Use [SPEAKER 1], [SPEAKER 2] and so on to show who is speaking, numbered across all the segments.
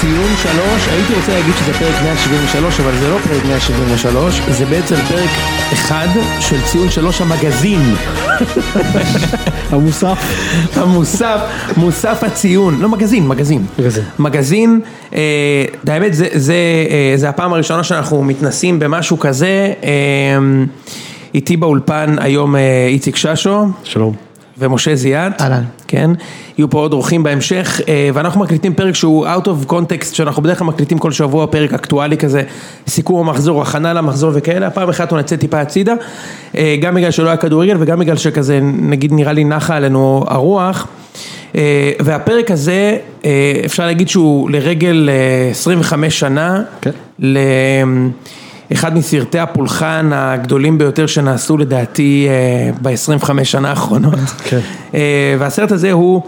[SPEAKER 1] ציון 3, הייתי רוצה להגיד שזה פרק 173, אבל זה לא פרק 173, זה בעצם פרק אחד של ציון 3 המגזין.
[SPEAKER 2] המוסף.
[SPEAKER 1] המוסף, מוסף הציון, לא מגזין, מגזין.
[SPEAKER 2] מגזין.
[SPEAKER 1] מגזין, אה, את האמת זה, זה, אה, זה הפעם הראשונה שאנחנו מתנסים במשהו כזה. אה, איתי באולפן היום אה, איציק ששו.
[SPEAKER 2] שלום.
[SPEAKER 1] ומשה זיאת,
[SPEAKER 3] אהלן.
[SPEAKER 1] כן, יהיו פה עוד אורחים בהמשך, אה, ואנחנו מקליטים פרק שהוא out of context, שאנחנו בדרך כלל מקליטים כל שבוע פרק אקטואלי כזה, סיכום המחזור, הכנה למחזור וכאלה, הפעם אחת הוא נצא טיפה הצידה, אה, גם בגלל שלא היה כדורגל וגם בגלל שכזה, נגיד נראה לי נחה עלינו הרוח, אה, והפרק הזה, אה, אפשר להגיד שהוא לרגל אה, 25 שנה,
[SPEAKER 2] כן.
[SPEAKER 1] ל... אחד מסרטי הפולחן הגדולים ביותר שנעשו לדעתי אה, ב-25 שנה האחרונות.
[SPEAKER 2] כן.
[SPEAKER 1] אה, והסרט הזה הוא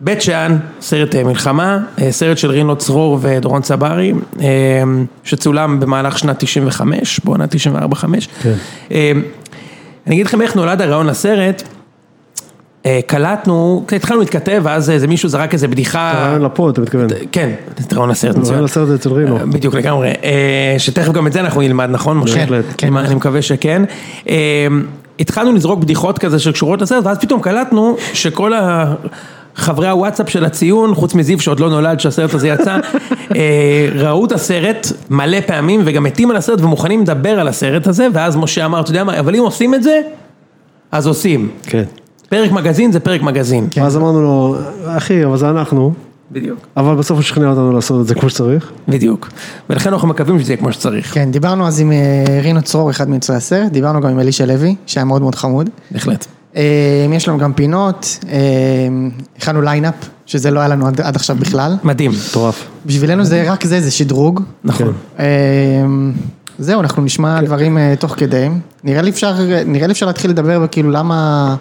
[SPEAKER 1] בית שאן, סרט אה, מלחמה, אה, סרט של רינו צרור ודורון צברי, אה, שצולם במהלך שנת 95, בעונה 94-5.
[SPEAKER 2] כן.
[SPEAKER 1] אה, אני אגיד לכם איך נולד הרעיון לסרט. אה, קלטנו, התחלנו להתכתב, ואז איזה מישהו זרק איזה בדיחה,
[SPEAKER 2] רעיון לפה, אתה מתכוון. לא,
[SPEAKER 1] כן, רעיון לסרט, מצוין.
[SPEAKER 2] רעיון לסרט אצל רינו.
[SPEAKER 1] אה, בדיוק לגמרי, אה, שתכף גם את זה אנחנו נלמד, נכון משה?
[SPEAKER 2] בהחלט.
[SPEAKER 1] כן, אני- אני מקווה שכן. אה, התחלנו לזרוק בדיחות כזה שקשורות לסרט, ואז פתאום קלטנו שכל ה... חברי הוואטסאפ של הציון, חוץ מזיו שעוד לא נולד שהסרט הזה יצא, אה, ראו את הסרט מלא פעמים וגם מתים על הסרט ומוכנים לדבר על הסרט הזה, ואז משה אמר, אתה יודע מה, אבל אם עושים את זה, אז עושים.
[SPEAKER 2] כן.
[SPEAKER 1] פרק מגזין זה פרק מגזין.
[SPEAKER 2] ואז אמרנו לו, אחי, אבל זה אנחנו,
[SPEAKER 1] בדיוק.
[SPEAKER 2] אבל בסוף הוא שכנע אותנו לעשות את זה כמו שצריך.
[SPEAKER 1] בדיוק. ולכן אנחנו מקווים שזה יהיה כמו שצריך,
[SPEAKER 3] כן, דיברנו אז עם אה, רינו צרור, אחד מיוצרי הסרט, דיברנו גם עם אלישע לוי, שהיה מאוד מאוד חמוד.
[SPEAKER 1] בהחלט.
[SPEAKER 3] אה, יש לנו גם פינות, אה, הכנו ליינאפ, שזה לא היה לנו עד, עד עכשיו בכלל.
[SPEAKER 1] מדהים.
[SPEAKER 2] מטורף.
[SPEAKER 3] בשבילנו זה רק זה, זה שדרוג.
[SPEAKER 1] נכון.
[SPEAKER 3] אה, זהו, אנחנו נשמע דברים אה, תוך כדי. נראה לי אפשר, נראה לי אפשר להתחיל לדבר כאילו למה...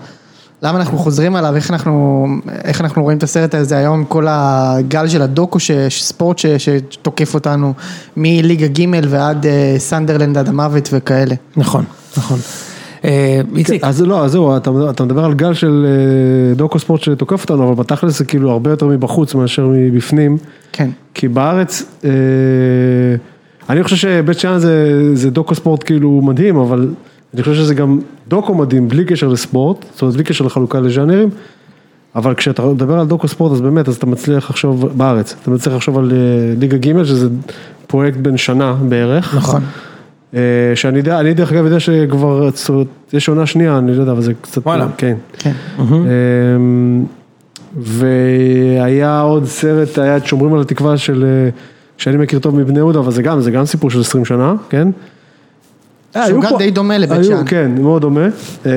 [SPEAKER 3] למה אנחנו חוזרים עליו, איך אנחנו, איך אנחנו רואים את הסרט הזה היום, כל הגל של הדוקו, ש, ספורט ש, שתוקף אותנו, מליגה ג' ועד אה, סנדרלנד עד המוות וכאלה.
[SPEAKER 1] נכון, נכון. אה, איציק,
[SPEAKER 2] אז לא, אז זהו, אתה, אתה מדבר על גל של אה, דוקו ספורט שתוקף אותנו, אבל בתכלס זה כאילו הרבה יותר מבחוץ מאשר מבפנים.
[SPEAKER 3] כן.
[SPEAKER 2] כי בארץ, אה, אני חושב שבית שאן זה, זה דוקו ספורט כאילו מדהים, אבל אני חושב שזה גם דוקו מדהים בלי קשר לספורט, זאת אומרת בלי קשר לחלוקה לז'אנרים, אבל כשאתה מדבר על דוקו ספורט אז באמת, אז אתה מצליח לחשוב בארץ, אתה מצליח לחשוב על אה, ליגה ג' שזה פרויקט בן שנה בערך.
[SPEAKER 3] נכון.
[SPEAKER 2] אה, שאני יודע, אני דרך אגב יודע שכבר, זאת אומרת, יש עונה שנייה, אני לא יודע, אבל זה קצת,
[SPEAKER 1] וואלה.
[SPEAKER 2] כן.
[SPEAKER 3] כן.
[SPEAKER 2] אמ, והיה עוד סרט, היה את שומרים על התקווה של, אה, שאני מכיר טוב מבני יהודה, אבל זה גם, זה גם סיפור של 20 שנה, כן? אה,
[SPEAKER 3] שהוא
[SPEAKER 2] היו
[SPEAKER 3] גם
[SPEAKER 2] פה-
[SPEAKER 3] די דומה לבית
[SPEAKER 2] היו,
[SPEAKER 3] שאן.
[SPEAKER 2] כן, מאוד דומה. אמ,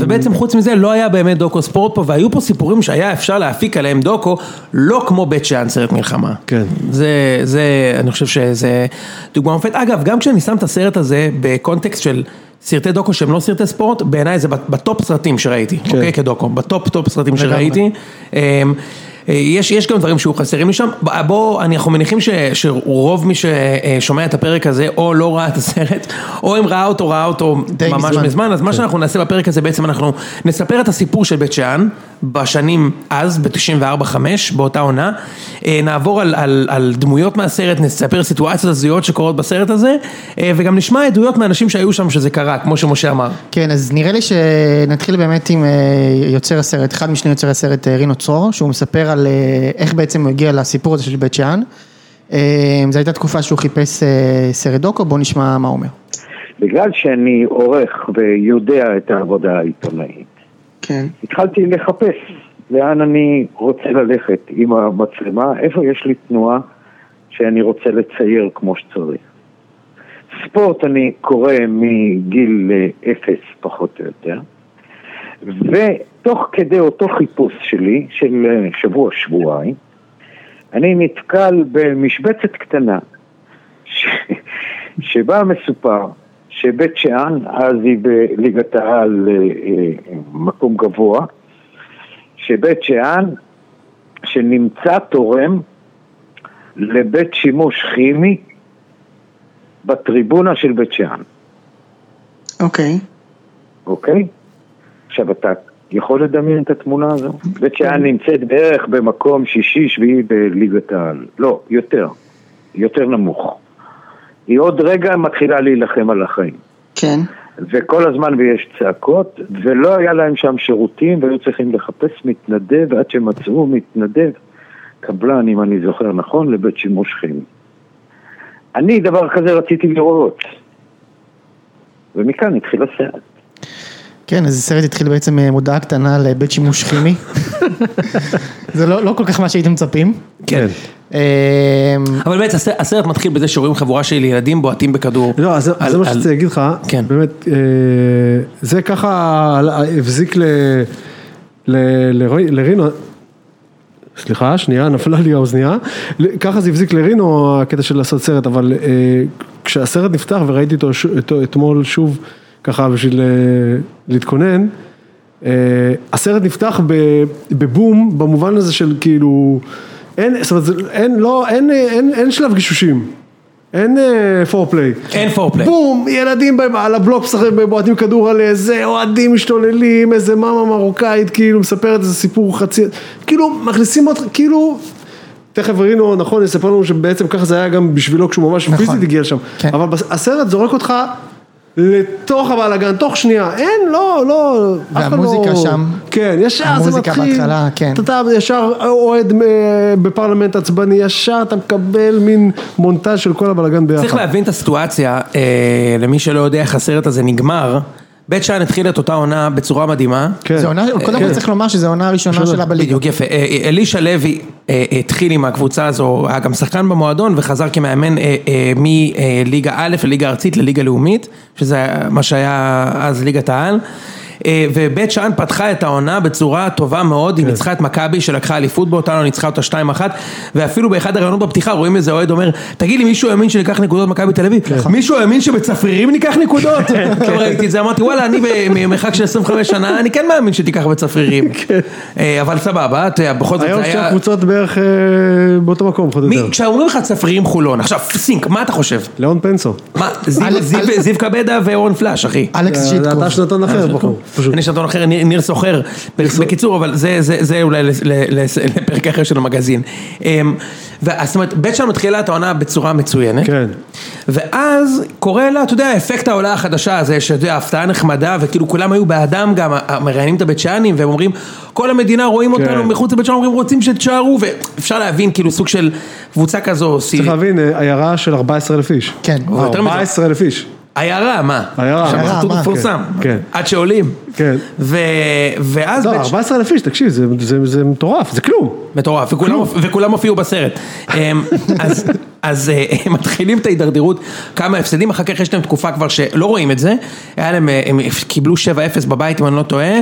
[SPEAKER 1] ובעצם חוץ מזה לא היה באמת דוקו ספורט פה, והיו פה סיפורים שהיה אפשר להפיק עליהם דוקו, לא כמו בית שאן סרט מלחמה.
[SPEAKER 2] כן.
[SPEAKER 1] זה, זה, אני חושב שזה דוגמה מופת. אגב, גם כשאני שם את הסרט הזה בקונטקסט של סרטי דוקו שהם לא סרטי ספורט, בעיניי זה בטופ סרטים שראיתי,
[SPEAKER 2] כן.
[SPEAKER 1] אוקיי? כדוקו, בטופ טופ סרטים שראיתי. אמ, אה, יש, יש גם דברים שהיו חסרים לי שם, ב- בוא, אני- אנחנו מניחים ש, שרוב מי ששומע את הפרק הזה או לא ראה את הסרט, או אם ראה אותו, ראה אותו
[SPEAKER 3] די
[SPEAKER 1] ממש
[SPEAKER 3] מזמן.
[SPEAKER 1] מזמן, אז מה
[SPEAKER 2] כן.
[SPEAKER 1] שאנחנו נעשה בפרק הזה בעצם אנחנו נספר את הסיפור של בית שאן בשנים אז, ב-94-5, באותה עונה, אה, נעבור על, על, על דמויות מהסרט, נספר סיטואציות הזויות שקורות בסרט הזה, אה, וגם נשמע עדויות מאנשים שהיו שם שזה קרה, כמו שמשה אמר.
[SPEAKER 3] כן, אז נראה לי שנתחיל באמת עם אה, יוצר הסרט, אחד משני יוצרי הסרט, אה, רינו צרור, שהוא מספר על אה, איך בעצם הוא הגיע לסיפור הזה של בית שאן. אה, זו הייתה תקופה שהוא חיפש אה, סרט דוקו, בואו נשמע מה הוא אומר.
[SPEAKER 4] בגלל שאני עורך ויודע את העבודה העיתונאית,
[SPEAKER 3] כן.
[SPEAKER 4] התחלתי לחפש לאן אני רוצה ללכת עם המצלמה, איפה יש לי תנועה שאני רוצה לצייר כמו שצריך. ספורט אני קורא מגיל אה, אפס פחות או יותר, ותוך כדי אותו חיפוש שלי, של אה, שבוע-שבועיים, אני נתקל במשבצת קטנה, ש... שבה מסופר שבית שאן, אז היא בליגת העל אה, אה, מקום גבוה, שבית שאן, שנמצא תורם לבית שימוש כימי בטריבונה של בית שאן,
[SPEAKER 3] אוקיי.
[SPEAKER 4] אוקיי? עכשיו אתה יכול לדמיין את התמונה הזו? בית שאן נמצאת בערך במקום שישי, שביעי בליגת העל. לא, יותר. יותר נמוך. היא עוד רגע מתחילה להילחם על החיים.
[SPEAKER 3] כן.
[SPEAKER 4] וכל הזמן ויש צעקות, ולא היה להם שם שירותים, והיו צריכים לחפש מתנדב עד שמצאו מתנדב, קבלן, אם אני זוכר נכון, לבית שימוש כימי. אני דבר כזה רציתי לראות. ומכאן התחיל הסרט.
[SPEAKER 3] כן, אז הסרט התחיל בעצם אה, מודעה קטנה לבית שימוש כימי. זה לא, לא כל כך מה שהייתם מצפים.
[SPEAKER 1] כן.
[SPEAKER 3] אה,
[SPEAKER 1] אבל באמת הסרט- הסרט מתחיל בזה שרואים חבורה של ילדים בועטים בכדור.
[SPEAKER 2] לא, אז אז
[SPEAKER 1] על-
[SPEAKER 2] זה מה
[SPEAKER 1] על-
[SPEAKER 2] שרציתי להגיד לך,
[SPEAKER 1] כן.
[SPEAKER 2] באמת, אה, זה ככה על- הבזיק ל- ל- לרוי- לרינו, סליחה, שנייה, נפלה לי האוזנייה, ל- ככה זה הבזיק לרינו הקטע של לעשות סרט, אבל אה, כשהסרט נפתח וראיתי אותו ש- אותו אתמול שוב, ככה בשביל אה, להתכונן, אה, הסרט נפתח ב- בבום, במובן הזה של כאילו, אין, זאת אומרת, זה- אין, לא, אין, אה, אין, אין שלב גישושים. אין אה, פורפליי.
[SPEAKER 1] אין foreplay.
[SPEAKER 2] בום, ילדים בהם על הבלוק משחק- בועטים כדור על איזה אוהדים משתוללים, איזה מאמה מרוקאית, כאילו מספרת איזה סיפור חצי, כאילו מכניסים אותך, כאילו, תכף ראינו, נכון, יספר לנו שבעצם ככה זה היה גם בשבילו כשהוא ממש
[SPEAKER 3] נכון.
[SPEAKER 2] פיזית הגיע לשם,
[SPEAKER 3] כן.
[SPEAKER 2] אבל בס- הסרט זורק אותך לתוך הבלאגן, תוך שנייה, אין, לא, לא, אף אחד לא-
[SPEAKER 3] והמוזיקה שם.
[SPEAKER 2] כן, ישר זה מתחיל,
[SPEAKER 3] המוזיקה בהתחלה, כן.
[SPEAKER 2] אתה ישר אוהד אה, בפרלמנט עצבני, ישר אתה מקבל מין מונטאז' של כל הבלאגן ביחד.
[SPEAKER 1] צריך להבין את הסיטואציה, אה, למי שלא יודע איך הסרט הזה נגמר, בית שאן התחיל את אותה עונה בצורה מדהימה.
[SPEAKER 2] כן.
[SPEAKER 3] זה עונה, קודם כל צריך לומר שזו העונה הראשונה שלה בליגה.
[SPEAKER 1] בדיוק יפה, אה, אה, אלישע לוי אה, התחיל עם הקבוצה הזו, היה גם שחקן במועדון וחזר כמאמן אה, אה, מליגה א' לליגה ארצית לליגה לאומית, שזה היה מה שהיה אז ליגת העל, אה, ובית שאן פתחה את העונה בצורה טובה מאוד, היא
[SPEAKER 3] כן.
[SPEAKER 1] ניצחה את מכבי שלקחה אליפות באותה עונה, ניצחה אותה 2-1, ואפילו באחד הראיונות בפתיחה רואים איזה אוהד אומר, תגיד לי מישהו האמין שניקח נקודות מכבי תל אביב?
[SPEAKER 2] כן.
[SPEAKER 1] מישהו האמין שבצפרירים ניקח נקודות? עכשיו ראיתי את זה, אמרתי וואלה אני במרחק של 25 שנה, אני כן מאמין שתיקח בצפרירים. אה, אבל סבבה, אתה יודע, בכל זאת
[SPEAKER 2] כן. היום
[SPEAKER 1] זה
[SPEAKER 2] שתי
[SPEAKER 1] היה...
[SPEAKER 2] הקבוצות בערך אה, באותו מקום, פחות או
[SPEAKER 1] מי-
[SPEAKER 2] יותר.
[SPEAKER 1] כשאומרים לך צפרירים חולון, עכשיו סינק, מה אתה חושב?
[SPEAKER 2] ליאון פנסו.
[SPEAKER 1] מה, זיו-
[SPEAKER 3] אל-
[SPEAKER 1] זיו-
[SPEAKER 3] אל-
[SPEAKER 1] זיו קבדה ואורן פלאש אחי.
[SPEAKER 3] אלכס
[SPEAKER 2] זה- אה, זה
[SPEAKER 3] שיטקוב.
[SPEAKER 2] אתה שנתון
[SPEAKER 1] אה,
[SPEAKER 2] אחר, בחור. פשוט.
[SPEAKER 1] אני שנתון אחר, ניר ניר סוחר, בקיצור, אבל זה- זה זה אולי לס- ל- לס- לפרק אחר של המגזין. אמ, ואז זאת אומרת, בית שם מתחילה את העונה בצורה מצוינת.
[SPEAKER 2] כן.
[SPEAKER 1] אה, ואז קורה לה, אתה יודע, אפקט העולה החדשה הזה, שאתה יודע, הפתעה נחמדה, וכאילו כולם היו באדם גם, מראיינים את הבית שאנים, והם אומרים, כל המדינה רואים אותנו
[SPEAKER 2] כן.
[SPEAKER 1] מחוץ לבית שאן, אומרים, רוצים שתשארו, ואפשר להבין, כאילו, סוג של קבוצה כזו, סי-
[SPEAKER 2] צריך להבין, אה, עיירה של 14,000 איש.
[SPEAKER 3] כן.
[SPEAKER 1] וואו. יותר מזה.
[SPEAKER 2] 14,000 איש.
[SPEAKER 1] עיירה, מה?
[SPEAKER 2] עיירה.
[SPEAKER 1] שם
[SPEAKER 3] עיירה,
[SPEAKER 1] חתום
[SPEAKER 3] מה?
[SPEAKER 1] מפורסם,
[SPEAKER 2] כן, כן.
[SPEAKER 1] עד שעולים.
[SPEAKER 2] כן.
[SPEAKER 1] ו... ואז
[SPEAKER 2] לא,
[SPEAKER 1] בית שאן-
[SPEAKER 2] 14,000 איש, תקשיב, זה- זה- זה מטורף, זה כלום.
[SPEAKER 1] מטורף, וכולם- וכולם הופיעו בסרט. אמ, אז- אז אה, הם מתחילים את ההידרדרות, כמה הפסדים, אחר כך יש להם תקופה כבר שלא רואים את זה, היה להם, אה, הם קיבלו 7-0 בבית אם אני לא טועה,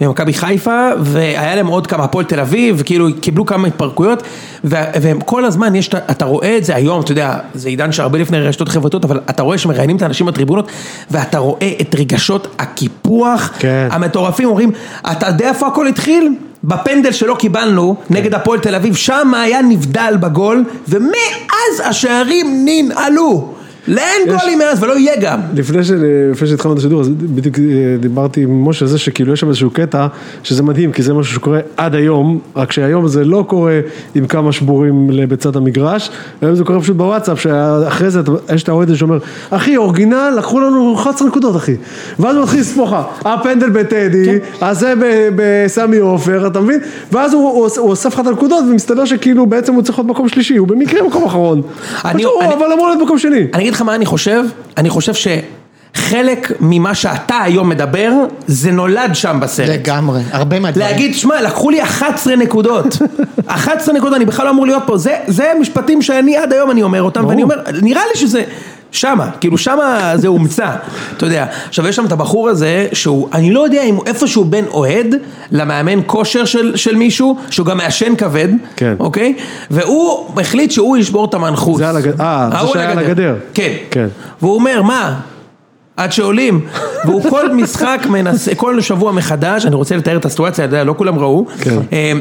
[SPEAKER 1] במכבי חיפה, והיה להם עוד כמה, הפועל תל אביב, כאילו קיבלו כמה התפרקויות, וה- והם כל הזמן, יש, את ה- אתה רואה את זה היום, אתה יודע, זה עידן שהרבה לפני רשתות חברתיות, אבל אתה רואה שמראיינים את האנשים בטריבונות, ואתה רואה את רגשות הקיפוח,
[SPEAKER 2] כן.
[SPEAKER 1] המטורפים אומרים, אתה יודע איפה הכל התחיל? בפנדל שלא קיבלנו נגד הפועל תל אביב, שם היה נבדל בגול, ומאז השערים ננעלו. לאין גולים מאז, ולא יהיה גם.
[SPEAKER 2] לפני, ש... לפני שהתחלנו את השידור, אז בדיוק אה, דיברתי עם משה על זה שכאילו יש שם איזשהו קטע שזה מדהים, כי זה משהו שקורה עד היום, רק שהיום זה לא קורה עם כמה שבורים לביצת המגרש, היום זה קורה פשוט בוואטסאפ, שאחרי זה אתה- יש את האוהד הזה שאומר, אחי, אורגינל, לקחו לנו 11 נקודות, אחי. ואז הוא מתחיל לספור לך, הפנדל בטדי,
[SPEAKER 1] כן.
[SPEAKER 2] הזה ב- בסמי עופר, אתה מבין? ואז הוא, הוא, הוא אוסף לך את הנקודות, ומסתבר שכאילו בעצם הוא צריך להיות מקום שלישי, הוא במקרה מקום אחרון.
[SPEAKER 1] אני-
[SPEAKER 2] הוא,
[SPEAKER 1] אני-
[SPEAKER 2] אבל אמור להיות מקום שני.
[SPEAKER 1] אני אגיד לך מה אני חושב, אני חושב שחלק ממה שאתה היום מדבר, זה נולד שם בסרט.
[SPEAKER 3] לגמרי, הרבה מהדברים.
[SPEAKER 1] להגיד, שמע, לקחו לי 11 נקודות. 11 נקודות, אני בכלל לא אמור להיות פה. זה, זה משפטים שאני עד היום אני אומר אותם, ואני אומר, נראה לי שזה... שמה, כאילו שמה זה הומצא, אתה יודע. עכשיו יש שם את הבחור הזה, שהוא, אני לא יודע אם הוא איפשהו בין אוהד למאמן כושר של, של מישהו, שהוא גם מעשן כבד,
[SPEAKER 2] כן.
[SPEAKER 1] אוקיי? והוא החליט שהוא ישבור את המנחוס.
[SPEAKER 2] זה על הגד- אה, זה
[SPEAKER 1] ההוא
[SPEAKER 2] שהיה על הגדר.
[SPEAKER 1] כן.
[SPEAKER 2] כן.
[SPEAKER 1] והוא אומר, מה? עד שעולים, והוא כל משחק מנסה, כל שבוע מחדש, אני רוצה לתאר את הסיטואציה, אתה יודע, לא כולם ראו,
[SPEAKER 2] כן.
[SPEAKER 1] אה,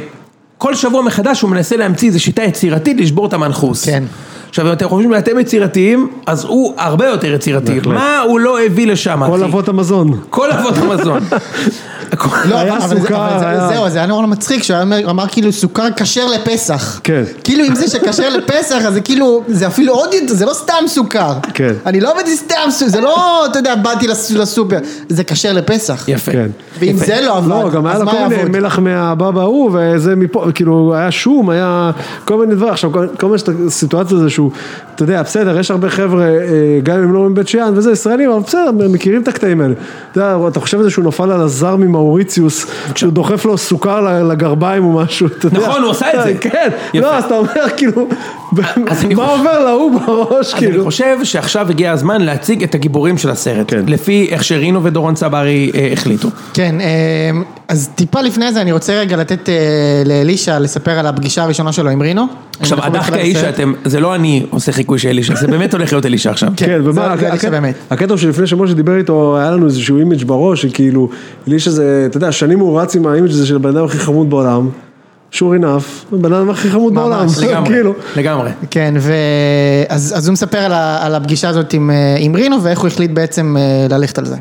[SPEAKER 1] כל שבוע מחדש הוא מנסה להמציא איזו שיטה יצירתית לשבור את המנחוס.
[SPEAKER 3] כן.
[SPEAKER 1] עכשיו, אם אתם חושבים שאתם יצירתיים, אז הוא הרבה יותר יצירתי. מה הוא לא הביא לשם, אחי?
[SPEAKER 2] כל אבות המזון.
[SPEAKER 1] כל אבות המזון.
[SPEAKER 3] לא,
[SPEAKER 2] היה
[SPEAKER 3] אבל זה- אבל
[SPEAKER 2] סוכר,
[SPEAKER 3] זה-
[SPEAKER 2] היה-
[SPEAKER 3] זהו, זה היה נורא מצחיק, שהוא אמר אמר כאילו סוכר כשר לפסח.
[SPEAKER 2] כן.
[SPEAKER 3] כאילו אם זה שכשר לפסח, אז זה כאילו, זה אפילו עוד יותר, זה לא סתם סוכר.
[SPEAKER 2] כן.
[SPEAKER 3] אני לא הבאתי סתם סוכר, זה לא, אתה יודע, באתי לס- לסופר, זה כשר לפסח.
[SPEAKER 1] יפה.
[SPEAKER 2] כן.
[SPEAKER 3] ואם
[SPEAKER 1] יפה.
[SPEAKER 3] זה לא עבד,
[SPEAKER 2] לא, גם היה
[SPEAKER 3] אז
[SPEAKER 2] לה
[SPEAKER 3] מה
[SPEAKER 2] כל מיני
[SPEAKER 3] יעבוד?
[SPEAKER 2] מלח מהבבא ההוא, וזה מפה, כאילו, היה שום, היה כל מיני דברים. עכשיו, כל- כל מיני שאת- סיטואציה זה שהוא, אתה יודע, בסדר, יש הרבה חבר'ה, אה, גם אם הם לא מבית שאן וזה, ישראלים, אבל בסדר, הם מכירים את הקטעים האלה. אתה יודע, אתה חושב איזה שהוא נפל על הזר ממאוריציוס, שהוא דוחף לו סוכר ל- לגרביים או משהו, אתה יודע.
[SPEAKER 1] כן. נכון, הוא עשה את זה.
[SPEAKER 2] כן,
[SPEAKER 1] יפה.
[SPEAKER 2] לא, אז אתה אומר, כאילו,
[SPEAKER 1] אז אני
[SPEAKER 2] מה
[SPEAKER 1] חושב-
[SPEAKER 2] עובר להוא בראש,
[SPEAKER 1] אז אני
[SPEAKER 2] כאילו.
[SPEAKER 1] חושב שעכשיו הגיע הזמן להציג את הגיבורים של הסרט,
[SPEAKER 2] כן.
[SPEAKER 1] לפי איך שרינו ודורון צברי אה, החליטו.
[SPEAKER 3] כן, אמ, אז טיפה לפני זה אני רוצה רגע לתת אה, לאלישע לספר על הפגישה הראשונה שלו עם רינו.
[SPEAKER 1] עכשיו,
[SPEAKER 3] אנחנו
[SPEAKER 1] הדחקה
[SPEAKER 3] בתחילת
[SPEAKER 1] היא
[SPEAKER 3] הסרט.
[SPEAKER 1] שאתם, זה לא אני עושה חיקוי של אלישע, זה באמת הולך להיות אלישע עכשיו.
[SPEAKER 2] כן, ומה,
[SPEAKER 3] זה- זה אלישע
[SPEAKER 2] הקטע-
[SPEAKER 3] באמת.
[SPEAKER 2] הקטע הוא שלפני שמשה דיבר איתו, היה לנו איזשהו אימג' בראש, שכאילו, אלישע זה, אתה יודע, שנים הוא רץ עם האימג' הזה של הבן אדם הכי חמוד בעולם, שור אינף, הבן אדם הכי חמוד
[SPEAKER 3] ממש,
[SPEAKER 2] בעולם,
[SPEAKER 1] לגמרי,
[SPEAKER 2] כאילו.
[SPEAKER 1] לגמרי.
[SPEAKER 3] כן, ואז אז הוא מספר על, ה, על הפגישה הזאת עם, אה, עם רינו ואיך הוא החליט בעצם אה, ללכת על זה.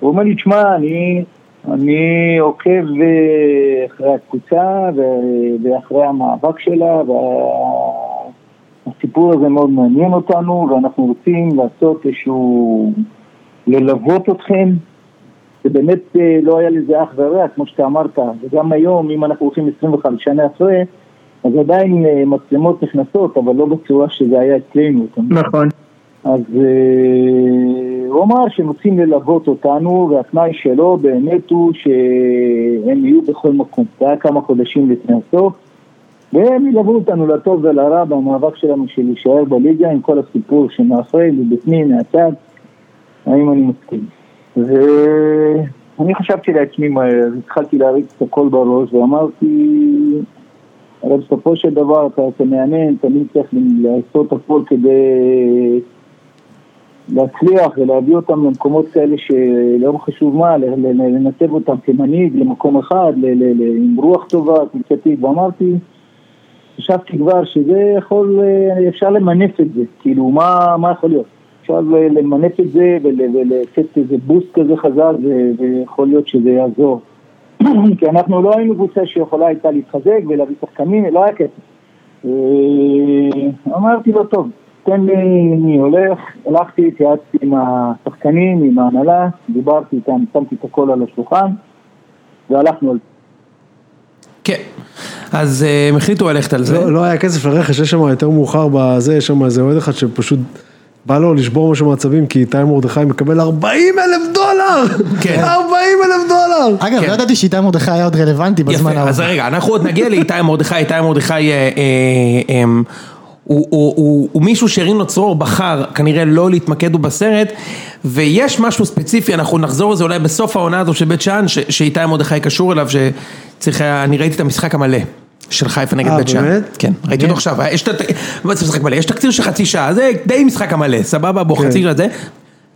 [SPEAKER 5] הוא אומר לי, תשמע, אני, אני עוקב אה, אחרי הקבוצה ו- ואחרי המאבק שלה, והסיפור הזה מאוד מעניין אותנו, ואנחנו רוצים לעשות איזשהו... ללוות אתכם. זה באמת אה, לא היה לזה אח ורע, כמו שאתה אמרת, וגם היום, אם אנחנו הולכים 25 שנה אחרי, אז עדיין אה, מצלמות נכנסות, אבל לא בצורה שזה היה אצלנו. אתה מבין?
[SPEAKER 3] נכון.
[SPEAKER 5] אז אה, הוא אמר שהם רוצים ללוות אותנו, והתנאי שלו באמת הוא שהם יהיו בכל מקום. זה היה כמה חודשים לפני הסוף, והם ילוו אותנו לטוב ולרע במאבק שלנו של להישאר בליגה עם כל הסיפור שמאחורי, מבפנים, מהצד, האם אני מסכים. ואני חשבתי לעצמי מהר, התחלתי להריץ את הכל בראש ואמרתי, הרי בסופו של דבר אתה, אתה מאמן, תמיד צריך לעשות הכל כדי להצליח ולהביא אותם למקומות כאלה שלא חשוב מה, ל- ל- ל- לנתב אותם כמנהיג למקום אחד, ל- ל- ל- עם רוח טובה, קבוצתית, ואמרתי, חשבתי כבר שזה יכול, אה, אפשר למנף את זה, כאילו מה, מה יכול להיות? אפשר אה, למנף את זה ול- ולתת איזה בוסט כזה חזק ו- ויכול להיות שזה יעזור. כי אנחנו לא היינו קבוצה שיכולה הייתה להתחזק ולהביא שחקנים, לא היה כסף. אה, אמרתי לו, טוב, תן לי, אני הולך, הלכתי, התייעצתי עם השחקנים, עם ההנהלה, דיברתי איתם, שמתי את הכל על השולחן, והלכנו על זה.
[SPEAKER 1] כן. אז אה, הם החליטו ללכת על זה.
[SPEAKER 2] לא- לא היה כסף לרכש, יש שם יותר מאוחר בזה, יש שם איזה אוהד אחד שפשוט... בא לו לשבור משהו מעצבים כי איתי מרדכי מקבל 40 אלף דולר!
[SPEAKER 1] כן.
[SPEAKER 2] 40 אלף דולר!
[SPEAKER 3] אגב,
[SPEAKER 1] כן.
[SPEAKER 3] לא ידעתי שאיתי מרדכי היה עוד רלוונטי בזמן
[SPEAKER 1] יפה,
[SPEAKER 3] ההוא.
[SPEAKER 1] אז רגע, אנחנו עוד נגיע לאיתי מרדכי, איתי מרדכי אה, אה, אמ, הוא- הוא- הוא הוא מישהו שרינו צרור בחר כנראה לא להתמקד בו בסרט ויש משהו ספציפי, אנחנו נחזור לזה אולי בסוף העונה הזו של בית שאן, ש- שאיתי מרדכי קשור אליו, שצריך היה, אני ראיתי את המשחק המלא. של חיפה נגד
[SPEAKER 2] אה,
[SPEAKER 1] בית שאן,
[SPEAKER 2] באמת?
[SPEAKER 1] כן, ראיתי אותו עכשיו, יש את ה- מה זה משחק מלא? יש תקציר של חצי שעה, זה די משחק המלא, סבבה, בוא
[SPEAKER 2] כן.
[SPEAKER 1] חצי שעה זה,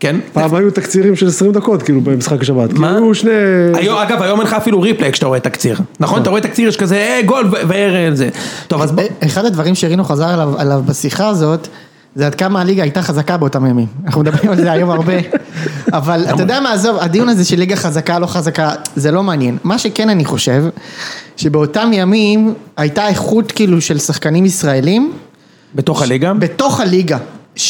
[SPEAKER 1] כן,
[SPEAKER 2] פעם היו תקצירים של 20 דקות כאילו במשחק השבת.
[SPEAKER 1] מה?
[SPEAKER 2] כאילו היו שני...
[SPEAKER 1] היום, אגב, היום אין לך אפילו ריפלי כשאתה רואה תקציר.
[SPEAKER 2] לא.
[SPEAKER 1] נכון? אתה רואה תקציר, יש כזה, אה, גול, ו- ו- זה. טוב, אז בוא.
[SPEAKER 3] אה, אחד הדברים שרינו חזר עליו, עליו בשיחה הזאת, זה עד כמה הליגה הייתה חזקה באותם ימים. אנחנו מדברים על זה היום הרבה. אבל אתה יודע מה, עזוב, הדיון הזה של ליגה חזקה, לא חזקה, זה לא מעניין. מה שכן אני חושב, שבאותם ימים הייתה איכות כאילו של שחקנים ישראלים,
[SPEAKER 2] אה,
[SPEAKER 1] בתוך הליגה?
[SPEAKER 3] בתוך הליגה,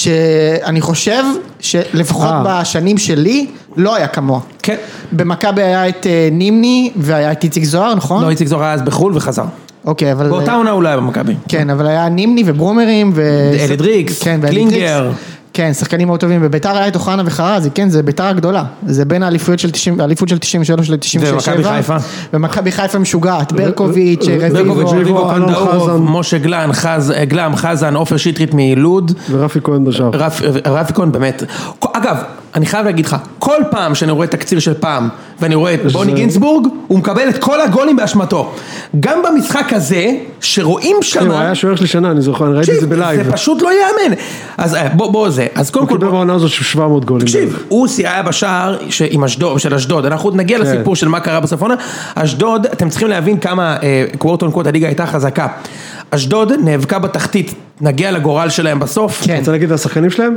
[SPEAKER 3] שאני חושב שלפחות
[SPEAKER 2] אה.
[SPEAKER 3] בשנים שלי, לא היה כמוה.
[SPEAKER 1] כן.
[SPEAKER 3] במכבי היה את אה, נימני והיה את איציק זוהר, נכון?
[SPEAKER 1] לא, איציק זוהר היה אז בחו"ל וחזר.
[SPEAKER 3] אוקיי, אבל...
[SPEAKER 1] באותה עונה הוא לא היה במכבי.
[SPEAKER 3] כן, אבל היה נימני וברומרים ו...
[SPEAKER 1] אלי דריקס,
[SPEAKER 3] כן, ואלי
[SPEAKER 1] קלינגר.
[SPEAKER 3] דריקס. כן, שחקנים מאוד טובים. בביתר היה את אוחנה וחרזי, כן, זה ביתר הגדולה. זה בין האליפויות של 90, האליפות של 93 ל-97.
[SPEAKER 1] ומכבי חיפה.
[SPEAKER 3] ומכבי חיפה משוגעת, ברקוביץ',
[SPEAKER 1] ברקוביץ',
[SPEAKER 3] רביבו.
[SPEAKER 1] רביבו,
[SPEAKER 2] אלון
[SPEAKER 1] קונדאורוב,
[SPEAKER 2] חזן.
[SPEAKER 1] משה גלן, חז- גלם, חזן, עופר שטרית מלוד.
[SPEAKER 2] ורפי כהן בשער.
[SPEAKER 1] רפ- רפי כהן באמת, כ- אגב, אני חייב להגיד לך, כל פעם שאני רואה תקציר של פעם, ואני רואה את בוני גינצבורג, הוא מקבל את כל הגולים באשמתו. גם במשחק הזה, שרואים
[SPEAKER 2] כן,
[SPEAKER 1] שם,
[SPEAKER 2] הוא היה שוער שלי שנה, אני זוכר, אני ראיתי את זה בלייב. אוקיי,
[SPEAKER 1] זה פשוט לא ייאמן. אז אה, בוא, בוא זה, אז קודם
[SPEAKER 2] הוא
[SPEAKER 1] כל,
[SPEAKER 2] קיבל
[SPEAKER 1] בוא-
[SPEAKER 2] בעונה הזו של 700 גולים.
[SPEAKER 1] תקשיב, אוסי היה בשער ש- עם אשדוד, של אשדוד, אנחנו עוד נגיע לסיפור של מה קרה בסוף העונה, אשדוד, אתם צריכים להבין כמה קוורט און קוורט הליגה הייתה חזקה. אשדוד נאבקה בתחתית, נגיע לגורל שלהם בסוף.
[SPEAKER 3] כן.
[SPEAKER 2] רוצה להגיד על השחקנים שלהם?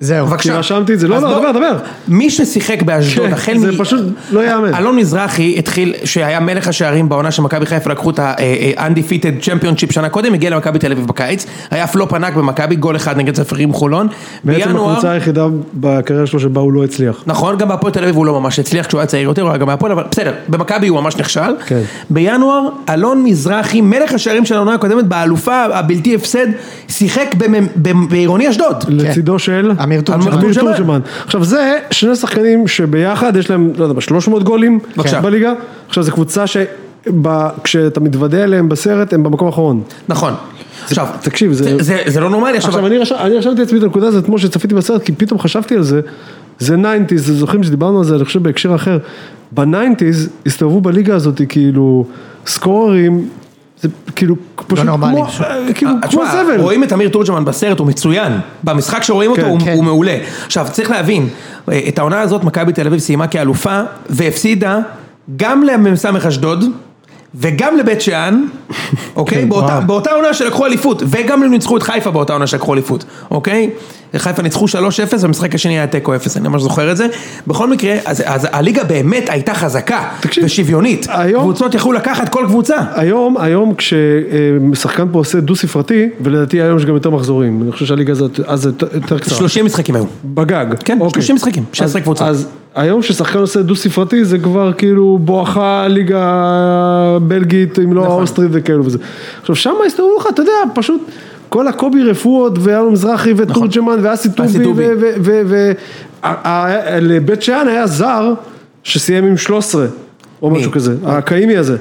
[SPEAKER 3] זהו.
[SPEAKER 1] בבקשה.
[SPEAKER 2] כי רשמתי את זה. לא,
[SPEAKER 1] אז
[SPEAKER 2] לא,
[SPEAKER 1] בוא-
[SPEAKER 2] דבר, דבר.
[SPEAKER 1] מי ששיחק באשדוד,
[SPEAKER 2] כן,
[SPEAKER 1] החל מ...
[SPEAKER 2] זה פשוט לא ייאמן.
[SPEAKER 1] אלון מזרחי התחיל, שהיה מלך השערים בעונה שמכבי חיפה לקחו את ה-undefeated championship שנה קודם, הגיע למכבי תל אביב בקיץ, היה פלופ ענק במכבי, גול אחד נגד ספרים חולון.
[SPEAKER 2] בעצם
[SPEAKER 1] בינואר-
[SPEAKER 2] הקבוצה היחידה בקריירה שלו שבה הוא לא הצליח.
[SPEAKER 1] נכון, גם בהפועל תל אביב הוא לא ממש הצליח כשהוא היה צעיר יותר, הוא היה גם בהפועל, אבל בסדר, במכבי הוא ממש נכשל.
[SPEAKER 2] כן.
[SPEAKER 1] בינואר, אלון מזרחי, מלך השערים של העונה הקודמת, באלופה הבלתי הפסד, שיחק במ- במ- בעירוני אשדוד.
[SPEAKER 2] לצידו של
[SPEAKER 3] אמיר תורג'מן.
[SPEAKER 2] אמיר
[SPEAKER 1] כן. תורג'מן.
[SPEAKER 2] תורג'מן. עכשיו זה שני שחקנים שביחד יש להם, לא יודע, מה, 300 גולים
[SPEAKER 1] בבקשה.
[SPEAKER 2] בליגה. עכשיו זו קבוצה שכשאתה מתוודע אליהם בסרט הם במקום האחרון.
[SPEAKER 1] נכון. עכשיו,
[SPEAKER 2] תקשיב, זה-
[SPEAKER 1] זה זה לא נורמלי עכשיו.
[SPEAKER 2] עכשיו אני רש- אני רשמתי לעצמי את הנקודה הזאת אתמול שצפיתי בסרט כי פתאום חשבתי על זה. זה 90's, זה זוכרים שדיברנו על זה אני חושב בהקשר אחר. בניינטיז הסתובבו בליגה הזאת כאילו סקוררים. זה כאילו פשוט
[SPEAKER 3] נורמלי.
[SPEAKER 2] כמו, כאילו,
[SPEAKER 1] אה,
[SPEAKER 2] כמו
[SPEAKER 1] תשמע,
[SPEAKER 2] זבל.
[SPEAKER 1] רואים את אמיר תורג'מן בסרט, הוא מצוין. במשחק שרואים אותו
[SPEAKER 2] כן,
[SPEAKER 1] הוא,
[SPEAKER 3] כן.
[SPEAKER 1] הוא מעולה. עכשיו, צריך להבין, אה, את העונה הזאת מכבי תל אביב סיימה כאלופה, והפסידה גם למ"ס אשדוד. וגם לבית שאן, אוקיי?
[SPEAKER 3] כן,
[SPEAKER 1] באותה,
[SPEAKER 3] וואו.
[SPEAKER 1] באותה עונה שלקחו אליפות, וגם הם ניצחו את חיפה באותה עונה שלקחו אליפות, אוקיי? חיפה ניצחו 3-0, והמשחק השני היה תיקו 0, אני ממש זוכר את זה. בכל מקרה, אז, אז הליגה באמת הייתה חזקה,
[SPEAKER 2] תקשיב,
[SPEAKER 1] ושוויונית.
[SPEAKER 2] היום- אה,
[SPEAKER 1] קבוצות יכלו לקחת כל קבוצה.
[SPEAKER 2] היום, היום כששחקן פה עושה דו ספרתי, ולדעתי היום יש גם יותר מחזורים, אני חושב שהליגה הזאת אז זה יותר- יותר קצרה.
[SPEAKER 1] 30 משחקים היו.
[SPEAKER 2] בגג. אוקיי.
[SPEAKER 1] כן, 30 משחקים, 16
[SPEAKER 2] אז-
[SPEAKER 1] קבוצות.
[SPEAKER 2] אז היום כששחקן עושה דו ספרתי זה כבר כאילו בואכה ליגה בלגית, אם לא
[SPEAKER 1] נכון.
[SPEAKER 2] האוסטרית וכאלו וזה. עכשיו שם הסתובבו לך, אתה יודע, פשוט כל הקובי רפואות ואלון מזרחי וטורג'מן ואסי
[SPEAKER 1] נכון. אסי טובי.
[SPEAKER 2] טובי ו- ו- ו- ו- ה- ה- לבית שאן היה זר שסיים עם 13 או משהו כזה, הקאימי הזה.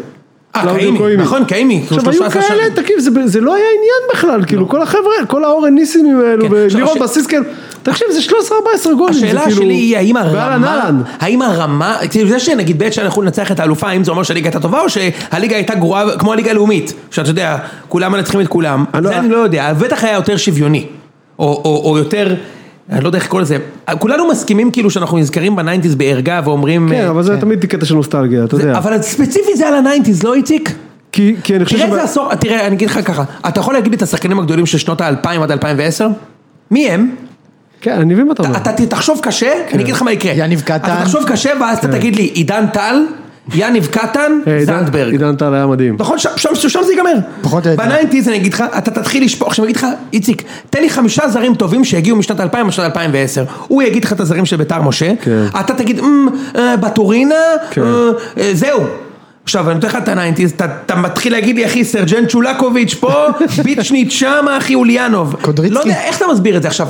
[SPEAKER 1] אה,
[SPEAKER 2] קלאודיו
[SPEAKER 1] קאימי, נכון, קאימי, כי הוא
[SPEAKER 2] עכשיו היו
[SPEAKER 1] 13
[SPEAKER 2] כאלה,
[SPEAKER 1] שנים.
[SPEAKER 2] תקשיב, זה- זה לא היה עניין בכלל, כאילו כל החבר'ה, כל האורן ניסים האלו,
[SPEAKER 1] לא. כן, עכשיו,
[SPEAKER 2] לירון
[SPEAKER 1] הש-
[SPEAKER 2] בסיסקל, תקשיב, זה 13-14 גולים, זה
[SPEAKER 1] השאלה
[SPEAKER 2] כאילו-
[SPEAKER 1] שלי היא האם
[SPEAKER 2] ואהלן,
[SPEAKER 1] הרמה, אה,
[SPEAKER 2] אהלן.
[SPEAKER 1] האם הרמה, כאילו זה שנגיד בית שאנחנו ננצח את האלופה, האם זה אומר שהליגה הייתה טובה או שהליגה הייתה גרועה כמו הליגה הלאומית, שאתה יודע, כולם מנצחים את כולם,
[SPEAKER 2] אני לא-
[SPEAKER 1] זה אני לא יודע, בטח היה יותר שוויוני, או- או או יותר, אני לא יודע איך לקרוא לזה, כולנו מסכימים כאילו שאנחנו נזכרים בניינטיז בערגה ואומרים,
[SPEAKER 2] כן,
[SPEAKER 1] אה,
[SPEAKER 2] אבל זה תמיד קטע של נוסטלגיה, אתה
[SPEAKER 1] זה-
[SPEAKER 2] יודע.
[SPEAKER 1] אבל ספציפית זה על הניינטיז, לא איציק?
[SPEAKER 2] כי כי אני חושב
[SPEAKER 1] תראה איזה
[SPEAKER 2] שב-
[SPEAKER 1] עשור, תראה, אני אגיד לך ככה, אתה יכול להגיד לי את השחקנים הגדולים של שנות האלפיים עד 2010? מי הם?
[SPEAKER 2] כן, אני מבין מה אתה אומר. כן.
[SPEAKER 1] אתה ת- תחשוב קשה, אני אגיד לך מה יקרה.
[SPEAKER 3] יניב קטן.
[SPEAKER 1] אתה תחשוב קשה ואז אתה תגיד לי, עידן טל, יניב קטן,
[SPEAKER 2] אה, עידן-
[SPEAKER 1] זנדברג.
[SPEAKER 2] עידן טל היה מדהים.
[SPEAKER 1] נכון, שם- שם שם זה ייגמר.
[SPEAKER 3] פחות או יותר.
[SPEAKER 1] בניינטיז אני אגיד לך, אתה תתחיל לשפוך, עכשיו אני אגיד לך, איציק, תן לי חמישה זרים טובים שהגיעו משנת 2000 עד שנת 2010. הוא יגיד לך את הזרים של ביתר משה,
[SPEAKER 2] כן.
[SPEAKER 1] אתה תגיד, "אמ, אה, בטורינה,
[SPEAKER 2] כן.
[SPEAKER 1] אה, אה, זהו. עכשיו אני נותן לך את הניינטיז, אתה- אתה מתחיל להגיד לי אחי סרג'ן צ'ולקוביץ' פה, ביצ'ניט שמה אחי אוליאנוב.
[SPEAKER 3] קודריצקי.
[SPEAKER 1] לא יודע, איך אתה מסביר את זה עכשיו?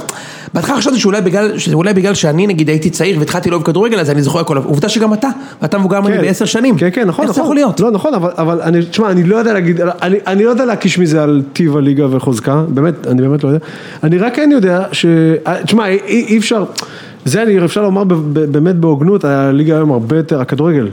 [SPEAKER 1] בהתחלה חשבתי שאולי בגלל, שזה אולי בגלל שאני נגיד הייתי צעיר והתחלתי לאהוב כדורגל אז אני זוכר הכל, אבל עובדה שגם אתה, ואתה מבוגר ממני
[SPEAKER 2] כן.
[SPEAKER 1] בעשר שנים.
[SPEAKER 2] כן, כן, נכון, נכון.
[SPEAKER 1] איך זה יכול להיות?
[SPEAKER 2] לא, נכון, אבל- אבל אני, תשמע, אני לא יודע להגיד, אני- אני לא יודע להקיש מזה על טיב הליגה וחוזקה, באמת, אני באמת לא יודע. אני רק כן יודע ש... אה, תשמע, אי- אי אי אפשר, זה אני אפשר לומר ב- ב- באמת בהוגנות, הליגה היום הרבה יותר, הכדורגל.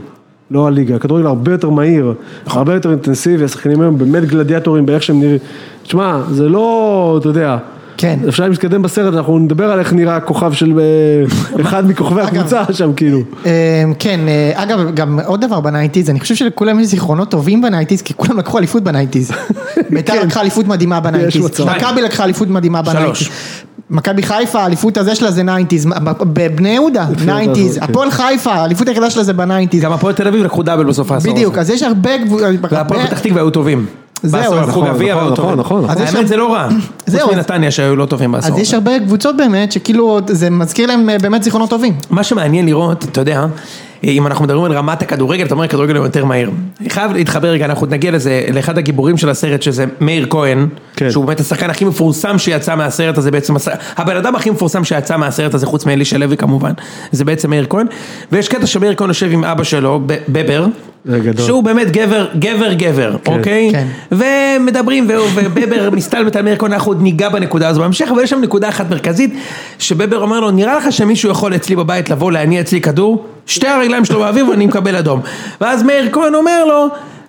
[SPEAKER 2] לא הליגה, הכדורגל הרבה יותר מהיר,
[SPEAKER 1] נכון.
[SPEAKER 2] הרבה יותר אינטנסיבי, השחקנים היום באמת גלדיאטורים באיך שהם נראים. תשמע, זה לא, אתה יודע,
[SPEAKER 3] כן.
[SPEAKER 2] אפשר להתקדם בסרט, אנחנו נדבר על איך נראה הכוכב של אה, אחד מכוכבי הקבוצה שם, כאילו.
[SPEAKER 3] אמ, כן, אה, אגב, גם עוד דבר בנייטיז, אני חושב שלכולם יש זיכרונות טובים בנייטיז, כי כולם לקחו אליפות בנייטיז. ביתר לקחה אליפות מדהימה
[SPEAKER 2] כן. יש
[SPEAKER 3] בנייטיז,
[SPEAKER 2] מצב.
[SPEAKER 3] מכבי לקחה אליפות מדהימה בנייטיז.
[SPEAKER 1] שלוש.
[SPEAKER 3] מכבי חיפה, האליפות הזה שלה זה ניינטיז, בבני יהודה, ניינטיז,
[SPEAKER 2] כן.
[SPEAKER 3] הפועל חיפה, האליפות היחידה שלה זה בניינטיז,
[SPEAKER 1] גם הפועל תל אביב לקחו דאבל בסוף העשור.
[SPEAKER 3] בדיוק,
[SPEAKER 1] הזה.
[SPEAKER 3] אז יש הרבה גבולות,
[SPEAKER 1] והפועל פתח תקווה היו טובים.
[SPEAKER 3] זהו,
[SPEAKER 1] בעשור
[SPEAKER 3] אז
[SPEAKER 1] לקחו
[SPEAKER 2] נכון,
[SPEAKER 1] גביע,
[SPEAKER 2] נכון,
[SPEAKER 1] והיו
[SPEAKER 2] נכון,
[SPEAKER 1] טובים.
[SPEAKER 2] נכון,
[SPEAKER 3] נכון. אז יש
[SPEAKER 1] האמת
[SPEAKER 3] שם-
[SPEAKER 1] זה לא רע.
[SPEAKER 3] זהו,
[SPEAKER 1] חוץ
[SPEAKER 3] אז-
[SPEAKER 1] מנתניה שהיו לא טובים בעשור.
[SPEAKER 3] אז יש
[SPEAKER 1] הזה.
[SPEAKER 3] הרבה קבוצות באמת, שכאילו עוד- זה מזכיר להם אה, באמת זיכרונות טובים.
[SPEAKER 1] מה שמעניין לראות, אתה יודע, אם אנחנו מדברים על רמת הכדורגל, אתה אומר הכדורגל הוא יותר מהיר. אני חייב להתחבר רגע, אנחנו נגיע לזה, לאחד הגיבורים של הסרט שזה מאיר כהן,
[SPEAKER 2] כן.
[SPEAKER 1] שהוא באמת השחקן הכי מפורסם שיצא מהסרט הזה בעצם, הס- הבן אדם הכי מפורסם שיצא מהסרט הזה חוץ מאלישע לוי כמובן, זה בעצם מאיר כהן, ויש קטע שמאיר כהן יושב עם אבא שלו, ב- בבר,
[SPEAKER 2] זה גדול.
[SPEAKER 1] שהוא באמת גבר, גבר גבר, אוקיי?
[SPEAKER 3] כן.
[SPEAKER 1] ומדברים, והוא- ובבר מסתלבט על מאיר כהן, אנחנו עוד ניגע בנקודה הזו בהמשך, אבל יש שם נקודה אחת מרכזית, שבבר אומר לו, נראה לך שמישהו יכול אצלי בבית לבוא להניע אצלי כדור? שתי הרגליים שלו באוויר ואני מקבל אדום. ואז מאיר כהן אומר לו,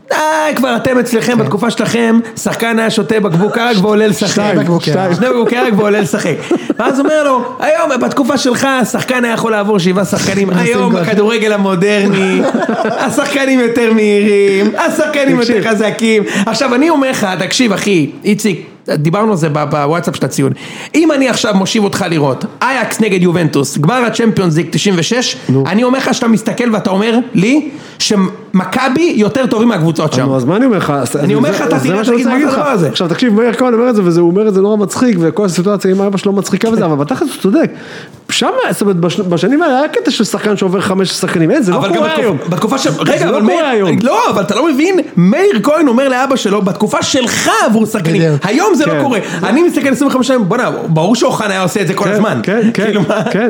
[SPEAKER 1] די, כבר אתם אצלכם, בתקופה שלכם, שחקן היה שותה בקבוק הרג ועולה לשחק.
[SPEAKER 3] כן. שתיים, שתיים.
[SPEAKER 1] שני בקבוקי הרג ועולה לשחק. ואז אומר לו, היום, בתקופה שלך, השחקן היה יכול לעבור שבעה שחקנים, היום
[SPEAKER 3] גול.
[SPEAKER 1] בכדורגל המודרני, השחקנים יותר מהירים, השחקנים יותר
[SPEAKER 2] תקשיב.
[SPEAKER 1] חזקים. עכשיו אני אומר לך, תקשיב אחי, איציק, דיברנו על זה ב- בוואטסאפ של הציון. אם אני עכשיו מושיב אותך לראות, אייקס נגד יובנטוס, גמר הצ'מפיונס ליג 96, אני אומר לך שאתה מסתכל ואתה אומר לי שמכבי יותר טובים מהקבוצות שם.
[SPEAKER 2] נו, אז מה אני אומר לך? אז-
[SPEAKER 1] אני אומר
[SPEAKER 2] זה-
[SPEAKER 1] לך, אתה
[SPEAKER 2] זה
[SPEAKER 1] תראה,
[SPEAKER 2] מה שאני
[SPEAKER 1] תגיד,
[SPEAKER 2] רוצה
[SPEAKER 1] מה זה
[SPEAKER 2] להגיד לך.
[SPEAKER 1] הדבר הזה?
[SPEAKER 2] עכשיו תקשיב, מאיר כהן אומר את זה, וזה- הוא אומר את זה נורא מצחיק, וכל הסיטואציה עם אבא שלו מצחיקה
[SPEAKER 1] כן.
[SPEAKER 2] וזה, אבל בתכלס הוא צודק. שם, זאת אומרת, בש- בשנים האלה היה קטע של שחקן שעובר חמש שחקנים, אין, זה לא
[SPEAKER 1] אבל גם
[SPEAKER 2] קורה
[SPEAKER 1] בתקופ-
[SPEAKER 2] היום.
[SPEAKER 1] בתקופה של... רגע,
[SPEAKER 2] זה
[SPEAKER 1] אבל
[SPEAKER 2] לא קורה היום.
[SPEAKER 1] לא, אבל אתה לא מבין, מאיר כהן אומר לאבא שלו, בתקופה שלך עברו שחקנים,
[SPEAKER 3] בדיוק.
[SPEAKER 1] היום זה לא
[SPEAKER 2] כן.
[SPEAKER 1] קורה. אני מסתכל 25 שנים, בוא'נה, ברור שאוחנה היה עושה את זה כל
[SPEAKER 2] כן,
[SPEAKER 1] הזמן.
[SPEAKER 2] כן, כן,
[SPEAKER 1] כאילו, מה-
[SPEAKER 2] כן.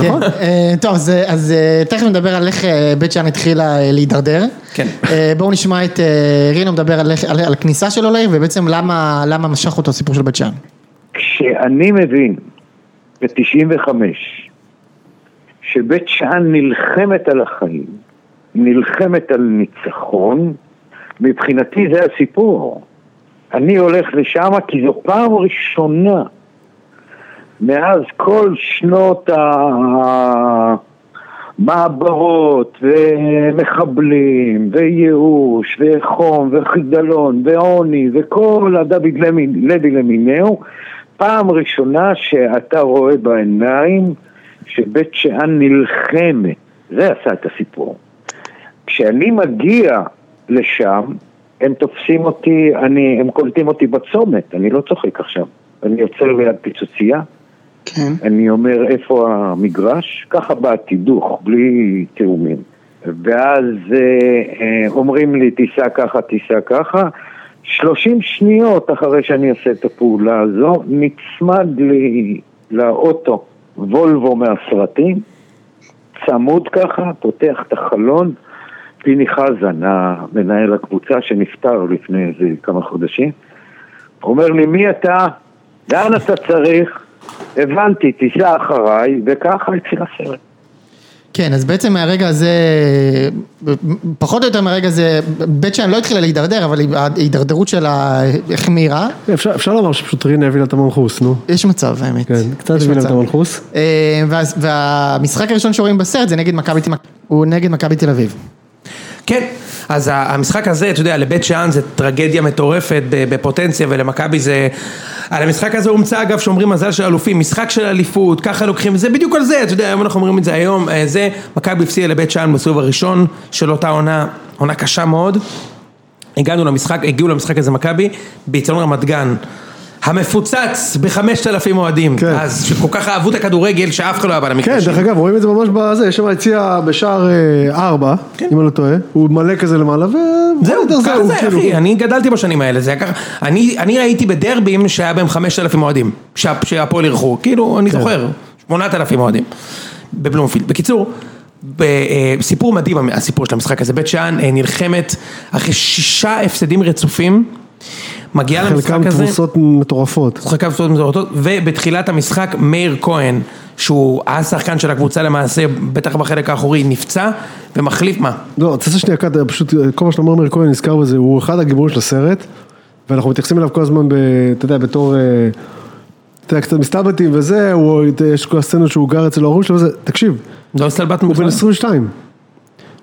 [SPEAKER 3] כן, אה, טוב, אז, אה, אז אה, תכף נדבר על איך אה, בית שאן התחילה אה, להידרדר.
[SPEAKER 1] כן.
[SPEAKER 3] אה, בואו נשמע את אה, רינו מדבר על איך- על- על הכניסה שלו לעיר, ובעצם למה למה משך אותו הסיפור של בית שאן.
[SPEAKER 4] כשאני מבין ב-95 שבית שאן נלחמת על החיים, נלחמת על ניצחון, מבחינתי זה הסיפור. אני הולך לשם כי זו פעם ראשונה מאז כל שנות המעברות ומחבלים וייאוש וחום וחידלון ועוני וכל הדוד למי- לוי למיניהו, פעם ראשונה שאתה רואה בעיניים שבית שאן נלחמת. זה עשה את הסיפור. כשאני מגיע לשם, הם תופסים אותי, אני, הם קולטים אותי בצומת, אני לא צוחק עכשיו. אני יוצא ליד פיצוצייה,
[SPEAKER 3] כן.
[SPEAKER 4] אני אומר איפה המגרש, ככה באתי דוך, בלי תיאומים. ואז אה, אה, אומרים לי תיסע ככה, תיסע ככה. 30 שניות אחרי שאני עושה את הפעולה הזו, נצמד לי לאוטו וולבו מהסרטים, צמוד ככה, פותח את החלון, פיני חזן, המנהל הקבוצה שנפטר לפני איזה כמה חודשים, אומר לי, מי אתה? לאן אתה צריך? הבנתי, תיסע אחריי, וככה התחיל הסרט.
[SPEAKER 3] כן, אז בעצם מהרגע הזה, פחות או יותר מהרגע הזה, בית שאן לא התחילה להידרדר, אבל ההידרדרות שלה אה, החמירה.
[SPEAKER 2] אפשר אפשר לומר שפשוט רינה הבינה את המנחוס, נו.
[SPEAKER 3] יש מצב, האמת.
[SPEAKER 2] כן, קצת
[SPEAKER 3] יש
[SPEAKER 2] הבינה את
[SPEAKER 3] מצב.
[SPEAKER 2] המנחוס.
[SPEAKER 3] אה, ואז- והמשחק הראשון שרואים בסרט זה נגד מכבי תל אביב. הוא נגד מכבי תל אביב.
[SPEAKER 1] כן, אז ה- המשחק הזה, אתה יודע, לבית שאן זה טרגדיה מטורפת ב- בפוטנציה, ולמכבי זה... על המשחק הזה הומצא, אגב, שאומרים מזל של אלופים, משחק של אליפות, ככה לוקחים, זה בדיוק על זה, אתה יודע, היום אנחנו אומרים את זה היום, אה, זה, מכבי הפסידה לבית שאן בסיבוב הראשון של אותה עונה, עונה קשה מאוד. הגענו למשחק, הגיעו למשחק הזה מכבי, באיצטדיון רמת גן. המפוצץ בחמשת אלפים אוהדים,
[SPEAKER 2] כן.
[SPEAKER 1] אז שכל כך אהבו את הכדורגל שאף אחד לא היה בא
[SPEAKER 2] כן,
[SPEAKER 1] למקרשים.
[SPEAKER 2] דרך אגב, רואים את זה ממש בזה, יש שם יציע בשער אה, ארבע, אם אני לא טועה, הוא מלא כזה למעלה, ו...
[SPEAKER 1] כן. זהו,
[SPEAKER 2] הוא
[SPEAKER 1] ככה זה
[SPEAKER 2] כאילו-
[SPEAKER 1] אחי, אני גדלתי בשנים האלה, זה היה ככה, אני, אני הייתי בדרבים שהיה בהם 5,000 אוהדים, שה- שהפועל אירחו, כאילו,
[SPEAKER 2] כן.
[SPEAKER 1] אני זוכר, 8,000 אוהדים, בבלומפילד. בקיצור, ב- אה, סיפור מדהים הסיפור של המשחק הזה, בית שאן אה, נלחמת אחרי שישה הפסדים רצופים, מגיעה
[SPEAKER 2] חלקם
[SPEAKER 1] למשחק הזה,
[SPEAKER 2] תבוסות מטורפות.
[SPEAKER 1] חלקם תבוסות מזורתות, ובתחילת המשחק מאיר כהן, שהוא השחקן של הקבוצה למעשה, בטח בחלק האחורי, נפצע, ומחליף מה?
[SPEAKER 2] לא, תעשה שנייה קאט, פשוט אה, כל מה שאתה אומר מאיר כהן נזכר בזה, הוא אחד הגיבורים של הסרט, ואנחנו מתייחסים אליו כל הזמן, ב, אתה יודע, בתור, אה, אתה יודע, קצת מסתלבטים וזה, הוא, אה, יש כל הסצנות שהוא גר אצל ההורים שלו וזה, תקשיב,
[SPEAKER 1] לא הסתלבטנו
[SPEAKER 2] הוא בן
[SPEAKER 1] בכלל.
[SPEAKER 2] 22.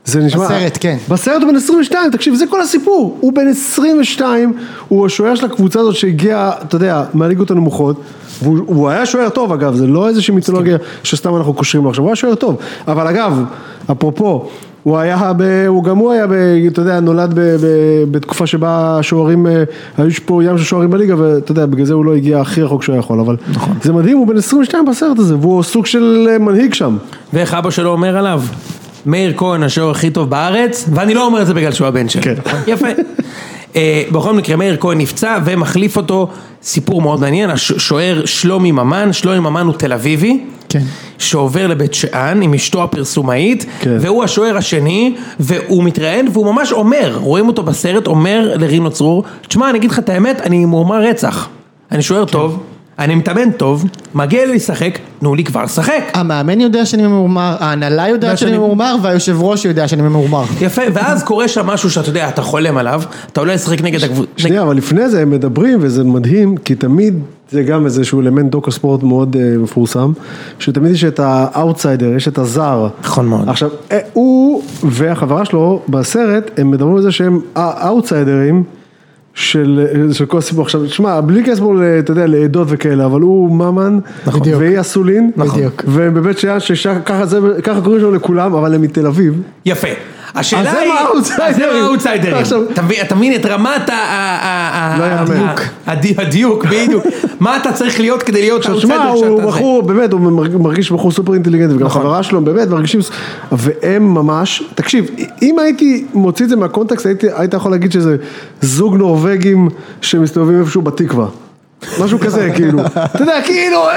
[SPEAKER 2] זה נשמע...
[SPEAKER 3] בסרט, כן.
[SPEAKER 2] בסרט הוא בן 22, תקשיב, זה כל הסיפור. הוא בן 22, הוא השוער של הקבוצה הזאת שהגיע, אתה יודע, מהליגות הנמוכות, והוא הוא היה שוער טוב אגב, זה לא איזושהי מיתולוגיה שסתם אנחנו קושרים לו עכשיו, הוא היה שוער טוב. אבל אגב, אפרופו, הוא היה, ב, הוא גם הוא היה, ב, אתה יודע, נולד ב, ב, בתקופה שבה השוערים, אה, היו פה ים של שוערים בליגה, ואתה יודע, בגלל זה הוא לא הגיע הכי רחוק שהוא היה יכול, אבל נכון. זה מדהים, הוא בן 22 בסרט הזה, והוא סוג של אה, מנהיג שם.
[SPEAKER 1] ואיך אבא שלו אומר עליו? מאיר כהן השוער הכי טוב בארץ, ואני לא אומר את זה בגלל שהוא הבן שלי.
[SPEAKER 2] כן.
[SPEAKER 1] יפה. אה, בכל מקרה, מאיר כהן נפצע ומחליף אותו, סיפור מאוד מעניין, השוער שלומי ממן, שלומי ממן הוא תל אביבי.
[SPEAKER 3] כן.
[SPEAKER 1] שעובר לבית שאן עם אשתו הפרסומאית,
[SPEAKER 2] כן.
[SPEAKER 1] והוא השוער השני, והוא מתראיין, והוא ממש אומר, רואים אותו בסרט, אומר לרינו צרור, תשמע, אני אגיד לך את האמת, אני מועמר רצח. אני
[SPEAKER 2] כן.
[SPEAKER 1] שוער טוב, אני מתאמן טוב, מגיע לי לשחק, תנו לי כבר לשחק.
[SPEAKER 3] המאמן יודע שאני ממורמר, ההנהלה יודעת שאני
[SPEAKER 1] שאני-
[SPEAKER 3] ממורמר, והיושב ראש יודע שאני ממורמר.
[SPEAKER 1] יפה, ואז קורה שם משהו שאתה יודע, אתה חולם עליו, אתה עולה לשחק נגד הקבוצה.
[SPEAKER 2] שנייה, אבל לפני זה הם מדברים, וזה מדהים, כי תמיד זה גם איזשהו אלמנט דוקו ספורט מאוד אה, מפורסם, שתמיד יש את האאוטסיידר, יש את הזר.
[SPEAKER 1] נכון מאוד.
[SPEAKER 2] עכשיו, אה, הוא והחברה שלו בסרט, הם מדברים על זה שהם האאוטסיידרים. של, אה, של כל הסיפור עכשיו, שמע, בלי קסבול, אתה יודע, לעדות וכאלה, אבל הוא ממן,
[SPEAKER 3] נכון. בדיוק.
[SPEAKER 2] והיא אסולין,
[SPEAKER 3] נכון. בדיוק.
[SPEAKER 2] והם בבית שאן, שככה זה- ככה קוראים שלו לכולם, אבל הם מתל אביב,
[SPEAKER 1] יפה. השאלה
[SPEAKER 2] אז הם
[SPEAKER 1] היא,
[SPEAKER 2] האאוטסיידרים.
[SPEAKER 1] אז הם האאוטסיידרים.
[SPEAKER 2] עכשיו-
[SPEAKER 1] אתה מבין- אתה מבין את רמת ה- ה- ה-
[SPEAKER 2] לא
[SPEAKER 1] ה-
[SPEAKER 2] יאמן.
[SPEAKER 1] ה- הדי- הדיוק, בדיוק. מה אתה צריך להיות כדי להיות
[SPEAKER 2] עכשיו
[SPEAKER 1] האאוטסיידר
[SPEAKER 2] שמע,
[SPEAKER 1] כשאתה
[SPEAKER 2] הוא
[SPEAKER 1] זה? נכון.
[SPEAKER 2] בחור, באמת, הוא מרג- מרגיש בחור סופר אינטליגנטי, וגם חברה שלו, הם באמת מרגישים, ס- והם ממש, תקשיב, אם הייתי מוציא את זה מהקונטקסט, הייתי- היית יכול להגיד שזה זוג נורבגים שמסתובבים איפשהו בתקווה. משהו כזה, כאילו, אתה יודע, כאילו, אה,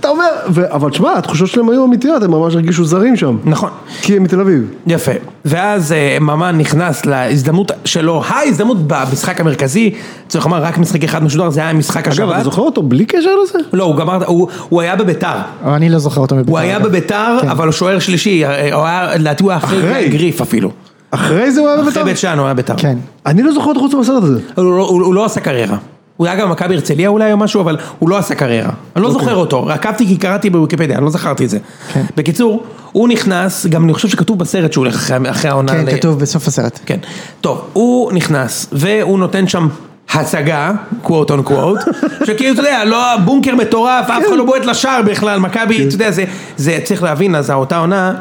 [SPEAKER 2] אתה אומר, ו- אבל שמע, התחושות שלהם היו אמיתיות, הם ממש הרגישו זרים שם.
[SPEAKER 1] נכון.
[SPEAKER 2] כי הם מתל אביב.
[SPEAKER 1] יפה. ואז אה, ממן נכנס להזדמנות שלו, ההזדמנות במשחק המרכזי, צריך לומר רק משחק אחד משודר, זה היה משחק השבת.
[SPEAKER 2] אגב, אתה זוכר אותו בלי קשר לזה?
[SPEAKER 1] לא, הוא גמר, הוא, הוא היה בביתר.
[SPEAKER 3] אבל אני לא זוכר אותו מביתר.
[SPEAKER 1] הוא היה
[SPEAKER 3] אגב.
[SPEAKER 2] אוקיי.
[SPEAKER 1] בביתר,
[SPEAKER 3] כן.
[SPEAKER 1] אבל הוא שוער שלישי, אה, הוא היה, לדעתי הוא היה אחרי
[SPEAKER 2] אחרי.
[SPEAKER 1] גיא גריף אפילו.
[SPEAKER 2] אחרי זה הוא היה
[SPEAKER 1] אחרי
[SPEAKER 2] בביתר?
[SPEAKER 1] בית שאן הוא היה ביתר.
[SPEAKER 3] כן.
[SPEAKER 2] אני לא זוכר אותו חוץ מהסרט הזה.
[SPEAKER 1] אבל הוא, לא- הוא, הוא לא עשה קריירה. הוא היה גם במכבי הרצליה אולי או משהו, אבל הוא לא עשה קריירה. אני לא זוכר אותו, עקבתי כי קראתי בוויקיפדיה, אני לא זכרתי את זה.
[SPEAKER 3] אוקיי. כן.
[SPEAKER 1] בקיצור, הוא נכנס, גם אני חושב שכתוב בסרט שהוא הולך אחרי, אחרי העונה.
[SPEAKER 3] כן,
[SPEAKER 1] ל-
[SPEAKER 3] כתוב בסוף הסרט.
[SPEAKER 1] כן. טוב, הוא נכנס, והוא נותן שם הצגה, קוואט און קוואט, שכאילו, אתה יודע, לא בונקר מטורף,
[SPEAKER 2] כן.
[SPEAKER 1] אף אחד לא בועט לשער בכלל, מכבי, אתה יודע, זה, זה צריך להבין, אז אותה עונה,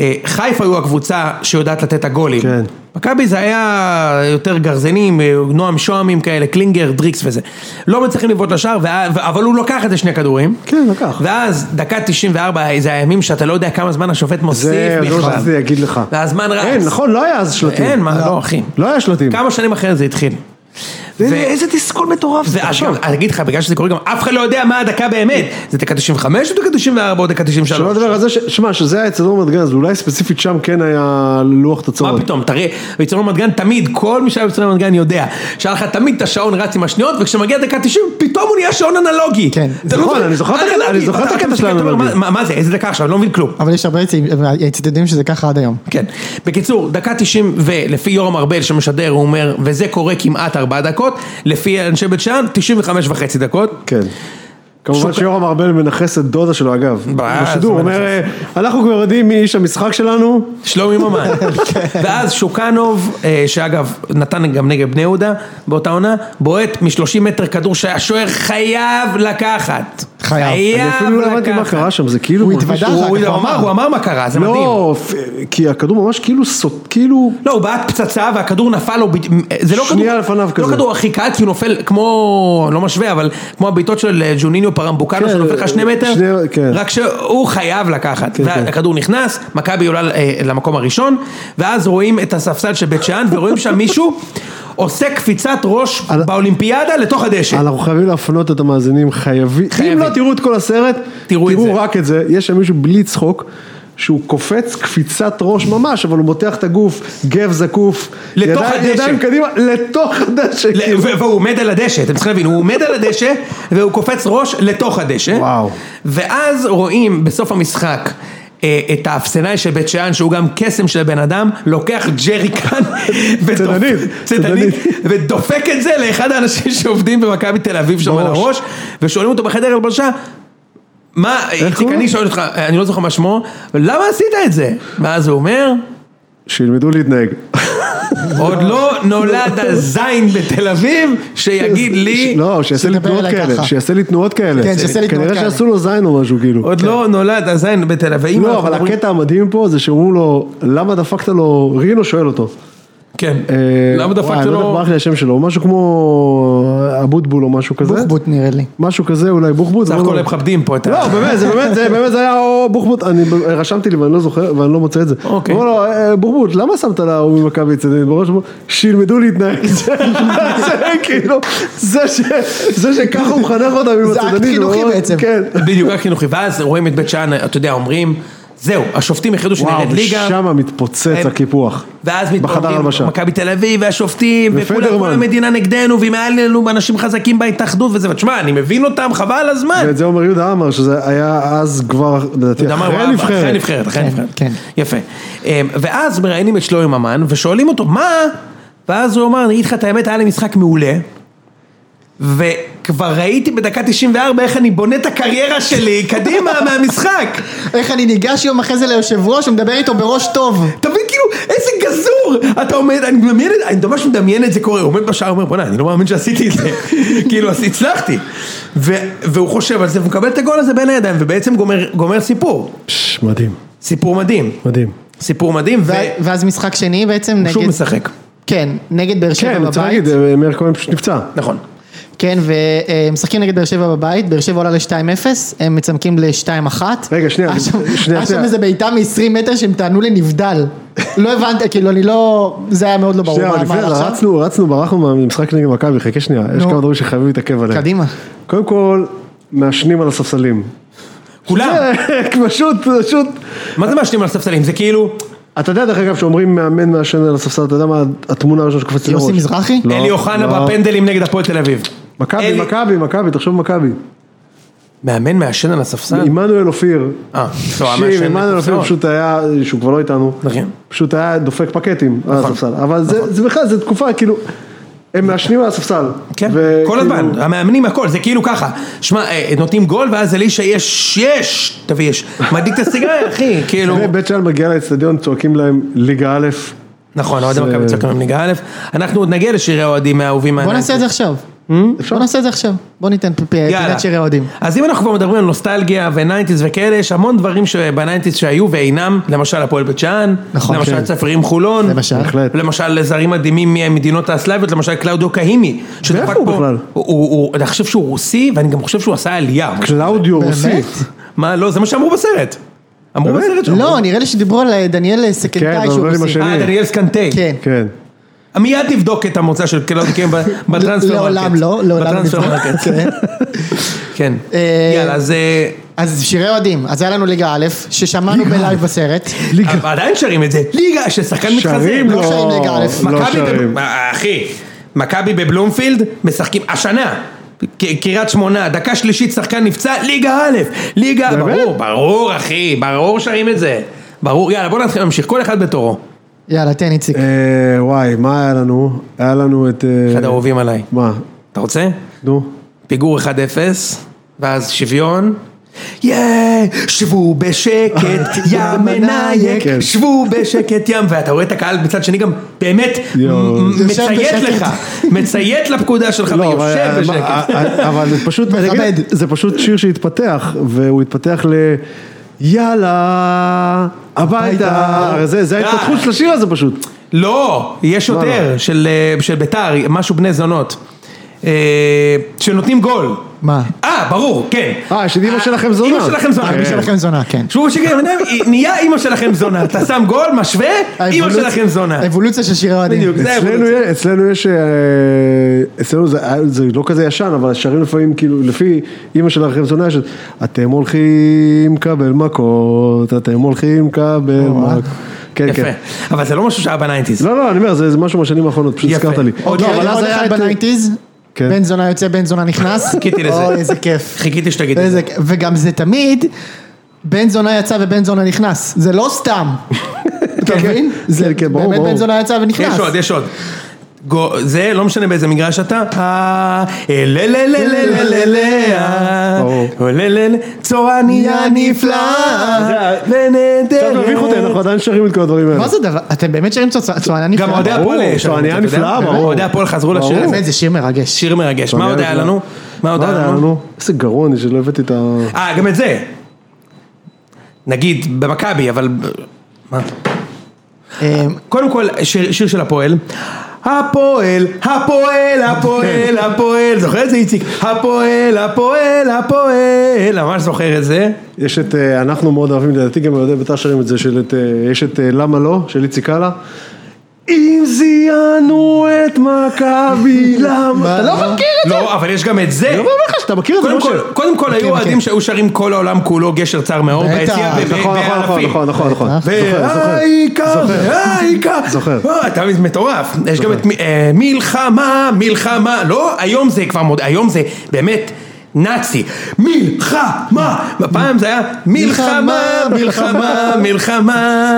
[SPEAKER 1] אה, חיפה היו הקבוצה שיודעת לתת את הגולים.
[SPEAKER 2] כן.
[SPEAKER 1] מכבי זה היה יותר גרזנים, אה, נועם שוהמים כאלה, קלינגר, דריקס וזה. לא מצליחים לבעוט לשער, וה- ו- אבל הוא לוקח את זה שני כדורים.
[SPEAKER 2] כן, לקח.
[SPEAKER 1] ואז דקה 94, זה הימים שאתה לא יודע כמה זמן השופט מוסיף
[SPEAKER 2] זה
[SPEAKER 1] בכלל.
[SPEAKER 2] לא שרציתי להגיד לך.
[SPEAKER 1] והזמן רץ.
[SPEAKER 2] אין, נכון, לא היה אז שלטים.
[SPEAKER 1] אין, מה, לא, אחי.
[SPEAKER 2] לא היה שלטים.
[SPEAKER 1] כמה שנים אחרי זה התחיל.
[SPEAKER 2] זה- נכון. איזה תסכול מטורף זה,
[SPEAKER 1] ואז
[SPEAKER 2] תחשוב.
[SPEAKER 1] גם, אני אגיד לך, בגלל שזה קורה גם, אף אחד לא יודע מה הדקה באמת. זה דקה 95 או דקה 94 או דקה
[SPEAKER 2] שלא
[SPEAKER 1] 93?
[SPEAKER 2] לדבר על זה, ש- שמע, שזה היה אצל אור מדגן, אז אולי ספציפית שם כן היה לוח תצורת.
[SPEAKER 1] מה פתאום, תראה, ביצור רמת גן תמיד, כל מי שהיה ביצור רמת גן יודע, שהיה לך תמיד את השעון רץ עם השניות, וכשמגיע דקה 90, פתאום הוא נהיה שעון אנלוגי.
[SPEAKER 3] כן.
[SPEAKER 1] אתה לא
[SPEAKER 2] נכון,
[SPEAKER 1] זוכר-
[SPEAKER 2] אני זוכר את הקטע-
[SPEAKER 1] אנלוגי.
[SPEAKER 2] אני זוכר את
[SPEAKER 1] אתה-
[SPEAKER 2] הקטע
[SPEAKER 1] אתה
[SPEAKER 2] של
[SPEAKER 1] מסתכל, אתה אומר,
[SPEAKER 2] האנלוגי.
[SPEAKER 1] מה מה זה, איזה דקה עכשיו, אני לא מבין כלום.
[SPEAKER 3] אבל יש הרבה ציטוטים שזה ככה עד היום.
[SPEAKER 1] כן. בקיצור, דקה 90, ולפי יורם ארבל שמשדר, הוא אומר, וזה קורה כמעט ארבע דקות, לפי אנשי בית שאן, 95 וחצי דקות.
[SPEAKER 2] כן. כמובן שיורם ארבל מנכס את דודה שלו אגב,
[SPEAKER 1] מה,
[SPEAKER 2] בשידור, הוא
[SPEAKER 1] זה
[SPEAKER 2] אומר, "אה, אנחנו כבר יודעים מי איש המשחק שלנו,
[SPEAKER 1] שלומי ממן.
[SPEAKER 2] כן.
[SPEAKER 1] ואז שוקנוב, אה, שאגב נתן גם נגד בני יהודה באותה עונה, בועט מ-30 מטר כדור שהשוער חייב לקחת.
[SPEAKER 3] חייב.
[SPEAKER 2] אני אפילו לא הבנתי מה קרה שם, זה כאילו,
[SPEAKER 3] הוא
[SPEAKER 2] מרגיש-
[SPEAKER 3] התוודע
[SPEAKER 1] הוא
[SPEAKER 3] אחר
[SPEAKER 1] הוא
[SPEAKER 3] כך, הוא
[SPEAKER 1] אמר,
[SPEAKER 3] אמר.
[SPEAKER 1] הוא אמר מה קרה, זה מדהים.
[SPEAKER 2] לא, פ- כי הכדור ממש כאילו סוט, כאילו,
[SPEAKER 1] לא, הוא בעט פצצה והכדור נפל לו, בד- זה לא כדור,
[SPEAKER 2] שנייה לפניו
[SPEAKER 1] לא
[SPEAKER 2] כזה.
[SPEAKER 1] כדור הכי קל כי הוא נופל כמו, לא משווה, אבל כמו הבעיטות של אה, ג'וניניו פרמבוקנו
[SPEAKER 2] כן,
[SPEAKER 1] שנופל לך שני מטר,
[SPEAKER 2] שני- כן.
[SPEAKER 1] רק שהוא חייב לקחת,
[SPEAKER 2] כן, כן.
[SPEAKER 1] והכדור נכנס, מכבי עולה אה, למקום הראשון, ואז רואים את הספסל של בית שאן ורואים שם מישהו עושה קפיצת ראש
[SPEAKER 2] על-
[SPEAKER 1] באולימפיאדה לתוך הדשא.
[SPEAKER 2] אנחנו חייבים להפנות את המאזינים, חייבים,
[SPEAKER 1] כן. חייבים.
[SPEAKER 2] אם לא תראו את כל הסרט,
[SPEAKER 1] תראו את זה.
[SPEAKER 2] רק את זה, יש שם מישהו בלי צחוק, שהוא קופץ קפיצת ראש ממש, אבל הוא מותח את הגוף, גב זקוף,
[SPEAKER 1] לתוך
[SPEAKER 2] ידיים-
[SPEAKER 1] הדשא.
[SPEAKER 2] ידיים קדימה, לתוך הדשא,
[SPEAKER 1] ל-
[SPEAKER 2] כאילו.
[SPEAKER 1] ו- והוא עומד על הדשא, אתם צריכים להבין, הוא עומד על הדשא והוא קופץ ראש לתוך הדשא.
[SPEAKER 2] וואו.
[SPEAKER 1] ואז רואים בסוף המשחק. אה, את האפסנאי של בית שאן שהוא גם קסם של בן אדם לוקח ג'ריקן ודופ-
[SPEAKER 2] צדנית,
[SPEAKER 1] צדנית,
[SPEAKER 2] צדנית.
[SPEAKER 1] ודופק את זה לאחד האנשים שעובדים במכבי תל אביב שם על
[SPEAKER 2] בראש.
[SPEAKER 1] הראש ושואלים אותו בחדר הלבשה מה איציק
[SPEAKER 2] קוראים
[SPEAKER 1] אני
[SPEAKER 2] לו?
[SPEAKER 1] שואל אותך אה, אני לא זוכר מה שמו למה עשית את זה ואז הוא אומר
[SPEAKER 2] שילמדו להתנהג.
[SPEAKER 1] עוד לא נולד הזין בתל אביב שיגיד לי
[SPEAKER 2] לא, שיעשה לי
[SPEAKER 3] שידבר
[SPEAKER 2] תנועות
[SPEAKER 3] אליי
[SPEAKER 2] כאלה,
[SPEAKER 3] ככה.
[SPEAKER 2] שיעשה לי תנועות כאלה.
[SPEAKER 3] כן, שיעשה לי תנועות
[SPEAKER 2] כנראה
[SPEAKER 3] כאלה.
[SPEAKER 2] שעשו לו זין או משהו כאילו.
[SPEAKER 1] עוד לא נולד הזין בתל אביב.
[SPEAKER 2] לא, אבל הקטע המדהים פה זה שאומרים לו, למה דפקת לו, רינו שואל אותו.
[SPEAKER 1] כן.
[SPEAKER 2] אה,
[SPEAKER 1] למה
[SPEAKER 2] וואי,
[SPEAKER 1] דפקת
[SPEAKER 2] אני לא יודע,
[SPEAKER 1] לו?
[SPEAKER 2] ברח לי השם שלו, משהו כמו אבוטבול או משהו כזה.
[SPEAKER 3] בוחבוט נראה לי.
[SPEAKER 2] משהו כזה, אולי בוחבוט.
[SPEAKER 1] סך
[SPEAKER 2] אבל
[SPEAKER 1] הכל
[SPEAKER 2] לא.
[SPEAKER 1] הם מכבדים פה את ה...
[SPEAKER 2] לא, באמת, זה באמת, זה באמת, זה היה או בוחבוט, אני ב- רשמתי לי ואני לא זוכר, ואני לא מוצא את זה.
[SPEAKER 1] אוקיי.
[SPEAKER 2] אמרו לו, "אה, בוחבוט, למה שמת לה ההוא ממכבי אצלנו בראש? אמרו, שילמדו להתנהג. זה כאילו, זה ש- זה שככה הוא מחנך אותם עם הצדדים.
[SPEAKER 3] זה אקט חינוכי
[SPEAKER 2] מאוד-
[SPEAKER 3] בעצם.
[SPEAKER 2] כן.
[SPEAKER 1] בדיוק, רק חינוכי. ואז רואים את בית שאן, אתה יודע, אומרים, זהו, השופטים החליטו שנרד ליגה,
[SPEAKER 2] ושם מתפוצץ
[SPEAKER 1] הם-
[SPEAKER 2] הקיפוח.
[SPEAKER 1] ואז
[SPEAKER 2] בחדר הלבשה.
[SPEAKER 1] מתפרקים מכבי תל אביב והשופטים, וכולם,
[SPEAKER 2] ופדרמן.
[SPEAKER 1] כל המדינה נגדנו, ואם היה לנו אנשים חזקים בהתאחדות וזה, ותשמע, אני מבין אותם, חבל על
[SPEAKER 3] כן.
[SPEAKER 1] הזמן.
[SPEAKER 2] ואת זה אומר יהודה עמר, שזה היה אז כבר, לדעתי,
[SPEAKER 1] אתה יודע מה,
[SPEAKER 2] אחרי
[SPEAKER 1] וואו, אחרי
[SPEAKER 2] הנבחרת.
[SPEAKER 1] הנבחרת, אחרי
[SPEAKER 3] כן,
[SPEAKER 1] הנבחרת.
[SPEAKER 3] כן.
[SPEAKER 1] יפה. אמ, ואז מראיינים את שלומי ממן, ושואלים אותו, מה? ואז הוא אמר, אני אגיד לך את האמת, היה לי משחק מעולה. וכבר ראיתי בדקה 94 איך אני בונה את הקריירה שלי קדימה מהמשחק.
[SPEAKER 3] איך אני ניגש יום אחרי זה ליושב ראש ומדבר איתו בראש טוב.
[SPEAKER 1] אתה מבין כאילו איזה גזור אתה עומד אני מדמיין את אני ממש מדמיין את זה קורה הוא עומד בשער אומר בוא'נה אני לא מאמין שעשיתי את זה כאילו אז הצלחתי ו- והוא חושב על זה ומקבל את הגול הזה בין הידיים ובעצם גומר, גומר סיפור
[SPEAKER 2] פש, מדהים,
[SPEAKER 1] סיפור מדהים
[SPEAKER 2] מדהים.
[SPEAKER 3] כן,
[SPEAKER 1] סיפור מדהים ו...
[SPEAKER 3] ו- ואז משחק שני בעצם
[SPEAKER 1] הוא
[SPEAKER 3] נגד...
[SPEAKER 1] שוב משחק
[SPEAKER 3] כן, נגד באר שבע
[SPEAKER 2] כן, אני
[SPEAKER 3] בבית.
[SPEAKER 2] צריך להגיד, אה, מאיר כהן פשוט נפצע.
[SPEAKER 1] נכון
[SPEAKER 3] כן, ומשחקים נגד באר שבע בבית, באר שבע עולה ל-2-0, הם מצמקים אה, ל-2-1.
[SPEAKER 2] רגע, שנייה,
[SPEAKER 3] היה שם-
[SPEAKER 2] שנייה,
[SPEAKER 3] היה שם
[SPEAKER 2] שנייה.
[SPEAKER 3] איזה בעיטה מ-20 מטר שהם טענו לנבדל. לא הבנתי, כאילו אני לא... זה היה מאוד לא ברור.
[SPEAKER 2] שנייה,
[SPEAKER 3] מה-
[SPEAKER 2] אבל
[SPEAKER 3] מה
[SPEAKER 2] לפני זה
[SPEAKER 3] הלך שם.
[SPEAKER 2] רצנו, רצנו, ברחנו מהמשחק נגד מכבי, חכה שנייה, יש
[SPEAKER 3] נו.
[SPEAKER 2] כמה דברים שחייבים להתעכב עליהם.
[SPEAKER 3] קדימה.
[SPEAKER 2] קודם כל, מעשנים על הספסלים.
[SPEAKER 1] כולם
[SPEAKER 2] פשוט, פשוט.
[SPEAKER 1] מה זה מעשנים על הספסלים זה כאילו
[SPEAKER 2] אתה יודע דרך אגב שאומרים מאמן מעשן על הספסל, אתה יודע מה התמונה הראשונה שקופצת לי
[SPEAKER 3] יוסי
[SPEAKER 2] לראש?
[SPEAKER 3] מזרחי?
[SPEAKER 2] לא,
[SPEAKER 1] אלי אוחנה
[SPEAKER 2] לא.
[SPEAKER 1] בפנדלים נגד הפועל תל אביב
[SPEAKER 2] מכבי,
[SPEAKER 1] אלי-
[SPEAKER 2] מכבי, מכבי, תחשוב מכבי.
[SPEAKER 1] מאמן מעשן על הספסל
[SPEAKER 2] עמנואל אופיר.
[SPEAKER 1] אה,
[SPEAKER 3] לא,
[SPEAKER 1] טוב, המעשן
[SPEAKER 2] תקשיב, עמנואל אופיר
[SPEAKER 1] לקופסאות.
[SPEAKER 2] פשוט היה, שהוא כבר לא איתנו,
[SPEAKER 1] נכון.
[SPEAKER 2] פשוט היה דופק פקטים על
[SPEAKER 3] נכון.
[SPEAKER 2] הספסל, אבל זה זה בכלל, זו תקופה, כאילו, הם מעשנים על הספסל.
[SPEAKER 1] כן,
[SPEAKER 2] וכאילו-
[SPEAKER 1] כל הזמן, המאמנים הכל, זה כאילו ככה, שמע, אה, נותנים גול ואז אלישע יש, יש, תביא יש, מדליק את הסיגריה אחי, כאילו,
[SPEAKER 2] בית שאן מגיע לאצטדיון, צועקים להם ליגה א',
[SPEAKER 1] נכון, אוהדי
[SPEAKER 2] זה-
[SPEAKER 1] מכבי צועקים להם ליגה א', אנחנו עוד נגיע לשירי האוהדים מהאהובים,
[SPEAKER 3] בוא
[SPEAKER 1] מהעיניים.
[SPEAKER 3] נעשה את זה עכשיו.
[SPEAKER 2] Hmm?
[SPEAKER 3] בוא נעשה את זה עכשיו. בוא ניתן פ- פ- פינת שירי אוהדים.
[SPEAKER 1] אז אם אנחנו כבר מדברים על נוסטלגיה וניינטיז וכאלה, יש המון דברים שבניינטיז שהיו ואינם, למשל הפועל בית שאן,
[SPEAKER 3] נכון,
[SPEAKER 1] למשל
[SPEAKER 3] כן.
[SPEAKER 1] צפרים חולון,
[SPEAKER 3] למשל.
[SPEAKER 2] בהחלט.
[SPEAKER 1] למשל זרים מדהימים מהמדינות האסלאביות, למשל קלאודיו קהימי, שדפק
[SPEAKER 2] מאיפה הוא
[SPEAKER 1] פה-
[SPEAKER 2] בכלל?
[SPEAKER 1] הוא- הוא- אני חושב שהוא רוסי ואני גם חושב שהוא עשה עלייה,
[SPEAKER 2] קלאודיו רוסי.
[SPEAKER 3] באמת?
[SPEAKER 1] מה לא, זה מה שאמרו בסרט. אמרו
[SPEAKER 2] באמת?
[SPEAKER 1] בסרט שם.
[SPEAKER 3] לא, נראה לי שדיברו על אה, דניאל
[SPEAKER 2] כן,
[SPEAKER 3] סקנטאי
[SPEAKER 2] אבל
[SPEAKER 3] שהוא
[SPEAKER 2] לא לי
[SPEAKER 3] רוסי.
[SPEAKER 2] משהו-
[SPEAKER 1] אה, דניאל סקנטי.
[SPEAKER 3] כן. לא,
[SPEAKER 2] כן.
[SPEAKER 1] מיד נבדוק את המוצא של קלוד קיין בטרנספר
[SPEAKER 3] לעולם
[SPEAKER 1] מרקט.
[SPEAKER 3] לא, לעולם לא.
[SPEAKER 1] בטרנספר
[SPEAKER 3] נבדוק.
[SPEAKER 1] מרקט.
[SPEAKER 3] כן.
[SPEAKER 1] כן.
[SPEAKER 3] אה,
[SPEAKER 1] יאללה, אז... אה,
[SPEAKER 3] אז שירי אוהדים, אז היה לנו ליגה א', ששמענו בלייב בסרט.
[SPEAKER 1] אבל עדיין שרים את זה. ליגה ששחקן מתחזר.
[SPEAKER 2] שרים
[SPEAKER 3] לא שרים
[SPEAKER 2] לא,
[SPEAKER 3] ליגה א'.
[SPEAKER 2] לא
[SPEAKER 1] מכבי בב-
[SPEAKER 2] שרים.
[SPEAKER 1] אה, אחי, מכבי בבלומפילד משחקים השנה. ק- קריית שמונה, דקה שלישית שחקן נפצע, ליגה א', ליגה,
[SPEAKER 2] באמת?
[SPEAKER 1] ברור, ברור אחי, ברור שרים את זה, ברור, יאללה בוא נתחיל להמשיך, כל אחד בתורו,
[SPEAKER 3] יאללה, תן איציק.
[SPEAKER 2] אה, וואי, מה היה לנו? היה לנו את... אה,
[SPEAKER 1] אחד האהובים עליי,
[SPEAKER 2] מה?
[SPEAKER 1] אתה רוצה?
[SPEAKER 2] נו.
[SPEAKER 1] פיגור 1-0, ואז שוויון. ייי, שבו בשקט, יא
[SPEAKER 2] כן.
[SPEAKER 1] מנייק, שבו בשקט ים, ואתה רואה את הקהל מצד שני גם באמת
[SPEAKER 2] יואו.
[SPEAKER 1] מ-
[SPEAKER 3] יושב
[SPEAKER 1] מציית
[SPEAKER 3] בשקט.
[SPEAKER 1] לך, מציית לפקודה שלך
[SPEAKER 2] לא, אבל- אה,
[SPEAKER 1] ויושב
[SPEAKER 2] אבל-
[SPEAKER 1] בשקט.
[SPEAKER 2] אבל זה פשוט, אני אגיד,
[SPEAKER 3] מכבד.
[SPEAKER 2] זה פשוט שיר שהתפתח, והוא התפתח ל... יאללה, הביתה, הרי זה זה
[SPEAKER 1] די.
[SPEAKER 2] ההתפתחות של השיר הזה פשוט.
[SPEAKER 1] לא, יש
[SPEAKER 2] לא,
[SPEAKER 1] יותר של אה, של ביתר, משהו בני זונות. אה, שנותנים גול.
[SPEAKER 3] מה?
[SPEAKER 1] אה, ברור, כן.
[SPEAKER 2] אה, של אמא שלכם זונה.
[SPEAKER 1] אמא שלכם זונה.
[SPEAKER 3] אני אשאל לכם אה, זונה, כן.
[SPEAKER 1] שבו בשקט, ים, היא נהיה אמא שלכם זונה. אתה שם גול, משווה, אמא
[SPEAKER 3] האבולוציה-
[SPEAKER 1] שלכם זונה.
[SPEAKER 3] האבולוציה של שירי אוהדים.
[SPEAKER 1] בדיוק. זה
[SPEAKER 2] אצלנו
[SPEAKER 1] האבולוציה.
[SPEAKER 2] יש- אצלנו יש, אה, אצלנו זה זה לא כזה ישן, אבל שרים לפעמים כאילו, לפי אימא שלכם זונה, יש את, אתם הולכים לקבל מכות, אתם הולכים לקבל מכות. כן,
[SPEAKER 1] אה? יפה,
[SPEAKER 2] כן.
[SPEAKER 1] אבל זה לא משהו שהיה בניינטיז.
[SPEAKER 2] לא, לא, אני אומר, זה זה משהו מהשנים האחרונות, פשוט
[SPEAKER 1] יפה.
[SPEAKER 2] הזכרת לי.
[SPEAKER 1] עוד
[SPEAKER 3] אוקיי,
[SPEAKER 1] לא, אבל אז
[SPEAKER 3] עוד
[SPEAKER 1] היה את-
[SPEAKER 3] אחד בניינטיז,
[SPEAKER 2] כן.
[SPEAKER 3] בן זונה יוצא, בן זונה נכנס.
[SPEAKER 1] חיכיתי לזה.
[SPEAKER 3] אוי, איזה כיף.
[SPEAKER 1] חיכיתי שתגיד את
[SPEAKER 3] איזה-
[SPEAKER 1] זה.
[SPEAKER 3] וגם זה תמיד, בן זונה יצא ובן זונה נכנס. זה לא סתם. אתה
[SPEAKER 2] כן,
[SPEAKER 3] מבין?
[SPEAKER 2] כן,
[SPEAKER 3] זה
[SPEAKER 2] כן, ברור,
[SPEAKER 3] באמת
[SPEAKER 2] ברור.
[SPEAKER 3] בן זונה יצא ונכנס.
[SPEAKER 1] יש עוד, יש עוד. גו- זה, לא משנה באיזה מגרש אתה, אה, לה לה לה לה לה לה לה, אה,
[SPEAKER 2] ברור.
[SPEAKER 1] לה לה לה, צורניה נפלאה,
[SPEAKER 2] קצת מביך אותי, אנחנו
[SPEAKER 1] ונדרת.
[SPEAKER 2] עדיין שרים את כל הדברים האלה.
[SPEAKER 3] מה זה דבר? אתם באמת שרים צועני צועני
[SPEAKER 1] גם אוהדי
[SPEAKER 2] ברור,
[SPEAKER 1] הפועל יש לנו,
[SPEAKER 2] צועניה
[SPEAKER 1] אתה יודע?
[SPEAKER 2] נפלאה, ברור.
[SPEAKER 1] אוהדי הפועל חזרו
[SPEAKER 2] ברור.
[SPEAKER 1] לשיר הזה.
[SPEAKER 3] באמת, זה שיר מרגש.
[SPEAKER 1] שיר מרגש. מה
[SPEAKER 2] צועניה
[SPEAKER 1] עוד היה
[SPEAKER 2] נפלאה.
[SPEAKER 1] לנו? מה עוד היה לנו?
[SPEAKER 2] איזה גרון אני שלא הבאתי את ה...
[SPEAKER 1] אה, גם את זה. נגיד, במכבי, אבל... מה?
[SPEAKER 3] אה,
[SPEAKER 1] קודם כל, שיר, שיר של הפועל. הפועל, הפועל,
[SPEAKER 2] כן.
[SPEAKER 1] הפועל, הפועל, זוכר את זה איציק? הפועל, הפועל, הפועל, ממש זוכר את זה.
[SPEAKER 2] יש את, אה, אנחנו מאוד אוהבים, לדעתי גם אוהדי בית"ר שרים את זה, של את, אה, יש את אה, למה לא, של איציק קאלה. אם זיינו את מכבי, למה? אתה לא מכיר את
[SPEAKER 1] לא, אבל יש גם את זה.
[SPEAKER 2] זה? אני אומר לך שאתה מכיר את זה,
[SPEAKER 1] קודם
[SPEAKER 2] משה.
[SPEAKER 1] כל, קודם כל היו אוהדים שהיו שרים כל העולם כולו גשר צר מאור
[SPEAKER 3] בטח.
[SPEAKER 1] ביציע ב- ב-
[SPEAKER 2] נכון, נכון, נכון,
[SPEAKER 1] באלפים. אה,
[SPEAKER 2] נכון, נכון, נכון. זוכר, זוכר.
[SPEAKER 1] והאיכה,
[SPEAKER 2] זוכר.
[SPEAKER 1] והאיכה,
[SPEAKER 2] זוכר.
[SPEAKER 1] אה, אתה מטורף, יש גם את מ- אה, מלחמה, מלחמה, לא, היום זה כבר, מוד- היום זה באמת נאצי, מלחמה, בפעם זה היה מלחמה, מלחמה, מלחמה,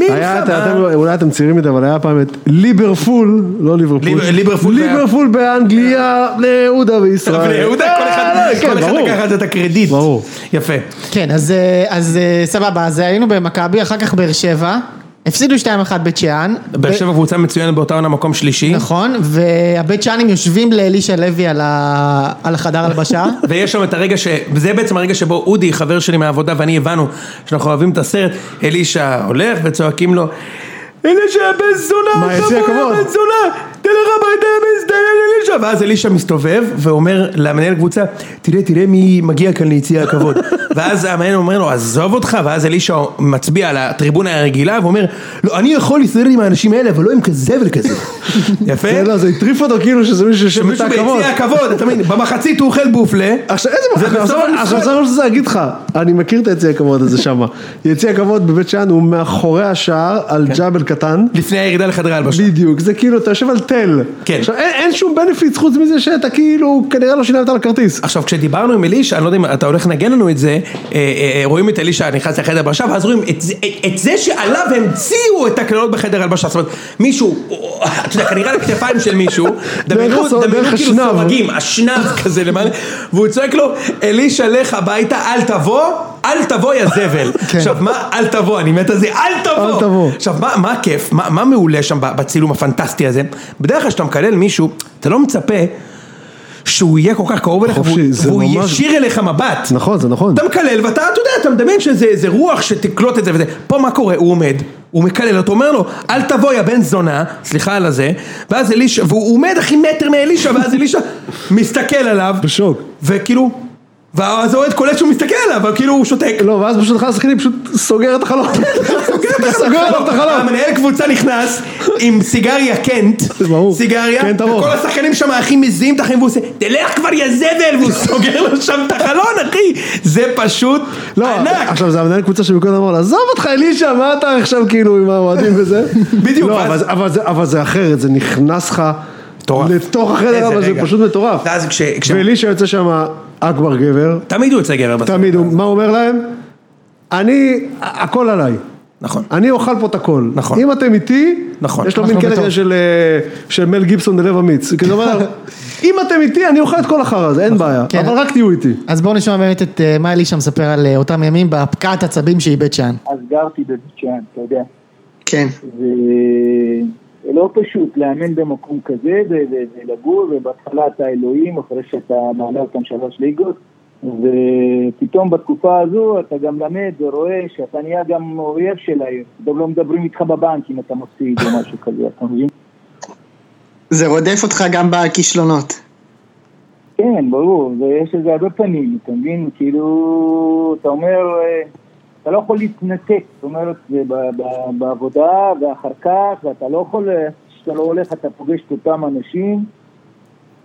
[SPEAKER 2] היה, אתה-
[SPEAKER 1] מלחמה.
[SPEAKER 2] אתם, אולי אתם צעירים מדי, אבל היה פעם את ליברפול, לא ליברפול,
[SPEAKER 1] ליב- ליברפול זה
[SPEAKER 2] ליברפול באנגליה, בני יהודה וישראל.
[SPEAKER 1] אבל יהודה, כל אחד-
[SPEAKER 2] אה, כן,
[SPEAKER 1] כל אחד
[SPEAKER 2] ברור.
[SPEAKER 1] לקח על זה את הקרדיט.
[SPEAKER 2] ברור.
[SPEAKER 1] יפה.
[SPEAKER 3] כן, אז, אה, אז אה, סבבה, אז היינו במכבי, אחר כך באר שבע, הפסידו 2-1 בית שאן.
[SPEAKER 1] באר שבע קבוצה מצוינת באותה עונה מקום שלישי.
[SPEAKER 3] נכון, והבית שאנים יושבים לאלישע לוי על, ה... על החדר הלבשה.
[SPEAKER 1] ויש שם את הרגע ש... זה בעצם הרגע שבו אודי, חבר שלי מהעבודה, ואני הבנו שאנחנו אוהבים את הסרט, אלישע הולך וצועקים לו, אלישע בן זונה,
[SPEAKER 2] מהיציע
[SPEAKER 1] תבוא
[SPEAKER 2] הכבוד."
[SPEAKER 1] בן זונה, תלך הביתה, מזדיין אלישע, ואז אלישע מסתובב ואומר למנהל קבוצה, תראה, תראה מי מגיע כאן ליציע הכבוד. ואז המנהל אומר לו, עזוב אותך, ואז אלישע מצביע על הטריבונה הרגילה ואומר, לא, אני יכול להסתדר עם האנשים האלה, אבל לא עם כזה וכזה. יפה?
[SPEAKER 2] כן, לא, זה הטריף אותו כאילו שזה מישהו שמתה
[SPEAKER 1] שמישהו
[SPEAKER 2] כבוד.
[SPEAKER 1] ביציע הכבוד, אתה מבין, במחצית הוא אוכל בופלה.
[SPEAKER 2] עכשיו איזה מחנה,
[SPEAKER 1] ובסוף
[SPEAKER 2] עכשיו
[SPEAKER 1] המשחק-
[SPEAKER 2] עכשיו זה מה שזה להגיד לך, אני מכיר את היציע הכבוד הזה שם, יציע הכבוד בבית שאן הוא מאחורי השער על ג'אבל קטן,
[SPEAKER 1] לפני הירידה לחדרי הלבשה.
[SPEAKER 2] בדיוק, זה כאילו אתה יושב על תל,
[SPEAKER 1] כן.
[SPEAKER 2] עכשיו אין אין שום בנפיץ חוץ מזה שאתה כאילו כנראה לא שילמת על הכרטיס,
[SPEAKER 1] עכשיו כשדיברנו עם אלישע, אני לא יודע אם אתה הולך לנגן לנו את זה, אה, אה, רואים את אלישע נכנס לחדר הלבשה, ואז רואים את זה- את- את זה שעליו המציאו את הקללות בחדר הלבשה, זאת אומרת, מישהו, אתה יודע, כנראה על הכתפיים של מישהו, דמיינו
[SPEAKER 2] דרך הסו-
[SPEAKER 1] דמיינו
[SPEAKER 2] דרך
[SPEAKER 1] כאילו
[SPEAKER 2] השנב.
[SPEAKER 1] סורגים, אשנב כזה למעלה, והוא צועק לו, אלישע לך הביתה, אל תבוא, אל תבוא יא זבל. עכשיו מה, אל תבוא, אני מת על זה, אל תבוא.
[SPEAKER 2] כן. אל תבוא.
[SPEAKER 1] עכשיו, מה, מה הכיף? מה, מה מעולה שם בצילום הפנטסטי הזה? בדרך כלל כשאתה מקלל מישהו, אתה לא מצפה שהוא יהיה כל כך קרוב אליך,
[SPEAKER 2] חופשי,
[SPEAKER 1] והוא,
[SPEAKER 2] זה
[SPEAKER 1] והוא
[SPEAKER 2] ממש-
[SPEAKER 1] ישיר אליך מבט.
[SPEAKER 2] נכון זה נכון,
[SPEAKER 1] אתה מקלל ואתה, אתה יודע, אתה מדמיין שזה איזה רוח שתקלוט את זה וזה. פה מה קורה? הוא עומד, הוא מקלל אותו, אומר לו, אל תבוא יא בן זונה, סליחה על הזה, ואז אלישע, והוא עומד אחי מטר מאלישע, ואז אלישע מסתכל עליו,
[SPEAKER 2] בשוק,
[SPEAKER 1] וכאילו, ואז האוהד קולט שהוא מסתכל עליו, אבל כאילו הוא שותק.
[SPEAKER 2] לא ואז פשוט אחד השחקנים פשוט סוגר את החלום, כן, סוגר עליו את החלום,
[SPEAKER 1] המנהל קבוצה נכנס עם סיגריה קנט,
[SPEAKER 2] זה ברור.
[SPEAKER 1] סיגריה,
[SPEAKER 2] קנט ארוך.
[SPEAKER 1] וכל השחקנים שם הכי מזיעים את החיים והוא עושה, תלך כבר יא זבל, והוא סוגר לו שם את החלון אחי, זה פשוט
[SPEAKER 2] לא,
[SPEAKER 1] ענק.
[SPEAKER 2] עכשיו זה המנהל קבוצה שמקודם אמר לו, עזוב אותך אלישע, מה אתה עכשיו כאילו עם האוהדים וזה?
[SPEAKER 1] בדיוק,
[SPEAKER 2] לא,
[SPEAKER 1] ואז-
[SPEAKER 2] אבל זה- אבל זה- אבל זה אחרת, זה נכנס לך
[SPEAKER 1] מטורף.
[SPEAKER 2] לתוך החדר,
[SPEAKER 1] איזה
[SPEAKER 2] אבל זה
[SPEAKER 1] רגע.
[SPEAKER 2] פשוט מטורף.
[SPEAKER 1] ואז כש... כש-
[SPEAKER 2] ואלישע יוצא שם אכבר גבר,
[SPEAKER 1] תמיד הוא יוצא גבר בסוף.
[SPEAKER 2] תמיד, הוא- מה הוא אומר להם? אני, הכל עליי.
[SPEAKER 1] נכון.
[SPEAKER 2] אני אוכל פה את הכל.
[SPEAKER 1] נכון.
[SPEAKER 2] אם אתם איתי,
[SPEAKER 1] נכון.
[SPEAKER 2] יש לו
[SPEAKER 3] אנחנו
[SPEAKER 2] מין קטע
[SPEAKER 3] בטוב.
[SPEAKER 2] כזה של, אה, של מל גיבסון ללב אמיץ. כאילו, הוא אומר, אם אתם איתי, אני אוכל את כל החרא הזה,
[SPEAKER 1] נכון.
[SPEAKER 2] אין בעיה.
[SPEAKER 3] כן.
[SPEAKER 2] אבל רק תהיו איתי.
[SPEAKER 3] אז בואו נשמע באמת את אה, מה אלישע מספר על אה, אותם ימים בהפקעת עצבים שהיא בית שאן.
[SPEAKER 5] אז גרתי בבית שאן, אתה יודע.
[SPEAKER 3] כן.
[SPEAKER 5] זה לא פשוט לאמן במקום כזה ו- ו- ולגור, ובהתחלה אתה אלוהים, אחרי שאתה מעלה אותם שלוש ליגות, ופתאום בתקופה הזו אתה גם למד ורואה שאתה נהיה גם אויב של העיר. פתאום לא מדברים איתך בבנק אם אתה מפסיד או משהו כזה, אתה מבין?
[SPEAKER 3] זה רודף אותך גם בכישלונות.
[SPEAKER 5] כן, ברור, ויש לזה הרבה פנים, אתה מבין? כאילו, אתה אומר, אה, אתה לא יכול להתנתק, זאת אומרת, זה ב- ב- בעבודה ואחר כך, ואתה לא יכול, אה, כשאתה לא הולך אתה פוגש את אותם אנשים,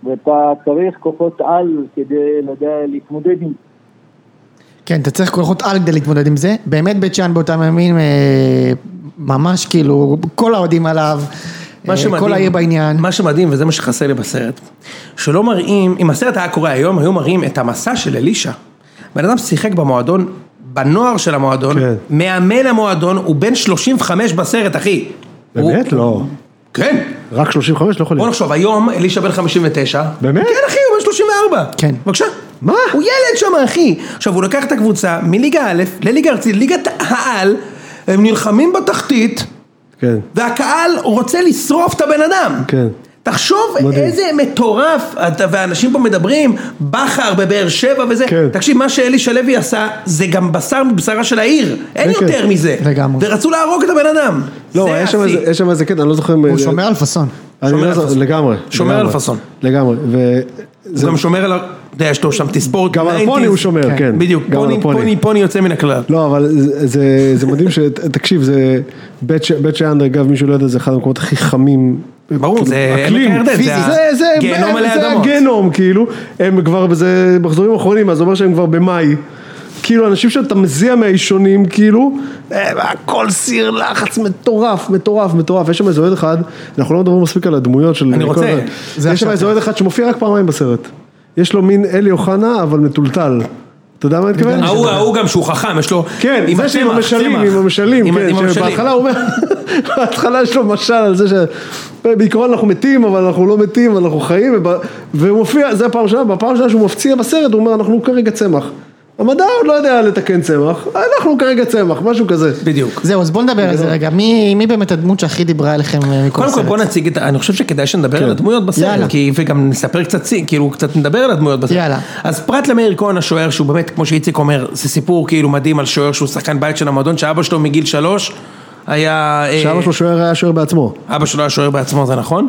[SPEAKER 5] ואתה צריך כוחות על כדי לדע, להתמודד עם
[SPEAKER 3] כן, אתה צריך כוחות על כדי להתמודד עם זה. באמת בית שאן באותם ימים אה, ממש כאילו, כל האוהדים עליו,
[SPEAKER 1] מה
[SPEAKER 3] אה,
[SPEAKER 1] שמדהים,
[SPEAKER 3] כל העיר בעניין.
[SPEAKER 1] מה שמדהים, וזה מה שחסר לי בסרט, שלא מראים, אם הסרט היה קורה היום, היו מראים את המסע של אלישע. בן אדם שיחק במועדון, בנוער של המועדון,
[SPEAKER 2] כן.
[SPEAKER 1] מאמן המועדון, הוא בן 35 בסרט, אחי.
[SPEAKER 2] באמת?
[SPEAKER 1] הוא,
[SPEAKER 2] לא.
[SPEAKER 1] כן.
[SPEAKER 2] רק 35 לא יכול
[SPEAKER 1] בוא
[SPEAKER 2] להיות.
[SPEAKER 1] נחשוב, היום אלישע בן 59.
[SPEAKER 2] באמת?
[SPEAKER 1] כן אחי, הוא בן 34.
[SPEAKER 3] כן.
[SPEAKER 1] בבקשה.
[SPEAKER 2] מה?
[SPEAKER 1] הוא ילד שם אחי. עכשיו הוא לקח את הקבוצה מליגה א' לליגה ארצית, ליגת העל, הם נלחמים בתחתית,
[SPEAKER 2] כן.
[SPEAKER 1] והקהל רוצה לשרוף את הבן אדם.
[SPEAKER 2] כן.
[SPEAKER 1] תחשוב
[SPEAKER 2] מדהים.
[SPEAKER 1] איזה מטורף, אתה והאנשים פה מדברים, בכר בבאר שבע וזה,
[SPEAKER 2] כן.
[SPEAKER 1] תקשיב מה שאלישע לוי עשה זה גם בשר מבשרה של העיר, אין
[SPEAKER 2] כן,
[SPEAKER 1] יותר
[SPEAKER 2] כן.
[SPEAKER 1] מזה,
[SPEAKER 3] לגמרי.
[SPEAKER 1] ורצו להרוג את הבן אדם,
[SPEAKER 2] לא,
[SPEAKER 1] זה
[SPEAKER 2] היה שם
[SPEAKER 1] השיא.
[SPEAKER 2] איזה- יש שם איזה קטע, אני לא זוכר אם...
[SPEAKER 3] הוא שומר על פאסון.
[SPEAKER 2] אני
[SPEAKER 1] שומר
[SPEAKER 2] לא
[SPEAKER 1] על
[SPEAKER 2] זוכר-
[SPEAKER 1] פאסון.
[SPEAKER 2] לגמרי.
[SPEAKER 1] שומר על
[SPEAKER 2] לגמרי.
[SPEAKER 1] פאסון.
[SPEAKER 2] לגמרי.
[SPEAKER 1] הוא
[SPEAKER 2] וזה-
[SPEAKER 1] גם שומר על, ה- אתה יודע, יש לו שם תספורת,
[SPEAKER 2] גם על
[SPEAKER 1] 90s.
[SPEAKER 2] הפוני הוא שומר, כן.
[SPEAKER 1] בדיוק,
[SPEAKER 2] גם על
[SPEAKER 1] פוני,
[SPEAKER 2] הפוני.
[SPEAKER 1] פוני, פוני יוצא מן הכלל.
[SPEAKER 2] לא, אבל זה- זה- זה מדהים ש... תקשיב, זה... בית ש- בית שאן, אגב, מישהו לא יודע, זה אחד המקומות הכי חמים.
[SPEAKER 1] ברור, זה
[SPEAKER 2] כאילו,
[SPEAKER 1] עמק הירדן, זה
[SPEAKER 2] פיזי.
[SPEAKER 1] ה-
[SPEAKER 2] זה- זה-
[SPEAKER 1] גיהנום
[SPEAKER 2] הם-
[SPEAKER 1] עלי
[SPEAKER 2] זה
[SPEAKER 1] אדמות.
[SPEAKER 2] הגנום, כאילו. הם כבר בזה... מחזורים אחרונים, אז זה אומר שהם כבר במאי. כאילו, אנשים שאתה מזיע מהאישונים, כאילו, אה, הכל סיר לחץ מטורף, מטורף, מטורף. יש שם איזה אוהד אחד, אנחנו לא מדברים מספיק על הדמויות של...
[SPEAKER 1] אני
[SPEAKER 2] כל
[SPEAKER 1] רוצה.
[SPEAKER 2] אחד.
[SPEAKER 1] זה
[SPEAKER 2] יש שם
[SPEAKER 3] עכשיו.
[SPEAKER 2] איזה אוהד אחד שמופיע רק פעמיים בסרט. יש לו מין אלי אוחנה, אבל מטולטל. אתה יודע מה אני מתכוון?
[SPEAKER 1] ההוא ההוא גם שהוא חכם, יש לו...
[SPEAKER 2] לא, כן,
[SPEAKER 1] עם
[SPEAKER 2] זה שעם
[SPEAKER 1] הצמח,
[SPEAKER 2] המשלים,
[SPEAKER 1] צמח.
[SPEAKER 2] עם המשלים,
[SPEAKER 1] עם-
[SPEAKER 2] כן,
[SPEAKER 1] עם המשלים.
[SPEAKER 2] שבהתחלה הוא אומר, בהתחלה יש לו משל על זה ש... בעיקרון אנחנו מתים, אבל אנחנו לא מתים, אנחנו חיים, וב- והוא מופיע, זה הפעם הראשונה, בפעם הראשונה שהוא מפציע בסרט, הוא אומר, אנחנו כרגע צמח. המדע עוד לא יודע לתקן צמח, אנחנו כרגע צמח, משהו כזה.
[SPEAKER 1] בדיוק.
[SPEAKER 3] זהו, אז בוא נדבר על זה רגע. מי מי באמת הדמות שהכי דיברה אליכם אה, מכל
[SPEAKER 1] קודם כל
[SPEAKER 3] הסרט?
[SPEAKER 1] בוא נציג את, ה- אני חושב שכדאי שנדבר על הדמויות
[SPEAKER 3] יאללה.
[SPEAKER 1] בסרט, כי וגם נספר קצת, סי- כאילו קצת נדבר על הדמויות בסרט.
[SPEAKER 3] יאללה.
[SPEAKER 1] אז פרט למאיר כהן השוער, שהוא באמת, כמו שאיציק אומר, זה סיפור כאילו מדהים על שוער שהוא שחקן בית של המועדון, שאבא שלו מגיל שלוש היה... אה,
[SPEAKER 2] שאבא שלו שוער היה שוער בעצמו.
[SPEAKER 1] אבא שלו היה שוער בעצמו, זה נכון.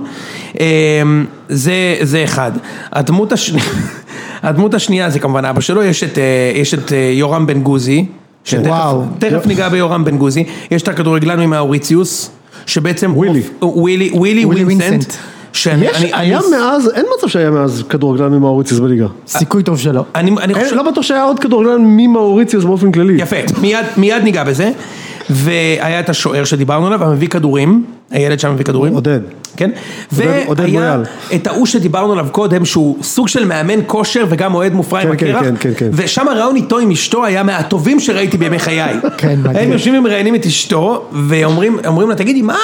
[SPEAKER 1] אמ, זה, זה אחד. הדמות, הש... הדמות השנייה זה כמובן אבא שלו, יש את, אה, יש את אה, יורם בן גוזי. שתכף,
[SPEAKER 3] וואו.
[SPEAKER 1] תכף ניגע ביורם בן גוזי. יש את הכדורגלן עם האוריציוס, שבעצם...
[SPEAKER 2] ווילי.
[SPEAKER 1] הוא- ווילי, ווילי,
[SPEAKER 3] ווילי
[SPEAKER 1] ווינסנט.
[SPEAKER 3] וינסנט.
[SPEAKER 1] שאני,
[SPEAKER 2] יש,
[SPEAKER 1] אני,
[SPEAKER 2] היה
[SPEAKER 1] אני,
[SPEAKER 2] מאז, אין מצב שהיה מאז כדורגלן ממאוריציוס בליגה.
[SPEAKER 3] סיכוי טוב שלא.
[SPEAKER 1] אני, אני
[SPEAKER 2] אין-
[SPEAKER 1] חושב...
[SPEAKER 2] לא בטוח שהיה עוד כדורגלן ממאוריציוס באופן כללי.
[SPEAKER 1] יפה, מיד, מיד ניגע בזה. והיה את השוער שדיברנו עליו, המביא כדורים, הילד שם מביא כדורים.
[SPEAKER 2] עודד.
[SPEAKER 1] כן?
[SPEAKER 2] עודד- עודד
[SPEAKER 1] והיה
[SPEAKER 2] מויאל.
[SPEAKER 1] את ההוא שדיברנו עליו קודם, שהוא סוג של מאמן כושר וגם אוהד מופרע עם
[SPEAKER 2] כן, כן,
[SPEAKER 1] הקרח.
[SPEAKER 2] כן, כן, כן.
[SPEAKER 1] ושם הרעיון איתו עם אשתו היה מהטובים שראיתי בימי חיי.
[SPEAKER 3] כן, מדהים.
[SPEAKER 1] הם יושבים ומראיינים את אשתו, ואומרים אומרים לה, תגידי, מה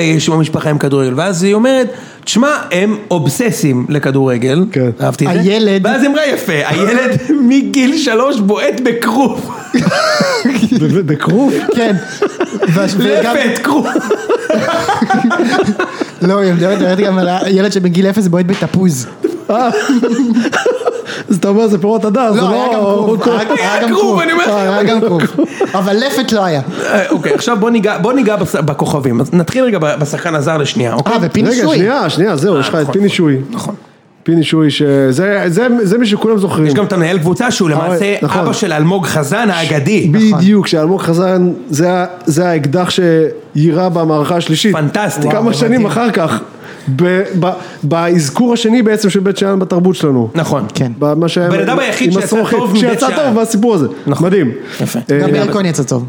[SPEAKER 1] יש עם המשפחה עם כדורגל? ואז היא אומרת, תשמע, הם אובססים לכדורגל.
[SPEAKER 2] כן.
[SPEAKER 1] אהבתי את זה.
[SPEAKER 3] הילד-
[SPEAKER 1] ואז היא אמרה יפה, הילד מגיל שלוש בועט בכרוב.
[SPEAKER 2] ו- בכרוב.
[SPEAKER 3] כן. וה- וגם-
[SPEAKER 1] לפת כרוב.
[SPEAKER 3] לא, היא מדברת גם על הילד שבגיל אפס בועט בתפוז.
[SPEAKER 2] אז אתה אומר, זה פירות הדר, זה
[SPEAKER 3] לא, היה גם
[SPEAKER 2] לא...
[SPEAKER 3] כרוב. לא,
[SPEAKER 1] היה כרוב, אני אומר לך.
[SPEAKER 3] היה גם כרוב. אבל לפת לא היה.
[SPEAKER 1] אה, אוקיי, עכשיו בוא ניגע, בוא ניגע בס- בכוכבים. אז נתחיל רגע ב- בשחקן הזר לשנייה, אוקיי?
[SPEAKER 3] אה, ופיני
[SPEAKER 2] רגע,
[SPEAKER 3] שוי.
[SPEAKER 2] שנייה, שנייה, זהו, יש לך את
[SPEAKER 1] נכון,
[SPEAKER 2] פיני שוי.
[SPEAKER 1] נכון.
[SPEAKER 2] פיני שוי, שזה זה- זה מי שכולם זוכרים.
[SPEAKER 1] יש גם את המנהל קבוצה שהוא למעשה
[SPEAKER 2] נכון.
[SPEAKER 1] אבא של אלמוג חזן האגדי.
[SPEAKER 2] בדיוק, שאלמוג חזן, זה ה- זה האקדח שיירה במערכה השלישית.
[SPEAKER 1] פנטסטי.
[SPEAKER 2] כמה
[SPEAKER 1] וואו,
[SPEAKER 2] שנים
[SPEAKER 1] מדהים.
[SPEAKER 2] אחר כך, ב- ב- באזכור השני בעצם של בית שאן בתרבות שלנו.
[SPEAKER 1] נכון.
[SPEAKER 3] כן.
[SPEAKER 2] במה שהיה
[SPEAKER 1] הבן אדם
[SPEAKER 2] עם-
[SPEAKER 1] היחיד
[SPEAKER 2] עם
[SPEAKER 1] שיצא
[SPEAKER 2] הסרוכת,
[SPEAKER 1] טוב מבית
[SPEAKER 2] שיצא
[SPEAKER 1] שאן.
[SPEAKER 2] טוב מהסיפור הזה.
[SPEAKER 1] נכון.
[SPEAKER 2] מדהים.
[SPEAKER 1] יפה.
[SPEAKER 2] אה,
[SPEAKER 3] גם מאיר כהן יצא טוב.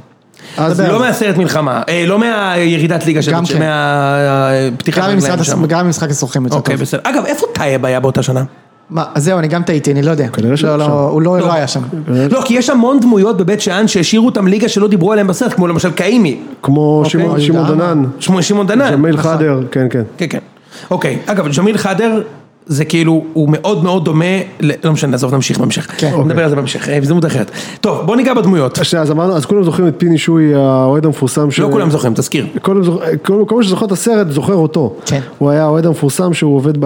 [SPEAKER 2] אז-
[SPEAKER 1] לא מהסרט מלחמה, אה, לא מהירידת ליגה
[SPEAKER 3] גם
[SPEAKER 1] שלנו,
[SPEAKER 3] כן.
[SPEAKER 1] מהפתיחה
[SPEAKER 3] גם במשחק הס- גם במשחק הסורכים יצא
[SPEAKER 1] אוקיי,
[SPEAKER 3] טוב.
[SPEAKER 1] בסדר. אגב, איפה טייב היה באותה שנה?
[SPEAKER 3] מה, אז זהו, אני גם טעיתי, אני לא יודע.
[SPEAKER 2] כנראה שהוא
[SPEAKER 3] לא, לא,
[SPEAKER 2] שם.
[SPEAKER 3] הוא לא לא היה שם.
[SPEAKER 1] לא, כי יש המון דמויות בבית שאן שהשאירו אותם ליגה שלא דיברו עליהם בסרט, כמו למשל קאימי,
[SPEAKER 2] כמו
[SPEAKER 1] אוקיי. אה,
[SPEAKER 2] שמעון- שמעון
[SPEAKER 3] למה?
[SPEAKER 2] דנן,
[SPEAKER 1] שמו- שמעון דנן.
[SPEAKER 2] ג'מיל חדר, כן כן.
[SPEAKER 1] כן, כן. אוקיי, אגב, ג'מיל חדר, זה כאילו, הוא מאוד מאוד דומה, ל- לא משנה, עזוב, נמשיך בהמשך.
[SPEAKER 3] כן.
[SPEAKER 1] נדבר על זה בהמשך, אה, בהזדמנות אחרת. טוב, בוא ניגע בדמויות.
[SPEAKER 2] שנייה, אז אמרנו, אז כולם זוכרים את פיני שוי, האוהד המפורסם. ש-
[SPEAKER 1] לא כולם זוכרים, תזכיר.
[SPEAKER 2] כולם זוכ- כל כל מי שזוכר את הסרט זוכר אותו.
[SPEAKER 3] כן.
[SPEAKER 2] הוא היה האוהד המפורסם שהוא עובד ב-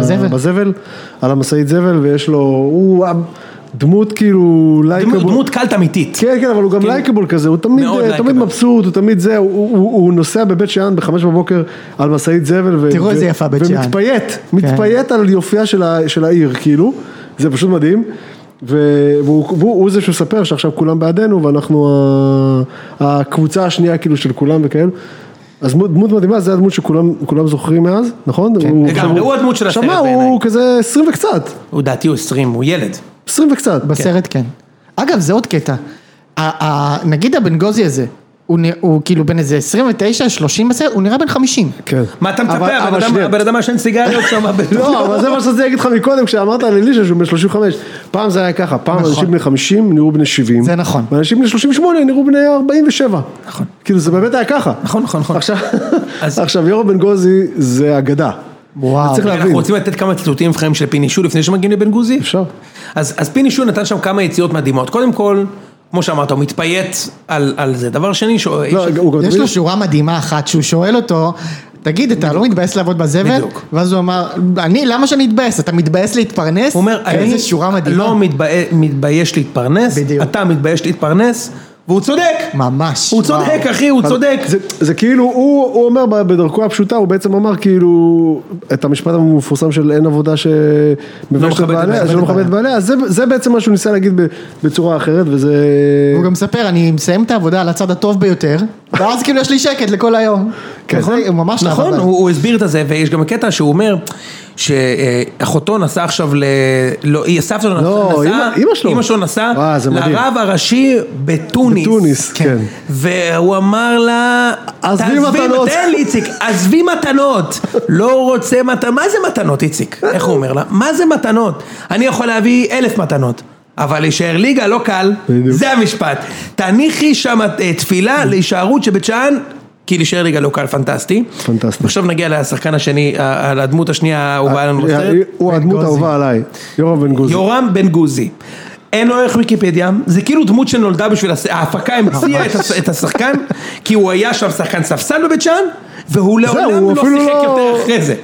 [SPEAKER 3] בזבל.
[SPEAKER 2] בזבל, על המשאית זבל, ויש לו, הוא אה, דמות כאילו
[SPEAKER 1] דמות-
[SPEAKER 2] לייקבול.
[SPEAKER 1] דמות קלט אמיתית.
[SPEAKER 2] כן, כן, אבל הוא גם
[SPEAKER 1] כן.
[SPEAKER 2] לייקבול כזה, הוא תמיד,
[SPEAKER 1] מאוד
[SPEAKER 2] אה,
[SPEAKER 1] לייקבול.
[SPEAKER 2] תמיד מבסוט, הוא תמיד זה, הוא- הוא הוא- הוא נוסע בבית שאן בחמש בבוקר על משאית זבל. ו-
[SPEAKER 3] תראו
[SPEAKER 2] ו-
[SPEAKER 3] איזה יפה בית שאן.
[SPEAKER 2] ומתפייט,
[SPEAKER 1] כן.
[SPEAKER 2] מתפייט על יופייה של ה- של העיר, כאילו, זה פשוט מדהים. ו- והוא והוא- הוא זה שמספר שעכשיו כולם בעדנו ואנחנו ה- הקבוצה השנייה כאילו של כולם וכאלה. אז דמות דמות מדהימה, זה הדמות שכולם כולם זוכרים מאז, נכון? הוא-
[SPEAKER 1] כן. לגמרי,
[SPEAKER 2] עכשיו
[SPEAKER 1] הוא הדמות של
[SPEAKER 2] עכשיו
[SPEAKER 1] הסרט
[SPEAKER 2] מה,
[SPEAKER 1] בעיניי.
[SPEAKER 2] הוא כזה עשרים וקצת,
[SPEAKER 1] הוא דעתי הוא 20, הוא ילד.
[SPEAKER 2] עשרים וקצת.
[SPEAKER 3] בסרט כן. אגב, זה עוד קטע. ה- ה- נגיד הבן גוזי הזה, הוא נרא- הוא כאילו בן איזה 29, 30 בסרט, הוא נראה בן 50.
[SPEAKER 2] כן.
[SPEAKER 1] מה אתה
[SPEAKER 2] אבל-
[SPEAKER 1] מצפה? הבן
[SPEAKER 2] אבל
[SPEAKER 1] אדם-
[SPEAKER 2] שנייה.
[SPEAKER 1] הבן אדם מעשן סיגריות שם. ב-
[SPEAKER 2] לא, אבל זה מה שרציתי להגיד לך מקודם, כשאמרת על אלישע שהוא בן 35. פעם זה היה ככה, פעם
[SPEAKER 3] נכון.
[SPEAKER 2] אנשים בני 50 נראו בני 70.
[SPEAKER 3] זה נכון.
[SPEAKER 2] ואנשים בני 38 נראו בני 47. נכון. כאילו זה באמת היה ככה.
[SPEAKER 1] נכון, נכון, נכון.
[SPEAKER 2] עכשיו-
[SPEAKER 1] אז-
[SPEAKER 2] עכשיו יורם בן גוזי זה אגדה.
[SPEAKER 3] וואו.
[SPEAKER 2] צריך
[SPEAKER 1] אנחנו
[SPEAKER 2] להבין.
[SPEAKER 1] רוצים לתת כמה ציטוטים חיים של פיני שו לפני שמגיעים לבן גוזי?
[SPEAKER 2] אפשר.
[SPEAKER 1] אז, אז פיני שו נתן שם כמה יציאות מדהימות. קודם כל, כמו שאמרת, הוא מתפייט על, על זה. דבר שני, ש...
[SPEAKER 2] לא, הוא גם
[SPEAKER 3] יש
[SPEAKER 2] תמיד-
[SPEAKER 3] לו שורה מדהימה אחת שהוא שואל אותו, תגיד, אתה לא מתבאס לעבוד בזבל?
[SPEAKER 1] בדיוק.
[SPEAKER 3] ואז הוא אמר, אני, למה שאני אתבאס? אתה מתבאס להתפרנס? כן,
[SPEAKER 1] הוא אומר, אני
[SPEAKER 3] איזה שורה מדהימה.
[SPEAKER 1] לא מתבא- מתבייש להתפרנס,
[SPEAKER 3] בדיוק.
[SPEAKER 1] אתה מתבייש להתפרנס, והוא צודק.
[SPEAKER 3] ממש.
[SPEAKER 1] הוא צודק,
[SPEAKER 3] וואו.
[SPEAKER 1] אחי, הוא צודק.
[SPEAKER 2] זה, זה כאילו, הוא, הוא אומר ב- בדרכו הפשוטה, הוא בעצם אמר כאילו, את המשפט המפורסם של אין עבודה שמביישת את
[SPEAKER 1] מכבדת-
[SPEAKER 2] בעליה, שלא
[SPEAKER 3] מכבדת
[SPEAKER 2] מכבד את בעליה, אז זה, זה בעצם מה שהוא ניסה להגיד ב- בצורה אחרת, וזה...
[SPEAKER 3] הוא גם מספר, אני מסיים את העבודה על הצד הטוב ביותר, ואז כאילו יש לי שקט לכל היום.
[SPEAKER 2] כן.
[SPEAKER 3] נכון? ממש לא
[SPEAKER 1] נכון,
[SPEAKER 3] אבל.
[SPEAKER 1] הוא, הוא הסביר את זה, ויש גם קטע שהוא אומר שאחותו נסע עכשיו ל... לא, היא סבתא לא,
[SPEAKER 2] לא,
[SPEAKER 1] נסעה,
[SPEAKER 2] אמא- אמא שלו.
[SPEAKER 1] אמא שלו נסע
[SPEAKER 2] וואו, זה מדהים.
[SPEAKER 1] לרב הראשי בתוניס.
[SPEAKER 2] בתוניס, כן.
[SPEAKER 1] והוא אמר לה,
[SPEAKER 2] עזבי
[SPEAKER 1] "תעזבי,
[SPEAKER 2] מתנות."
[SPEAKER 1] תן לי איציק, עזבי מתנות, לא רוצה מתנות, מה זה מתנות איציק? איך הוא אומר לה? מה זה מתנות? אני יכול להביא אלף מתנות. אבל להישאר ליגה לא קל,
[SPEAKER 2] בדיוק.
[SPEAKER 1] זה המשפט. תניחי שם אה, תפילה להישארות שבית שאן, כי להישאר ליגה לא קל, פנטסטי.
[SPEAKER 2] פנטסטי.
[SPEAKER 1] עכשיו נגיע לשחקן השני, ה- ה- לדמות השנייה האהובה לנו בסרט.
[SPEAKER 2] אה, הוא הדמות
[SPEAKER 3] גוזי.
[SPEAKER 2] האהובה עליי, יורם בן גוזי.
[SPEAKER 1] יורם בן גוזי. אין לו ערך ויקיפדיה, זה כאילו דמות שנולדה בשביל, הס- ההפקה המציאה את הש- את השחקן, כי הוא היה שם שחקן ספסל בבית שאן, והוא
[SPEAKER 2] הוא
[SPEAKER 1] לעולם לא
[SPEAKER 2] אפילו
[SPEAKER 1] שיחק
[SPEAKER 2] לא-
[SPEAKER 1] יותר אחרי זה,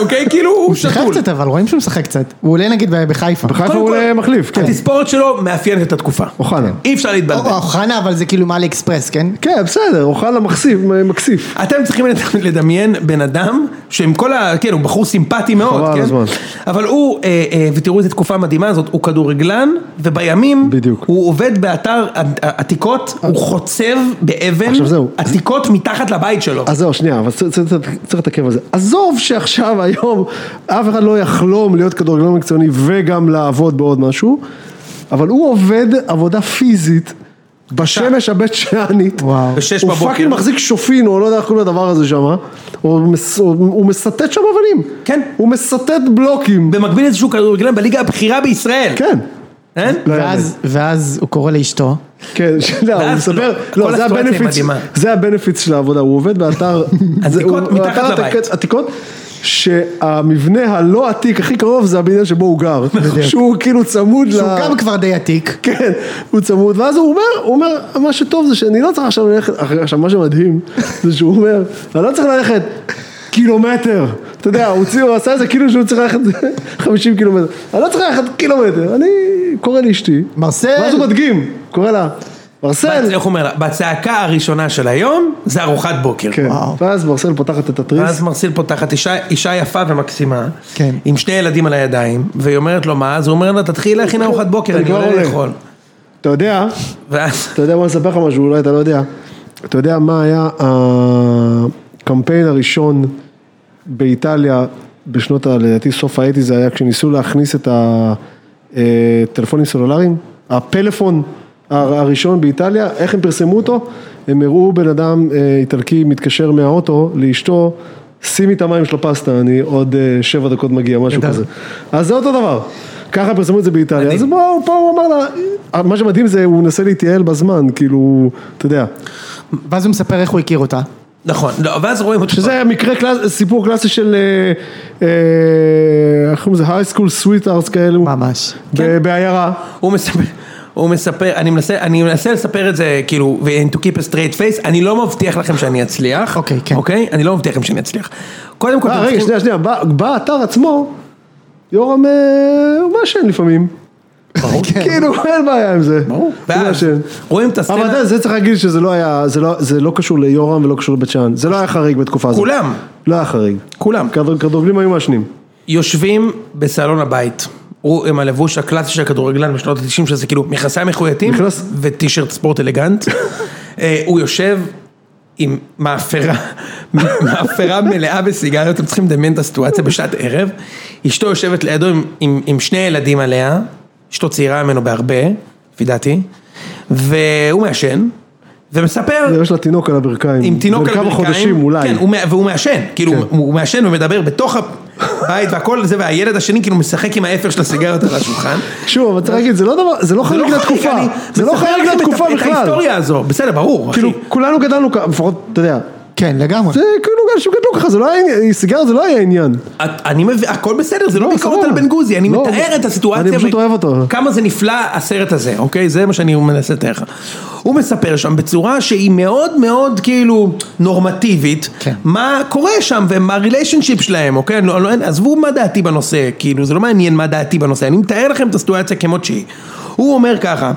[SPEAKER 1] אוקיי? כאילו הוא
[SPEAKER 3] שיחק
[SPEAKER 1] שתול.
[SPEAKER 3] קצת אבל, רואים שהוא משחק קצת. הוא עולה נגיד ב- בחיפה.
[SPEAKER 2] בחיפה
[SPEAKER 1] קודם
[SPEAKER 2] הוא
[SPEAKER 1] כל,
[SPEAKER 2] עולה מחליף, כן.
[SPEAKER 1] התספורת שלו מאפיינת את התקופה.
[SPEAKER 2] אוחנה.
[SPEAKER 1] אי אפשר להתבלבל.
[SPEAKER 3] או- אוחנה אבל זה כאילו מאלי אקספרס, כן?
[SPEAKER 2] כן, בסדר, אוחנה מחשיף, מקסיף.
[SPEAKER 1] אתם צריכים לד- לדמיין בן אדם שעם כל ה... כן, הוא בחור סימפטי
[SPEAKER 2] חבל
[SPEAKER 1] מאוד,
[SPEAKER 2] על
[SPEAKER 1] כן?
[SPEAKER 2] הזמן.
[SPEAKER 1] אבל הוא, אה, אה, ותראו איזה תקופה מדהימה הזאת, הוא כדורגלן, ובימים...
[SPEAKER 2] בדיוק.
[SPEAKER 1] הוא עובד באתר עד- עתיקות, הוא חוצב באבן
[SPEAKER 2] עכשיו זהו.
[SPEAKER 1] עתיקות מתחת לבית שלו.
[SPEAKER 2] אז זהו, שנייה, אבל צריך- צריך- צריך צריך להתעכב על זה. עזוב שעכשיו, היום, אף אחד לא יחלום להיות כדורגלן מקצועני וגם לעבוד בעוד משהו, אבל הוא עובד עבודה פיזית. בשמש הבית שאנית,
[SPEAKER 3] וואו.
[SPEAKER 1] בשש
[SPEAKER 2] הוא
[SPEAKER 1] בבוקר.
[SPEAKER 2] פאקינג מחזיק שופין, או לא יודע איך קוראים לדבר הזה שם, הוא מס- הוא- הוא מסטט שם אבנים,
[SPEAKER 1] כן.
[SPEAKER 2] הוא מסטט בלוקים,
[SPEAKER 1] במקביל איזשהו כדורגלן בליגה הבכירה בישראל.
[SPEAKER 2] כן,
[SPEAKER 1] כן?
[SPEAKER 2] לא יאמן.
[SPEAKER 3] ואז, ואז הוא קורא לאשתו,
[SPEAKER 2] כן, שנייה, הוא
[SPEAKER 1] ואז
[SPEAKER 2] מספר,
[SPEAKER 1] לא,
[SPEAKER 2] לא,
[SPEAKER 1] כל
[SPEAKER 2] זה
[SPEAKER 1] הסיטואציה היא
[SPEAKER 2] הבנפיץ,
[SPEAKER 1] מדהימה.
[SPEAKER 2] זה הבנפיץ של העבודה, הוא עובד באתר, זה- הוא-
[SPEAKER 1] עתיקות מתחת
[SPEAKER 2] באתר
[SPEAKER 1] לבית.
[SPEAKER 2] עתיק- עתיקות, שהמבנה הלא עתיק הכי קרוב זה הבניין שבו הוא גר,
[SPEAKER 1] נכון.
[SPEAKER 2] שהוא כאילו צמוד,
[SPEAKER 1] לא.
[SPEAKER 3] שהוא
[SPEAKER 2] ל-
[SPEAKER 3] גם כבר די עתיק.
[SPEAKER 2] כן, הוא צמוד, ואז הוא אומר, הוא אומר, מה שטוב זה שאני לא צריך עכשיו ללכת, עכשיו מה שמדהים, זה שהוא אומר, אני לא צריך ללכת קילומטר, אתה יודע, הוא צי- הוא עשה את זה כאילו שהוא צריך ללכת 50 קילומטר, אני לא צריך ללכת קילומטר, אני קורא לאשתי,
[SPEAKER 3] מרסל.
[SPEAKER 2] ואז הוא מדגים, קורא לה,
[SPEAKER 1] בצ-
[SPEAKER 2] מרסל,
[SPEAKER 1] איך הוא אומר לה? בצעקה הראשונה של היום, זה ארוחת בוקר.
[SPEAKER 2] כן,
[SPEAKER 3] וואו.
[SPEAKER 2] ואז מרסל פותחת את התריס,
[SPEAKER 1] ואז מרסיל פותחת אישה, אישה יפה ומקסימה,
[SPEAKER 3] כן.
[SPEAKER 1] עם שני ילדים על הידיים, והיא אומרת לו מה, אז הוא אומר לה תתחילי להכין ארוחת בוקר,
[SPEAKER 2] אני
[SPEAKER 1] אני
[SPEAKER 2] כבר
[SPEAKER 1] עולה
[SPEAKER 2] הולך."
[SPEAKER 1] לאכול.
[SPEAKER 2] אתה יודע,
[SPEAKER 1] ואז,
[SPEAKER 2] אתה יודע מה לספר לך משהו, אולי אתה לא יודע, אתה יודע מה היה הקמפיין הראשון באיטליה בשנות, ה- לדעתי סוף האתי זה היה כשניסו להכניס את הטלפונים סלולריים, הפלאפון הר- הראשון באיטליה, איך הם פרסמו אותו? הם הראו בן אדם אה, איטלקי מתקשר מהאוטו לאשתו, שימי את המים של הפסטה, אני עוד אה, שבע דקות מגיע, משהו כזה. אז זה אותו דבר. ככה פרסמו את זה באיטליה, אז בואו, פה הוא אמר לה, אה, מה שמדהים זה, הוא מנסה להתייעל בזמן, כאילו, אתה יודע,
[SPEAKER 3] ואז הוא מספר איך הוא הכיר אותה.
[SPEAKER 1] נכון, לא, ואז רואים אותו,
[SPEAKER 2] שזה היה מקרה קלאס, סיפור קלאסי של, אה, אה, איך קוראים לזה, הייסקול סוויטארס כאלו,
[SPEAKER 3] ממש.
[SPEAKER 2] ב- בעיירה,
[SPEAKER 1] הוא מספר, הוא מספר, אני מנסה, אני מנסה לספר את זה, כאילו, ו- and to keep a straight face, אני לא מבטיח לכם שאני אצליח,
[SPEAKER 3] אוקיי, כן.
[SPEAKER 1] אוקיי? אני לא מבטיח לכם שאני אצליח. קודם כל,
[SPEAKER 2] אה,
[SPEAKER 1] אתם
[SPEAKER 2] רגע,
[SPEAKER 1] צריכים-
[SPEAKER 2] שנייה, שנייה, בא- באתר עצמו, יורם אה, הוא מעשן לפעמים, כאילו, אין בעיה עם זה, ברור,
[SPEAKER 1] ואז רואים את
[SPEAKER 2] אה, אבל
[SPEAKER 1] הסצנה,
[SPEAKER 2] אתה יודע, זה צריך להגיד שזה לא היה, זה לא- זה לא קשור ליורם ולא קשור לבית שאן, זה לא היה חריג בתקופה הזאת,
[SPEAKER 1] כולם.
[SPEAKER 2] לא היה חריג,
[SPEAKER 1] כולם.
[SPEAKER 2] כדור- כדורגלים היו מעשנים.
[SPEAKER 1] יושבים בסלון הבית, הוא עם הלבוש הקלאסי של הכדורגלן בשנות ה-90, שזה כאילו מכנסיים מחוייתים,
[SPEAKER 2] נכנס-
[SPEAKER 1] וטישרט ספורט אלגנט, אה, הוא יושב עם מאפרה, מאפרה מלאה בסיגריות, אתם צריכים לדמיין את הסיטואציה בשעת ערב, אשתו יושבת לידו עם, עם, עם שני ילדים עליה, אשתו צעירה ממנו בהרבה, לפי דעתי, והוא מעשן, ומספר,
[SPEAKER 2] יש לה תינוק על הברכיים.
[SPEAKER 1] עם תינוק על
[SPEAKER 2] בן
[SPEAKER 1] ברכיים.
[SPEAKER 2] כמה חודשים אולי.
[SPEAKER 1] כן, הוא, מע- והוא מעשן, כאילו,
[SPEAKER 2] כן.
[SPEAKER 1] הוא מעשן ומדבר בתוך הבית והכל זה, והילד השני כאילו משחק עם האפר של הסיגריות על השולחן.
[SPEAKER 2] שוב, אבל צריך להגיד, זה לא דבר, זה לא
[SPEAKER 1] זה
[SPEAKER 2] חריג
[SPEAKER 1] לא חריג,
[SPEAKER 2] לתקופה.
[SPEAKER 1] אני
[SPEAKER 2] זה לא
[SPEAKER 1] מספר
[SPEAKER 2] חריג
[SPEAKER 1] לכם את ה-
[SPEAKER 2] לתקופה
[SPEAKER 1] את
[SPEAKER 2] בכלל.
[SPEAKER 1] ההיסטוריה הזו, בסדר, ברור, אחי. נכון.
[SPEAKER 2] כאילו, כולנו גדלנו ככה, לפחות, אתה יודע.
[SPEAKER 3] כן, לגמרי.
[SPEAKER 2] זה כאילו גם אנשים גדלו ככה, זה לא היה עניין, סיגר זה לא היה עניין.
[SPEAKER 1] את- אני מבין, הכל בסדר, זה לא
[SPEAKER 2] לא,
[SPEAKER 1] ביקורת
[SPEAKER 2] סבבה.
[SPEAKER 1] על בן גוזי, אני
[SPEAKER 2] לא,
[SPEAKER 1] מתאר את הסיטואציה.
[SPEAKER 2] אני פשוט
[SPEAKER 1] ו-
[SPEAKER 2] אוהב אותו.
[SPEAKER 1] כמה זה נפלא הסרט הזה, אוקיי? זה מה שאני מנסה לתאר לך. הוא מספר שם בצורה שהיא מאוד מאוד כאילו נורמטיבית,
[SPEAKER 3] כן.
[SPEAKER 1] מה קורה שם ומה הריליישנשיפ שלהם, אוקיי? לא, לא, אין- עזבו מה דעתי בנושא, כאילו זה לא מעניין מה דעתי בנושא, אני מתאר לכם את הסיטואציה כמות שהיא. הוא אומר ככה,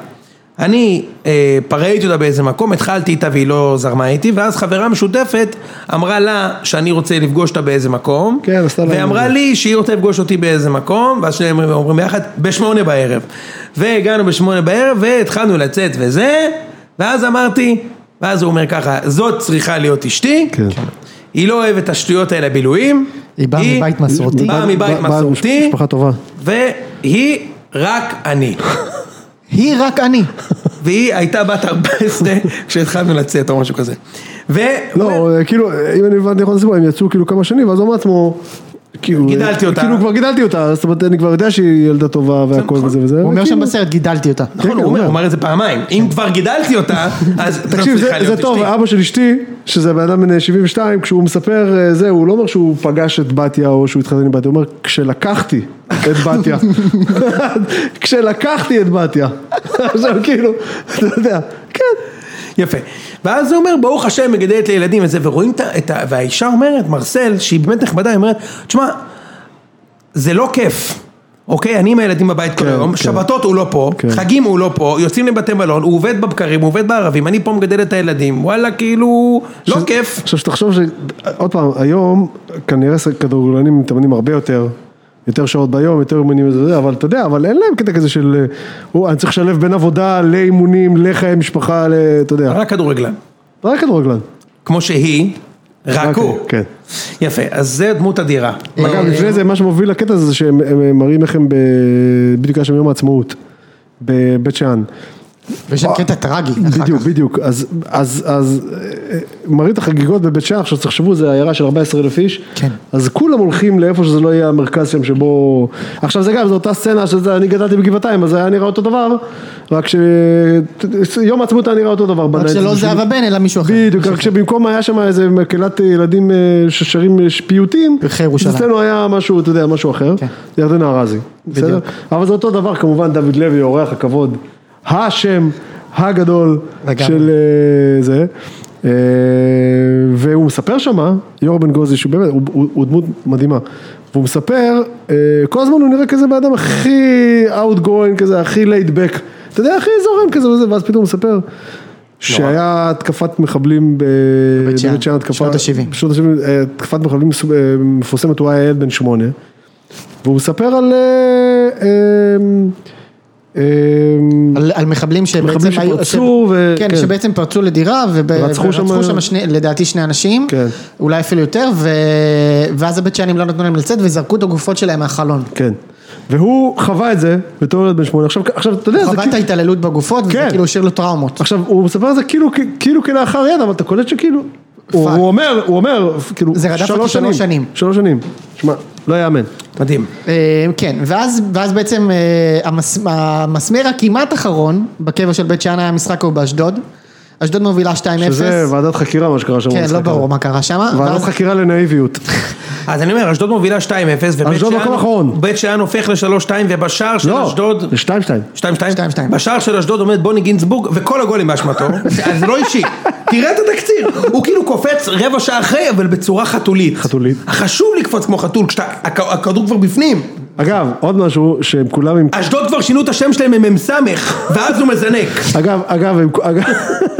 [SPEAKER 1] אני אה, פרעתי אותה באיזה מקום, התחלתי איתה והיא לא זרמה איתי, ואז חברה משותפת אמרה לה שאני רוצה לפגוש אותה באיזה מקום,
[SPEAKER 2] כן, עשתה להם
[SPEAKER 1] והיא אמרה
[SPEAKER 2] את זה.
[SPEAKER 1] לי שהיא רוצה לפגוש אותי באיזה מקום, ואז שניהם אומרים ביחד, בשמונה בערב. והגענו בשמונה בערב, והתחלנו לצאת וזה, ואז אמרתי, ואז הוא אומר ככה, זאת צריכה להיות אשתי,
[SPEAKER 2] כן.
[SPEAKER 1] היא לא אוהבת את השטויות האלה בילויים,
[SPEAKER 3] היא באה מבית מסורתי.
[SPEAKER 1] באה מבית
[SPEAKER 2] בא- בא-
[SPEAKER 1] מסורתי,
[SPEAKER 2] משפחה טובה.
[SPEAKER 1] והיא רק אני.
[SPEAKER 3] היא רק אני.
[SPEAKER 1] והיא הייתה בת 14 כשהתחלנו לצאת או משהו כזה. ו...
[SPEAKER 2] לא, אה, כאילו, אה, אם אני הבנתי נכון את הסיפור, הם יצאו כאילו כמה שנים, ואז הוא אמר לעצמו, כאילו,
[SPEAKER 1] אה, גידלתי אותה.
[SPEAKER 2] כאילו כבר גידלתי אותה, זאת אומרת, אני כבר יודע שהיא ילדה טובה והכל
[SPEAKER 1] נכון.
[SPEAKER 2] וזה וזה.
[SPEAKER 3] הוא אומר שם
[SPEAKER 2] וכאילו,
[SPEAKER 3] בסרט, גידלתי אותה.
[SPEAKER 2] כן,
[SPEAKER 1] נכון, הוא אומר- הוא אמר את זה פעמיים, אם כבר גידלתי אותה, אז זאת
[SPEAKER 2] תקשיב, זה-
[SPEAKER 1] צריכה להיות
[SPEAKER 2] זה
[SPEAKER 1] אשתי.
[SPEAKER 2] טוב, אבא של אשתי, שזה בן אדם בן 72, כשהוא מספר, אה, זה, הוא לא אומר שהוא פגש את בתיה או שהוא התחתן עם בתיה, הוא אומר, כשלקחתי את בתיה, כשלקחתי את בתיה, עכשיו כאילו, אתה יודע, כן,
[SPEAKER 1] יפה. ואז הוא אומר, ברוך השם, מגדלת לילדים וזה, ורואים את ה- את ה... והאישה אומרת, מרסל, שהיא באמת נחמדה, היא אומרת, תשמע, זה לא כיף. אוקיי, אני עם הילדים בבית כל
[SPEAKER 2] כן,
[SPEAKER 1] היום,
[SPEAKER 2] כן.
[SPEAKER 1] שבתות הוא לא פה,
[SPEAKER 2] כן.
[SPEAKER 1] חגים הוא לא פה, יוצאים לבתי מלון, הוא עובד בבקרים, הוא עובד בערבים, אני פה מגדל את הילדים, וואלה, כאילו, לא
[SPEAKER 2] שזה-
[SPEAKER 1] כיף.
[SPEAKER 2] עכשיו שתחשוב ש... עוד פעם, היום כנראה כדורגלנים מתאמנים הרבה יותר, יותר שעות ביום, יותר אימונים וזה, וזה, אבל אתה יודע, אבל אין להם קטע כזה של... אה, "או, אני צריך לשלב בין עבודה לאימונים, לחיי משפחה, ל... אתה יודע,
[SPEAKER 1] רק כדורגלן.
[SPEAKER 2] רק כדורגלן.
[SPEAKER 1] כמו שהיא, רק הוא. לא,
[SPEAKER 2] כן.
[SPEAKER 1] יפה, אז זה דמות אדירה.
[SPEAKER 2] אגב, לפני זה, מה שמוביל לקטע הזה, זה שהם הם מראים איך הם ב... בדיוק היה שם יום העצמאות, בבית שאן.
[SPEAKER 3] ויש שם קטע טרגי. אחר
[SPEAKER 2] אה, בדיוק,
[SPEAKER 3] כך.
[SPEAKER 2] בדיוק, אז, אז, אז אה, מראים את החגיגות בבית שח, עכשיו תחשבו, זה עיירה של 14 אלף איש,
[SPEAKER 3] כן.
[SPEAKER 2] אז כולם הולכים לאיפה שזה לא יהיה המרכז שם שבו, עכשיו זה גם, זו אותה סצנה שזה, אני גדלתי בגבעתיים, אז זה היה נראה אותו דבר, רק שיום העצמאות היה נראה אותו דבר,
[SPEAKER 3] רק
[SPEAKER 2] בנייטס,
[SPEAKER 3] שזה לא
[SPEAKER 2] בשביל-
[SPEAKER 3] זהבה בן, אלא מישהו אחר.
[SPEAKER 2] בדיוק, רק שבמקום היה שם איזה מקהלת אה, ילדים אה, ששרים אה, ש- פיוטים,
[SPEAKER 3] פרחי ירושלים.
[SPEAKER 2] אז אצלנו היה משהו, אתה יודע, משהו אחר,
[SPEAKER 3] כן.
[SPEAKER 2] ירדנה ארזי, בסדר? אבל זה אותו דבר כמובן, דוד לוי, אורח הכבוד, השם הגדול
[SPEAKER 3] לגמרי.
[SPEAKER 2] של אה, זה, אה, והוא מספר שמה, יורם בן גוזי, שהוא באמת, הוא- הוא הוא דמות מדהימה, והוא מספר, אה, כל הזמן הוא נראה כזה בן אדם הכי outgoing כזה, הכי laid back, אתה יודע, הכי זורם כזה וזה, ואז פתאום הוא מספר. שהיה התקפת מחבלים ב-
[SPEAKER 3] בבית שאן,
[SPEAKER 2] בבית שאן, התקפה-
[SPEAKER 3] שנות ה-שבעים.
[SPEAKER 2] בשנות ה-70, אה, התקפת מחבלים מס- אה, מפורסמת, הוא היה ילד בן שמונה, והוא מספר על... אה, אה, אה,
[SPEAKER 3] על, על מחבלים שבעצם
[SPEAKER 2] מחבלים שפרצו ו-
[SPEAKER 3] כן,
[SPEAKER 2] כן.
[SPEAKER 3] שבעצם פרצו לדירה וב-
[SPEAKER 2] ורצחו
[SPEAKER 3] ורצחו
[SPEAKER 2] שם-
[SPEAKER 3] שם, שני, לדעתי שני אנשים,
[SPEAKER 2] כן.
[SPEAKER 3] אולי אפילו יותר, ו... ואז הבית שלהם לא נתנו להם לצאת וזרקו את הגופות שלהם מהחלון.
[SPEAKER 2] כן. והוא חווה את זה בתור ילד בן שמונה. עכשיו, עכשיו, אתה יודע, זה
[SPEAKER 3] חווה את
[SPEAKER 2] כאילו...
[SPEAKER 3] ההתעללות בגופות, וזה
[SPEAKER 2] כן.
[SPEAKER 3] כאילו השאיר לו טראומות.
[SPEAKER 2] עכשיו, הוא מספר על זה כאילו, כאילו כלאחר יד, אבל אתה קולט שכאילו... הוא,
[SPEAKER 3] פאק.
[SPEAKER 2] הוא אומר, הוא אומר, כאילו,
[SPEAKER 3] זה רדף אותי שלוש שנים.
[SPEAKER 2] שלוש שנים. שמע, לא יאמן.
[SPEAKER 1] מדהים.
[SPEAKER 3] אה, כן, ואז, ואז בעצם אה, המס, המסמר הכמעט אחרון בקבע של בית שאן היה המשחק ההוא באשדוד. אשדוד מובילה 2-0.
[SPEAKER 2] שזה ועדת חקירה, מה שקרה שם.
[SPEAKER 3] כן,
[SPEAKER 2] במשחק
[SPEAKER 3] לא
[SPEAKER 2] הזה. לא
[SPEAKER 3] ברור מה קרה שם.
[SPEAKER 2] ועדת חקירה לנאיביות.
[SPEAKER 1] אז אני אומר, אשדוד מובילה 2-0, ובית
[SPEAKER 2] אשדוד מקום אחרון.
[SPEAKER 1] שאן, בית שאן הופך ל-3-2, ובשער של
[SPEAKER 2] לא,
[SPEAKER 1] אשדוד,
[SPEAKER 2] זה שתיים שתיים.
[SPEAKER 1] 2-2,
[SPEAKER 3] 2-2.
[SPEAKER 1] בשער של אשדוד עומד בוני גינצבורג, וכל הגולים באשמתו, אז זה לא אישי, תראה את התקציר, הוא כאילו קופץ רבע שעה אחרי, אבל בצורה חתולית.
[SPEAKER 2] חתולית.
[SPEAKER 1] חשוב לקפוץ כמו חתול, כשאתה, הכ- הכדור כבר בפנים.
[SPEAKER 2] אגב, עוד משהו שהם כולם עם...
[SPEAKER 1] אשדוד כבר שינו את השם שלהם ממ"ס, ואז הוא מזנק.
[SPEAKER 2] אגב, אגב, הם, אגב,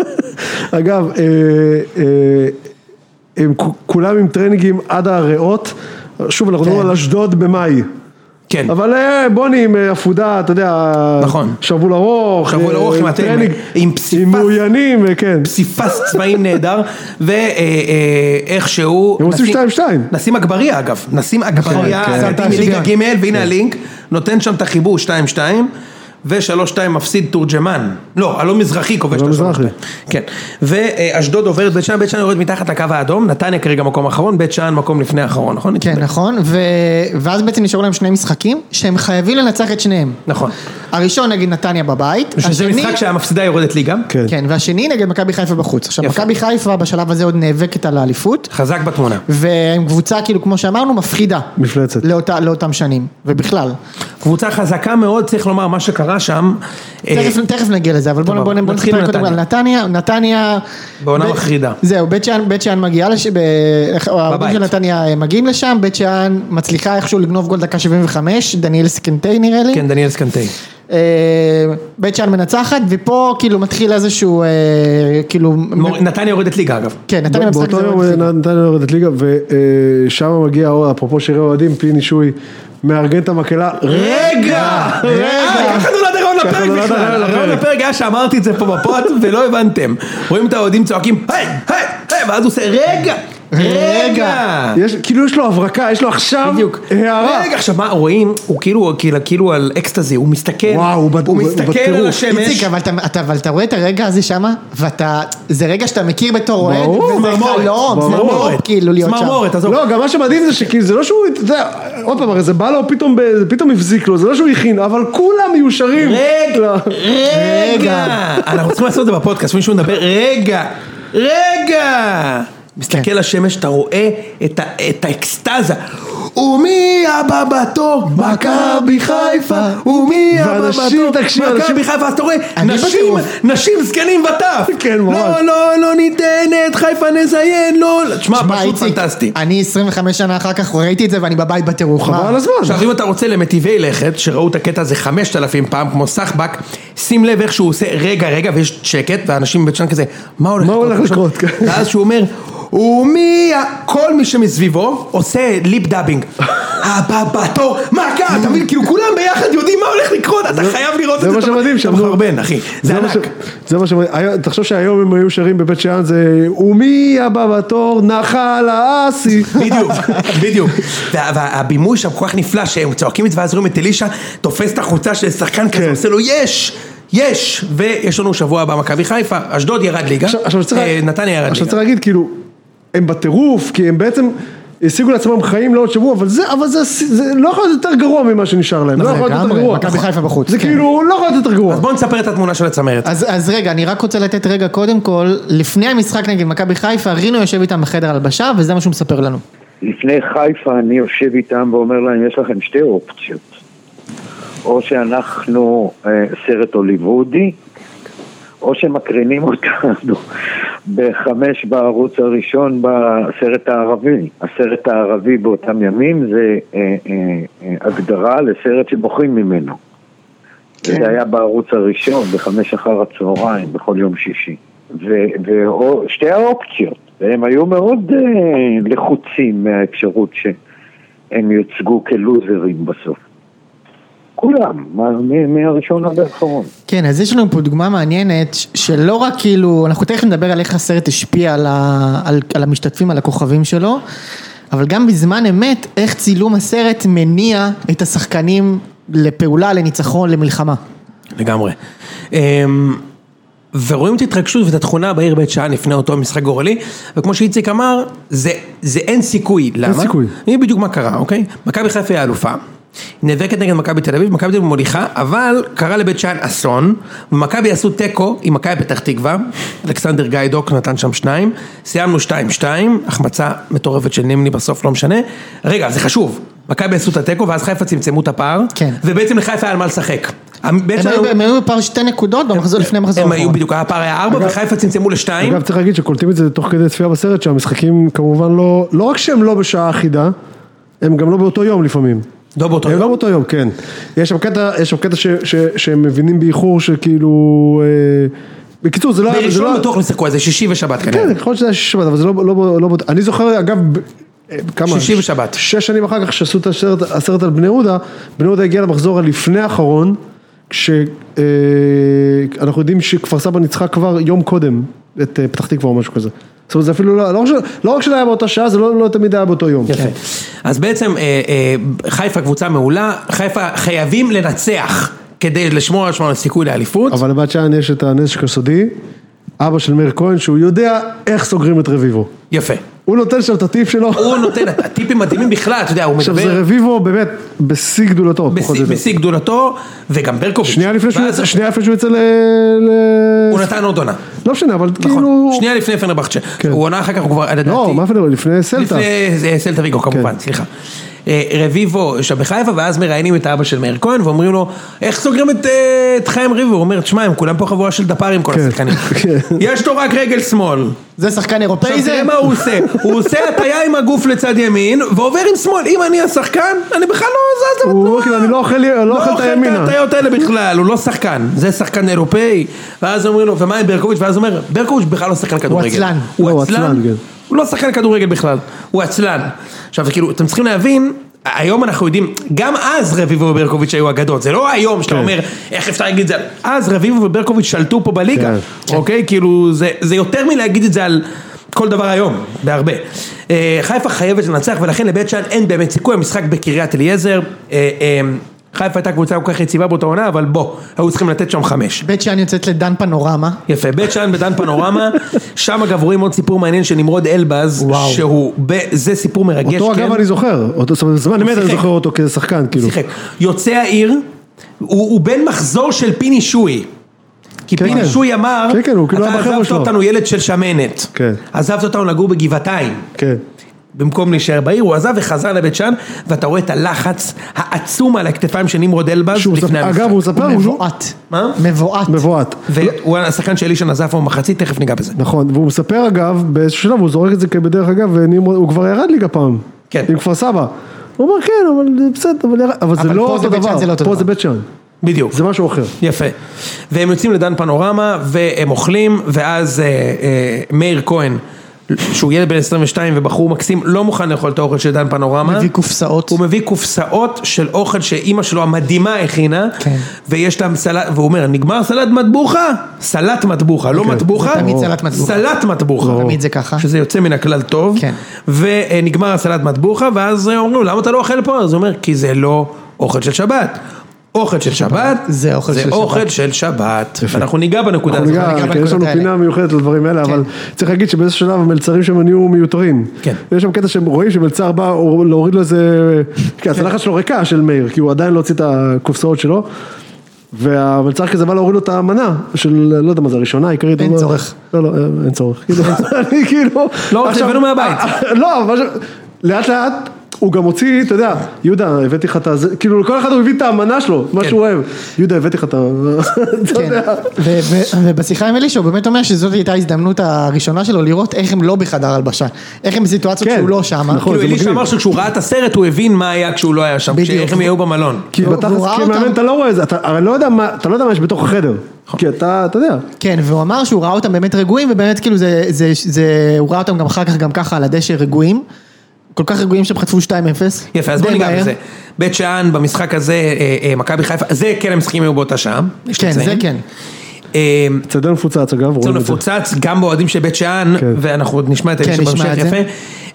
[SPEAKER 2] אגב אה, אה, הם כ- כולם עם טרנינגים עד הריאות, שוב אנחנו
[SPEAKER 3] כן.
[SPEAKER 2] מדברים על אשדוד במאי,
[SPEAKER 1] כן.
[SPEAKER 2] אבל אה, בוני עם אה, עפודה, אתה יודע,
[SPEAKER 1] נכון.
[SPEAKER 2] שרוול ארוך,
[SPEAKER 1] שרוול
[SPEAKER 2] אה,
[SPEAKER 1] ארוך עם הטרנינג, עם פסיפס.
[SPEAKER 2] עם מאוינים, אה, כן,
[SPEAKER 1] פסיפס צבעים נהדר, אה, ואיכשהו...
[SPEAKER 2] הם עושים שתיים, שתיים.
[SPEAKER 1] נסים אגבריה אגב, נסים אגבריה,
[SPEAKER 2] כן.
[SPEAKER 1] לדעתי
[SPEAKER 3] כן.
[SPEAKER 1] מליגה
[SPEAKER 3] שוויון.
[SPEAKER 1] ג' והנה הלינק, נותן שם את החיבור 2-2, ו-3-2 מפסיד תורג'מן, לא, אלון מזרחי כובש את
[SPEAKER 2] אלון
[SPEAKER 1] השלוש
[SPEAKER 2] מזרחי.
[SPEAKER 1] שתיים. כן, ואשדוד עוברת בית שאן, בית שאן יורד מתחת לקו האדום, נתניה כרגע מקום אחרון, בית שאן מקום לפני האחרון, נכון?
[SPEAKER 3] כן, נכון, ו... ואז בעצם נשארו להם שני משחקים שהם חייבים לנצח את שניהם.
[SPEAKER 1] נכון.
[SPEAKER 3] הראשון נגד נתניה בבית,
[SPEAKER 1] שזה
[SPEAKER 3] השני...
[SPEAKER 1] משחק שהמפסידה יורדת ליגה,
[SPEAKER 2] כן,
[SPEAKER 3] כן, והשני נגד מכבי חיפה בחוץ. עכשיו,
[SPEAKER 1] יפה.
[SPEAKER 3] מכבי חיפה בשלב הזה עוד נאבקת על האליפות,
[SPEAKER 1] חזק בתמונה.
[SPEAKER 3] והם קבוצה, כאילו, כמו שאמרנו, מפחידה.
[SPEAKER 2] מפלצת.
[SPEAKER 3] לאותה, לאותם שנים, ובכלל.
[SPEAKER 1] קבוצה חזקה מאוד, צריך לומר, מה שקרה שם, אה,
[SPEAKER 3] תכף, תכף נגיע לזה, אבל בואו
[SPEAKER 1] סבבה.
[SPEAKER 3] בוא, בוא, בוא
[SPEAKER 1] נתחיל
[SPEAKER 3] נספר קודם
[SPEAKER 1] מנתניה.
[SPEAKER 3] על נתניה, נתניה...
[SPEAKER 1] בעונה
[SPEAKER 3] בית-
[SPEAKER 1] מחרידה.
[SPEAKER 3] זהו, בית שאן, בית שאן מגיעה, לש... ב... האוהדים של נתניה אה, מגיעים לשם, בית שאן מצליחה איכשהו לגנוב גול דקה 75, דניאל סקנטי נראה לי.
[SPEAKER 1] כן, דניאל סקנטי.
[SPEAKER 3] אה, בית שאן מנצחת, ופה כאילו מתחיל איזשהו, אה, כאילו,
[SPEAKER 1] מור- נתניה יורדת ליגה אגב.
[SPEAKER 3] כן, נתניה
[SPEAKER 2] ב-
[SPEAKER 3] במשחק
[SPEAKER 2] באותו
[SPEAKER 3] זה
[SPEAKER 2] יום
[SPEAKER 3] מאוד
[SPEAKER 2] אה,
[SPEAKER 3] חשוב.
[SPEAKER 2] נתניה יורדת ליגה, ושם מגיע, האוהד, אפרופו שירי אוהדים, פיני שוי, מארגן את המקהלה,
[SPEAKER 1] רגע!
[SPEAKER 3] רגע.
[SPEAKER 1] אה, ככה נולד הרעיון הפרק
[SPEAKER 2] ככה נולד
[SPEAKER 1] בכלל,
[SPEAKER 2] הרעיון
[SPEAKER 1] הרעיון
[SPEAKER 2] לפרק.
[SPEAKER 1] הפרק היה שאמרתי את זה פה בפוד ולא הבנתם. רואים את האוהדים צועקים, היי, היי, היי, ואז הוא עושה, רגע, רגע.
[SPEAKER 2] יש- כאילו יש לו הברקה, יש לו עכשיו
[SPEAKER 1] בדיוק.
[SPEAKER 2] הערה.
[SPEAKER 1] רגע, עכשיו מה, רואים, הוא כאילו, כאילו, כאילו על אקסטזי, הוא מסתכל,
[SPEAKER 2] וואו, הוא בד-
[SPEAKER 1] הוא
[SPEAKER 2] הוא
[SPEAKER 1] מסתכל על
[SPEAKER 2] בטירוף.
[SPEAKER 1] השמש.
[SPEAKER 3] איציק, אבל אתה- אתה- אבל אתה רואה את הרגע הזה שמה, ואתה, זה רגע שאתה מכיר בתור אוהד,
[SPEAKER 2] ברור,
[SPEAKER 3] וזה חלום, צמרמורת, כאילו להיות שם.
[SPEAKER 1] צמרמורת, עזוב.
[SPEAKER 2] לא, גם מה שמדהים זה שכאילו זה לא שהוא, אתה יודע, עוד פעם, הרי זה בא לו פתאום, ב- זה פתאום הבזיק לו, זה לא שהוא הכין, אבל כולם מיושרים.
[SPEAKER 1] רגע,
[SPEAKER 2] לא.
[SPEAKER 1] רגע, אנחנו צריכים לעשות את זה בפודקאסט, מישהו מדבר, רגע, רגע.
[SPEAKER 2] כן.
[SPEAKER 1] מסתכל לשמש, אתה רואה את ה- את האקסטזה. ומי הבא בתור? מכבי חיפה. ומי הבא
[SPEAKER 2] ואנשים, תקשיב,
[SPEAKER 1] בתור? מכבי
[SPEAKER 2] אנשים-
[SPEAKER 1] חיפה. אז אתה רואה,
[SPEAKER 3] אני
[SPEAKER 1] נשים,
[SPEAKER 3] בטירוף.
[SPEAKER 1] נשים זקנים וטף.
[SPEAKER 2] כן, ממש.
[SPEAKER 1] לא, לא, לא ניתן את חיפה נזיין, לא. תשמע,
[SPEAKER 3] שמע,
[SPEAKER 1] פשוט
[SPEAKER 3] איציק,
[SPEAKER 1] פנטסטי.
[SPEAKER 3] אני 25 שנה אחר כך ראיתי את זה ואני בבית בטירוף. מה?
[SPEAKER 2] חבל על הזמן.
[SPEAKER 1] עכשיו אם אתה רוצה למטיבי לכת, שראו את הקטע הזה 5,000 פעם כמו סחבק, שים לב איך שהוא עושה רגע רגע ויש שקט ואנשים בבית שלנו כזה, מה הולך
[SPEAKER 2] מה הולך
[SPEAKER 1] עכשיו?"
[SPEAKER 2] לקרות? כן.
[SPEAKER 1] ואז שהוא אומר, ומי, ה- כל מי שמסביבו עושה ליפ דאבינג. הבא בתור, מכה, אתה מבין? כאילו כולם ביחד יודעים מה הולך לקרות, אתה חייב לראות את זה.
[SPEAKER 2] זה מה
[SPEAKER 1] אתה-
[SPEAKER 2] שמדהים
[SPEAKER 1] אתה
[SPEAKER 2] שם, נו.
[SPEAKER 1] מחרבן אחי, זה
[SPEAKER 2] מה
[SPEAKER 1] ענק.
[SPEAKER 2] ש- זה מה ש... תחשוב שהיום הם היו שרים בבית שאן זה ומי הבא בתור נחל האסי.
[SPEAKER 1] בדיוק, בדיוק. וה- והבימוי שם כל כך נפלא שהם צועקים את זה ואז רואים את אלישע תופס את החולצה של שחקן כזה,
[SPEAKER 2] כן.
[SPEAKER 1] עושה לו יש, יש, ויש לנו שבוע הבא מכבי חיפה, אשדוד ירד ליגה,
[SPEAKER 2] עכשיו- עכשיו צריך-
[SPEAKER 1] אה, נתניה ירד
[SPEAKER 2] עכשיו
[SPEAKER 1] ליגה.
[SPEAKER 2] צריך להגיד, כאילו, הם בטירוף, כי הם בעצם השיגו לעצמם חיים לעוד שבוע, אבל זה, אבל זה, זה לא יכול להיות יותר גרוע ממה שנשאר להם, לא
[SPEAKER 3] נכון,
[SPEAKER 2] יכול להיות יותר
[SPEAKER 3] לגמרי,
[SPEAKER 2] גרוע.
[SPEAKER 3] מכבי חיפה בחוץ,
[SPEAKER 2] זה
[SPEAKER 3] כן.
[SPEAKER 2] כאילו, לא יכול להיות יותר גרוע.
[SPEAKER 1] אז בואו נספר את התמונה של הצמרת.
[SPEAKER 3] אז, אז רגע, אני רק רוצה לתת רגע קודם כל, לפני המשחק נגד מכבי חיפה, רינו יושב איתם בחדר הלבשה, וזה מה שהוא מספר לנו.
[SPEAKER 4] לפני חיפה אני יושב איתם ואומר להם, יש לכם שתי אופציות. או שאנחנו אה, סרט הוליוודי, או שמקרינים אותנו בחמש בערוץ הראשון בסרט הערבי. הסרט הערבי באותם ימים זה אה, אה, אה, הגדרה לסרט שבוחרים ממנו. כן. זה היה בערוץ הראשון, בחמש אחר הצהריים, בכל יום שישי. ושתי האופציות, והם היו מאוד אה, לחוצים מהאפשרות שהם יוצגו כלוזרים בסוף. כולם, מה- מ- מהראשון עד האחרון.
[SPEAKER 3] כן, אז יש לנו פה דוגמה מעניינת, ש- שלא רק כאילו, אנחנו תכף נדבר על איך הסרט השפיע על, ה, על, על המשתתפים, על הכוכבים שלו, אבל גם בזמן אמת, איך צילום הסרט מניע את השחקנים לפעולה, לניצחון, למלחמה.
[SPEAKER 1] לגמרי. אמ, ורואים את ההתרגשות ואת התכונה בעיר בית שאן לפני אותו משחק גורלי, וכמו שאיציק אמר, זה, זה אין סיכוי, למה?
[SPEAKER 2] סיכוי.
[SPEAKER 1] אני בדיוק מה קרה, אוקיי? מכבי חיפה היא האלופה, היא נאבקת נגד מכבי תל אביב, מכבי תל אביב מוליכה, אבל קרה לבית שאן אסון, ומכבי עשו תיקו עם מכבי פתח תקווה, אלכסנדר גיידוק נתן שם שניים, סיימנו 2-2, החמצה מטורפת של נימני בסוף, לא משנה. רגע, זה חשוב, מכבי עשו את התיקו, ואז חיפה צמצמו את הפער,
[SPEAKER 3] כן.
[SPEAKER 1] ובעצם לחיפה היה על מה לשחק. בית
[SPEAKER 3] הם
[SPEAKER 1] שאן-
[SPEAKER 3] היו, הם היו בפער שתי נקודות במחזור, לפני המחזור
[SPEAKER 1] הם היו
[SPEAKER 3] האחרון.
[SPEAKER 1] בדיוק, היה פער היה ארבע וחיפה צמצמו לשתיים.
[SPEAKER 2] אגב, צריך להגיד שקולטים את זה תוך כדי צפייה בסרט, שהמשחקים כמובן לא, לא רק שהם לא בשעה אחידה, הם גם לא באותו יום לפעמים.
[SPEAKER 1] לא באותו
[SPEAKER 2] הם לא
[SPEAKER 1] יום.
[SPEAKER 2] באותו יום, כן. יש שם קטע, יש שם קטע ש, ש, שהם מבינים באיחור שכאילו... אה, בקיצור, זה לא... היה- זה לא
[SPEAKER 1] בראשון
[SPEAKER 2] היה-
[SPEAKER 1] בטוח לא שיחקו, אז זה שישי ושבת כנראה.
[SPEAKER 2] כן, יכול להיות שזה היה שישי שבת, אבל זה לא, לא, לא, אני זוכר, אגב, ב- אה, כמה?
[SPEAKER 1] שישי ושבת.
[SPEAKER 2] שש שנים אחר כך שעשו את הסרט, הסרט על בני יהודה, בני יהודה הגיע למחזור הלפני האחרון, כשאנחנו יודעים שכפר סבא ניצחה כבר יום קודם את אה, פתח תקווה או משהו כזה. זאת אומרת, זה אפילו לא, לא, רק שלא- לא רק שלא היה באותה שעה, זה לא, לא תמיד היה באותו יום.
[SPEAKER 1] יפה. אז בעצם אה, אה, חיפה קבוצה מעולה, חיפה חייבים לנצח כדי לשמור על שמונה סיכוי לאליפות.
[SPEAKER 2] אבל לבת שאן יש את הנשק הסודי, אבא של מאיר כהן, שהוא יודע איך סוגרים את רביבו.
[SPEAKER 1] יפה.
[SPEAKER 2] הוא נותן שם את הטיפ שלו.
[SPEAKER 1] הוא נותן את הטיפים מדהימים בכלל, אתה יודע, הוא
[SPEAKER 2] עכשיו זה
[SPEAKER 1] מדבר
[SPEAKER 2] רביבו באמת בשיא גדולתו, פחות או
[SPEAKER 1] בשיא-
[SPEAKER 2] יותר.
[SPEAKER 1] בשיא גדולתו, וגם ברקוביץ'.
[SPEAKER 2] שנייה לפני שהוא
[SPEAKER 1] ואז
[SPEAKER 2] יצא, שנייה לפני שהוא יצא ל... ל-
[SPEAKER 1] הוא נתן עוד עונה.
[SPEAKER 2] לא משנה, אבל
[SPEAKER 1] נכון.
[SPEAKER 2] כאילו...
[SPEAKER 1] שנייה לפני פנרבחצ'ה. הוא עונה אחר כך, הוא כבר, לדעתי...
[SPEAKER 2] כן. לא, מה פתאום, לפני סלטה.
[SPEAKER 1] לפני זה, סלטה ויגו כמובן,
[SPEAKER 2] כן.
[SPEAKER 1] סליחה. אה, רביבו שם בחיפה, ואז מראיינים את אבא של מאיר כהן, ואומרים לו, איך סוגרים את, אה, את חיים רביבו? הוא אומר, תשמע, הם כולם פה חבורה של דפ"רים כל
[SPEAKER 2] כן,
[SPEAKER 1] השחקנים.
[SPEAKER 2] כן.
[SPEAKER 1] יש לו רק רגל שמאל.
[SPEAKER 3] זה שחקן אירופאי
[SPEAKER 1] עכשיו
[SPEAKER 3] זה?
[SPEAKER 1] תראה מה הוא עושה, הוא עושה הטיה עם הגוף לצד ימין, ועובר עם שמאל. אם אני השחקן, אני בכלל לא זז
[SPEAKER 2] הוא אומר
[SPEAKER 1] בתנועה.
[SPEAKER 2] כאילו, אני לא אוכל לא אוכל את הימינה.
[SPEAKER 1] ההטיות האלה בכלל, הוא לא שחקן, זה שחקן אירופאי, ואז אומרים לו, ומה עם ברקוביץ', ואז הוא אומר, ברקוביץ' בכלל לא שחקן כדורגל.
[SPEAKER 3] עצלן.
[SPEAKER 2] לא, הוא עצלן, כן.
[SPEAKER 1] הוא לא שחקן כדורגל בכלל, הוא עצלן. עכשיו, כאילו, אתם צריכים להבין, היום אנחנו יודעים, גם אז רביבו וברקוביץ' היו אגדות, זה לא היום שאתה
[SPEAKER 2] כן.
[SPEAKER 1] אומר, איך אפשר להגיד את זה, על-" אז רביבו וברקוביץ' שלטו פה בליגה,
[SPEAKER 2] כן.
[SPEAKER 1] אוקיי? כאילו, זה- זה יותר מלהגיד את זה על כל דבר היום, בהרבה. אה, חיפה חייבת לנצח, ולכן לבית שאן אין באמת סיכוי, המשחק בקריית אליעזר, אה, אה, חיפה הייתה קבוצה כל כך יציבה באותה עונה, אבל בוא, היו צריכים לתת שם חמש.
[SPEAKER 3] בית שאן יוצאת לדן פנורמה.
[SPEAKER 1] יפה, בית שאן בדן פנורמה, שם אגב רואים עוד סיפור מעניין של נמרוד אלבז,
[SPEAKER 3] וואו.
[SPEAKER 1] שהוא, ב- זה סיפור מרגש,
[SPEAKER 2] אותו
[SPEAKER 1] כן?
[SPEAKER 2] אגב אני זוכר, אותו, זאת אומרת, זמן אמת אני
[SPEAKER 1] שיחק.
[SPEAKER 2] זוכר אותו כשחקן, כאילו.
[SPEAKER 1] שיחק. יוצא העיר, הוא, הוא בן מחזור של פיני שוי. כי
[SPEAKER 2] כן,
[SPEAKER 1] פיני
[SPEAKER 2] כן.
[SPEAKER 1] שוי אמר,
[SPEAKER 2] כן, כן, הוא כאילו היה
[SPEAKER 1] אתה
[SPEAKER 2] בחבר'ה
[SPEAKER 1] עזבת
[SPEAKER 2] שלו."
[SPEAKER 1] אותנו ילד של שמנת.
[SPEAKER 2] כן.
[SPEAKER 1] עזבת אותנו לגור בגבעתיים.
[SPEAKER 2] כן.
[SPEAKER 1] במקום להישאר בעיר, הוא עזב וחזר לבית שאן, ואתה רואה את הלחץ העצום על הכתפיים של נמרוד אלבז
[SPEAKER 2] שהוא
[SPEAKER 1] לפני
[SPEAKER 2] מספר-
[SPEAKER 1] המשחק.
[SPEAKER 2] אגב, הוא מספר,
[SPEAKER 3] הוא
[SPEAKER 2] הוא לא-
[SPEAKER 3] מבועת.
[SPEAKER 1] מה?
[SPEAKER 3] מבועת.
[SPEAKER 2] מבועת.
[SPEAKER 1] והוא השחקן של אלישן עזב פה במחצית, תכף ניגע בזה.
[SPEAKER 2] נכון, והוא מספר אגב, באיזשהו שלב הוא זורק את זה כבדרך אגב, ונמרוד- הוא כבר ירד ליגה פעם,
[SPEAKER 1] כן.
[SPEAKER 2] עם כפר סבא. הוא אומר כן, אבל זה בסדר, אבל, ירד, אבל, זה
[SPEAKER 3] אבל
[SPEAKER 2] לא
[SPEAKER 3] פה זה
[SPEAKER 2] אותו
[SPEAKER 3] בית שאן, זה לא
[SPEAKER 2] דבר,
[SPEAKER 3] אותו
[SPEAKER 2] פה
[SPEAKER 3] דבר.
[SPEAKER 2] זה בית שאן,
[SPEAKER 1] בדיוק.
[SPEAKER 2] זה משהו אחר.
[SPEAKER 1] יפה. והם יוצאים לדן פנורמה, והם אוכלים, ואז אה, אה, מאיר כהן, שהוא ילד בן 22 ובחור מקסים, לא מוכן לאכול את האוכל של דן פנורמה.
[SPEAKER 3] מביא קופסאות.
[SPEAKER 1] הוא מביא קופסאות של אוכל שאימא שלו המדהימה הכינה,
[SPEAKER 3] כן.
[SPEAKER 1] ויש להם סלט, והוא אומר, נגמר סלט מטבוחה? סלט מטבוחה, לא
[SPEAKER 2] כן.
[SPEAKER 1] מטבוחה,
[SPEAKER 3] זה אוקיי. תמיד סלט מטבוחה.
[SPEAKER 1] סלט מטבוחה.
[SPEAKER 3] תמיד זה ככה.
[SPEAKER 1] שזה יוצא מן הכלל טוב,
[SPEAKER 3] כן.
[SPEAKER 1] ונגמר הסלט מטבוחה, ואז אומרים לו, למה אתה לא אוכל פה? אז הוא אומר, כי זה לא אוכל של שבת. אוכל של שבת,
[SPEAKER 3] זה אוכל של
[SPEAKER 1] זה
[SPEAKER 3] שבת.
[SPEAKER 1] אוכל של שבת. ואנחנו ניגע בנקודה
[SPEAKER 2] אנחנו
[SPEAKER 1] הזאת. כאילו,
[SPEAKER 2] ניגע-
[SPEAKER 3] ניגע
[SPEAKER 2] כן, יש לנו
[SPEAKER 3] בנקודות האלה.
[SPEAKER 2] פינה מיוחדת לדברים האלה, אבל צריך להגיד שבאיזשהו שלב המלצרים שם נהיו מיותרים.
[SPEAKER 1] כן.
[SPEAKER 2] יש שם קטע שהם רואים שמלצר בא הוא- להוריד לו איזה,
[SPEAKER 1] כן.
[SPEAKER 2] כי הצלחת שלו ריקה של מאיר, כי הוא עדיין לא הוציא את הקופסאות שלו, והמלצר כזה בא להוריד לו את המנה של, לא יודע מה זה, הראשונה, העיקרית.
[SPEAKER 3] אין
[SPEAKER 2] הוא לא-
[SPEAKER 3] צורך.
[SPEAKER 2] לא, לא, אין צורך. כאילו, אני כאילו...
[SPEAKER 1] לא רוצה,
[SPEAKER 2] עכשיו-
[SPEAKER 1] הבאנו מהבית.
[SPEAKER 2] לא, אבל לאט לאט. הוא גם הוציא, אתה יודע, יהודה, הבאתי לך את הזה, כאילו לכל אחד הוא הביא את האמנה שלו, מה
[SPEAKER 1] כן.
[SPEAKER 2] שהוא אוהב. יהודה, הבאתי לך את ה...
[SPEAKER 1] לא
[SPEAKER 2] אתה
[SPEAKER 3] כן,
[SPEAKER 2] יודע.
[SPEAKER 3] ו- ו- ובשיחה עם אלישע הוא באמת אומר שזאת הייתה ההזדמנות הראשונה שלו לראות איך הם לא בחדר הלבשה, איך הם בסיטואציות
[SPEAKER 2] כן,
[SPEAKER 3] שהוא לא שם,
[SPEAKER 2] נכון,
[SPEAKER 1] כאילו
[SPEAKER 2] זה
[SPEAKER 1] אלישע
[SPEAKER 2] מגניב.
[SPEAKER 1] אמר שכשהוא ראה את הסרט הוא הבין מה היה כשהוא לא היה שם,
[SPEAKER 3] בדיוק.
[SPEAKER 1] כשאיך הם יהיו במלון.
[SPEAKER 2] כי
[SPEAKER 3] והוא-
[SPEAKER 2] בתכלס
[SPEAKER 3] והוא ראה
[SPEAKER 2] כמאמן
[SPEAKER 3] אותם. נכון.
[SPEAKER 2] אתה לא רואה את זה, אתה הרי לא יודע מה, אתה לא יודע מה יש בתוך החדר, כי אתה, אתה יודע,
[SPEAKER 3] כן, והוא אמר שהוא ראה אותם באמת רגועים ובאמת כאילו זה, זה, זה, הוא ראה אותם גם אחר כך גם ככה על הדשא רגועים, כל כך רגועים שהם חטפו 2-0,
[SPEAKER 1] יפה, אז בוא
[SPEAKER 3] די
[SPEAKER 1] ניגע
[SPEAKER 3] מהר. כן,
[SPEAKER 1] בזה. בית שאן במשחק הזה, אה, אה, מכבי חיפה, זה כן המשחקים היו באותה שעה. יש
[SPEAKER 3] כן, זה
[SPEAKER 1] לציין.
[SPEAKER 3] כן,
[SPEAKER 1] אה,
[SPEAKER 2] אצטדיון מפוצץ אגב,
[SPEAKER 1] זה
[SPEAKER 2] רואים את זה.
[SPEAKER 1] מפוצץ גם באוהדים של בית שאן,
[SPEAKER 2] כן.
[SPEAKER 1] ואנחנו עוד נשמע את
[SPEAKER 3] כן,
[SPEAKER 1] אלישע
[SPEAKER 3] נשמע
[SPEAKER 1] בהמשך,
[SPEAKER 3] את זה.
[SPEAKER 1] יפה.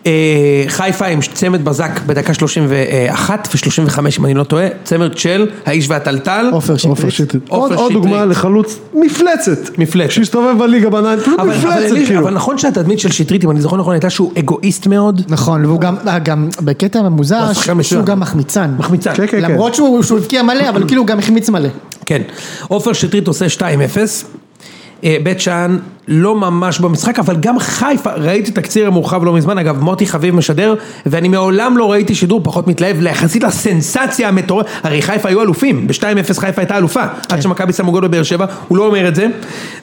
[SPEAKER 1] אה, חיפה עם צמד בזק בדקה 31 ו-35 אם אני לא טועה, צמד של האיש והטלטל.
[SPEAKER 3] עופר
[SPEAKER 2] עופר
[SPEAKER 3] שטרית.
[SPEAKER 2] שטרית,
[SPEAKER 1] עופר
[SPEAKER 2] עוד עוד
[SPEAKER 1] שטרית.
[SPEAKER 2] דוגמה לחלוץ מפלצת,
[SPEAKER 1] מפלצת.
[SPEAKER 2] שהסתובב בליגה בעיניים, פשוט
[SPEAKER 1] אבל- אבל
[SPEAKER 2] מפלצת
[SPEAKER 1] אלישע,
[SPEAKER 2] כאילו,
[SPEAKER 1] אבל נכון שהתדמית של שטרית, אם אני זוכר נכון, הייתה שהוא אגואיסט מאוד.
[SPEAKER 3] נכון, והוא גם, גם בקטע
[SPEAKER 1] הוא
[SPEAKER 3] המוזר
[SPEAKER 1] שחקן
[SPEAKER 3] שהוא
[SPEAKER 1] מצוין.
[SPEAKER 3] גם מחמיצן,
[SPEAKER 1] מחמיצה.
[SPEAKER 2] כן, כן, כן,
[SPEAKER 3] למרות שהוא שהוא הבקיע מלא אבל כאילו הוא גם החמיץ מלא,
[SPEAKER 1] כן. עופר שטרית עושה 2-0. אה, בית שאן לא ממש במשחק, אבל גם חיפה, ראיתי תקציר המורחב לא מזמן, אגב מוטי חביב משדר, ואני מעולם לא ראיתי שידור פחות מתלהב, יחסית לסנסציה המטורפת, הרי חיפה היו אלופים, ב-2-0 חיפה הייתה אלופה,
[SPEAKER 2] כן.
[SPEAKER 1] עד שמכבי שמו גול בבאר שבע, הוא לא אומר את זה,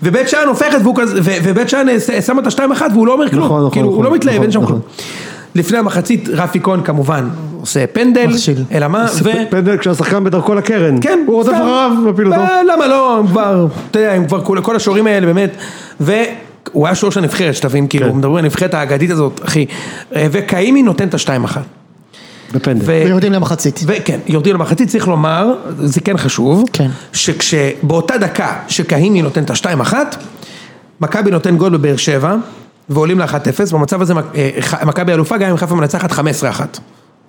[SPEAKER 1] ובית שאן הופכת, והוא כזה- ו- ובית שאן אה, ש- שמה את ה-2-1 והוא לא אומר כלום,
[SPEAKER 2] נכון, נכון,
[SPEAKER 1] כאילו הוא
[SPEAKER 2] נכון,
[SPEAKER 1] לא מתלהב,
[SPEAKER 2] נכון,
[SPEAKER 1] אין שם
[SPEAKER 2] נכון.
[SPEAKER 1] כלום. לפני המחצית רפי כהן כמובן עושה פנדל,
[SPEAKER 3] מכשיל.
[SPEAKER 1] אלא מה,
[SPEAKER 2] זה
[SPEAKER 1] ו...
[SPEAKER 2] פנדל כשהשחקן בדרכו לקרן,
[SPEAKER 1] כן,
[SPEAKER 2] הוא רודף
[SPEAKER 1] סתם.
[SPEAKER 2] אחריו מפיל אותו,
[SPEAKER 1] אה, למה לא, הם כבר, אתה יודע, הם כבר, כל, כל השוערים האלה באמת, והוא היה שוער של הנבחרת, שתבין, כאילו,
[SPEAKER 2] כן.
[SPEAKER 1] מדברים על הנבחרת האגדית הזאת, אחי, אה, וקאימי נותן את השתיים אחת.
[SPEAKER 2] בפנדל,
[SPEAKER 1] ו- כן,
[SPEAKER 3] ויורדים למחצית,
[SPEAKER 1] וכן, יורדים למחצית, צריך לומר, זה כן חשוב,
[SPEAKER 3] כן.
[SPEAKER 1] שכשבאותה דקה שקהיני נותן את השתיים אחת, מכבי נותן גול בבאר שבע, ועולים לאחת אפס, במצב הזה מק- אה, ח- מכבי אלופה גם אם חיפה מנצחת חמש עשרה אחת,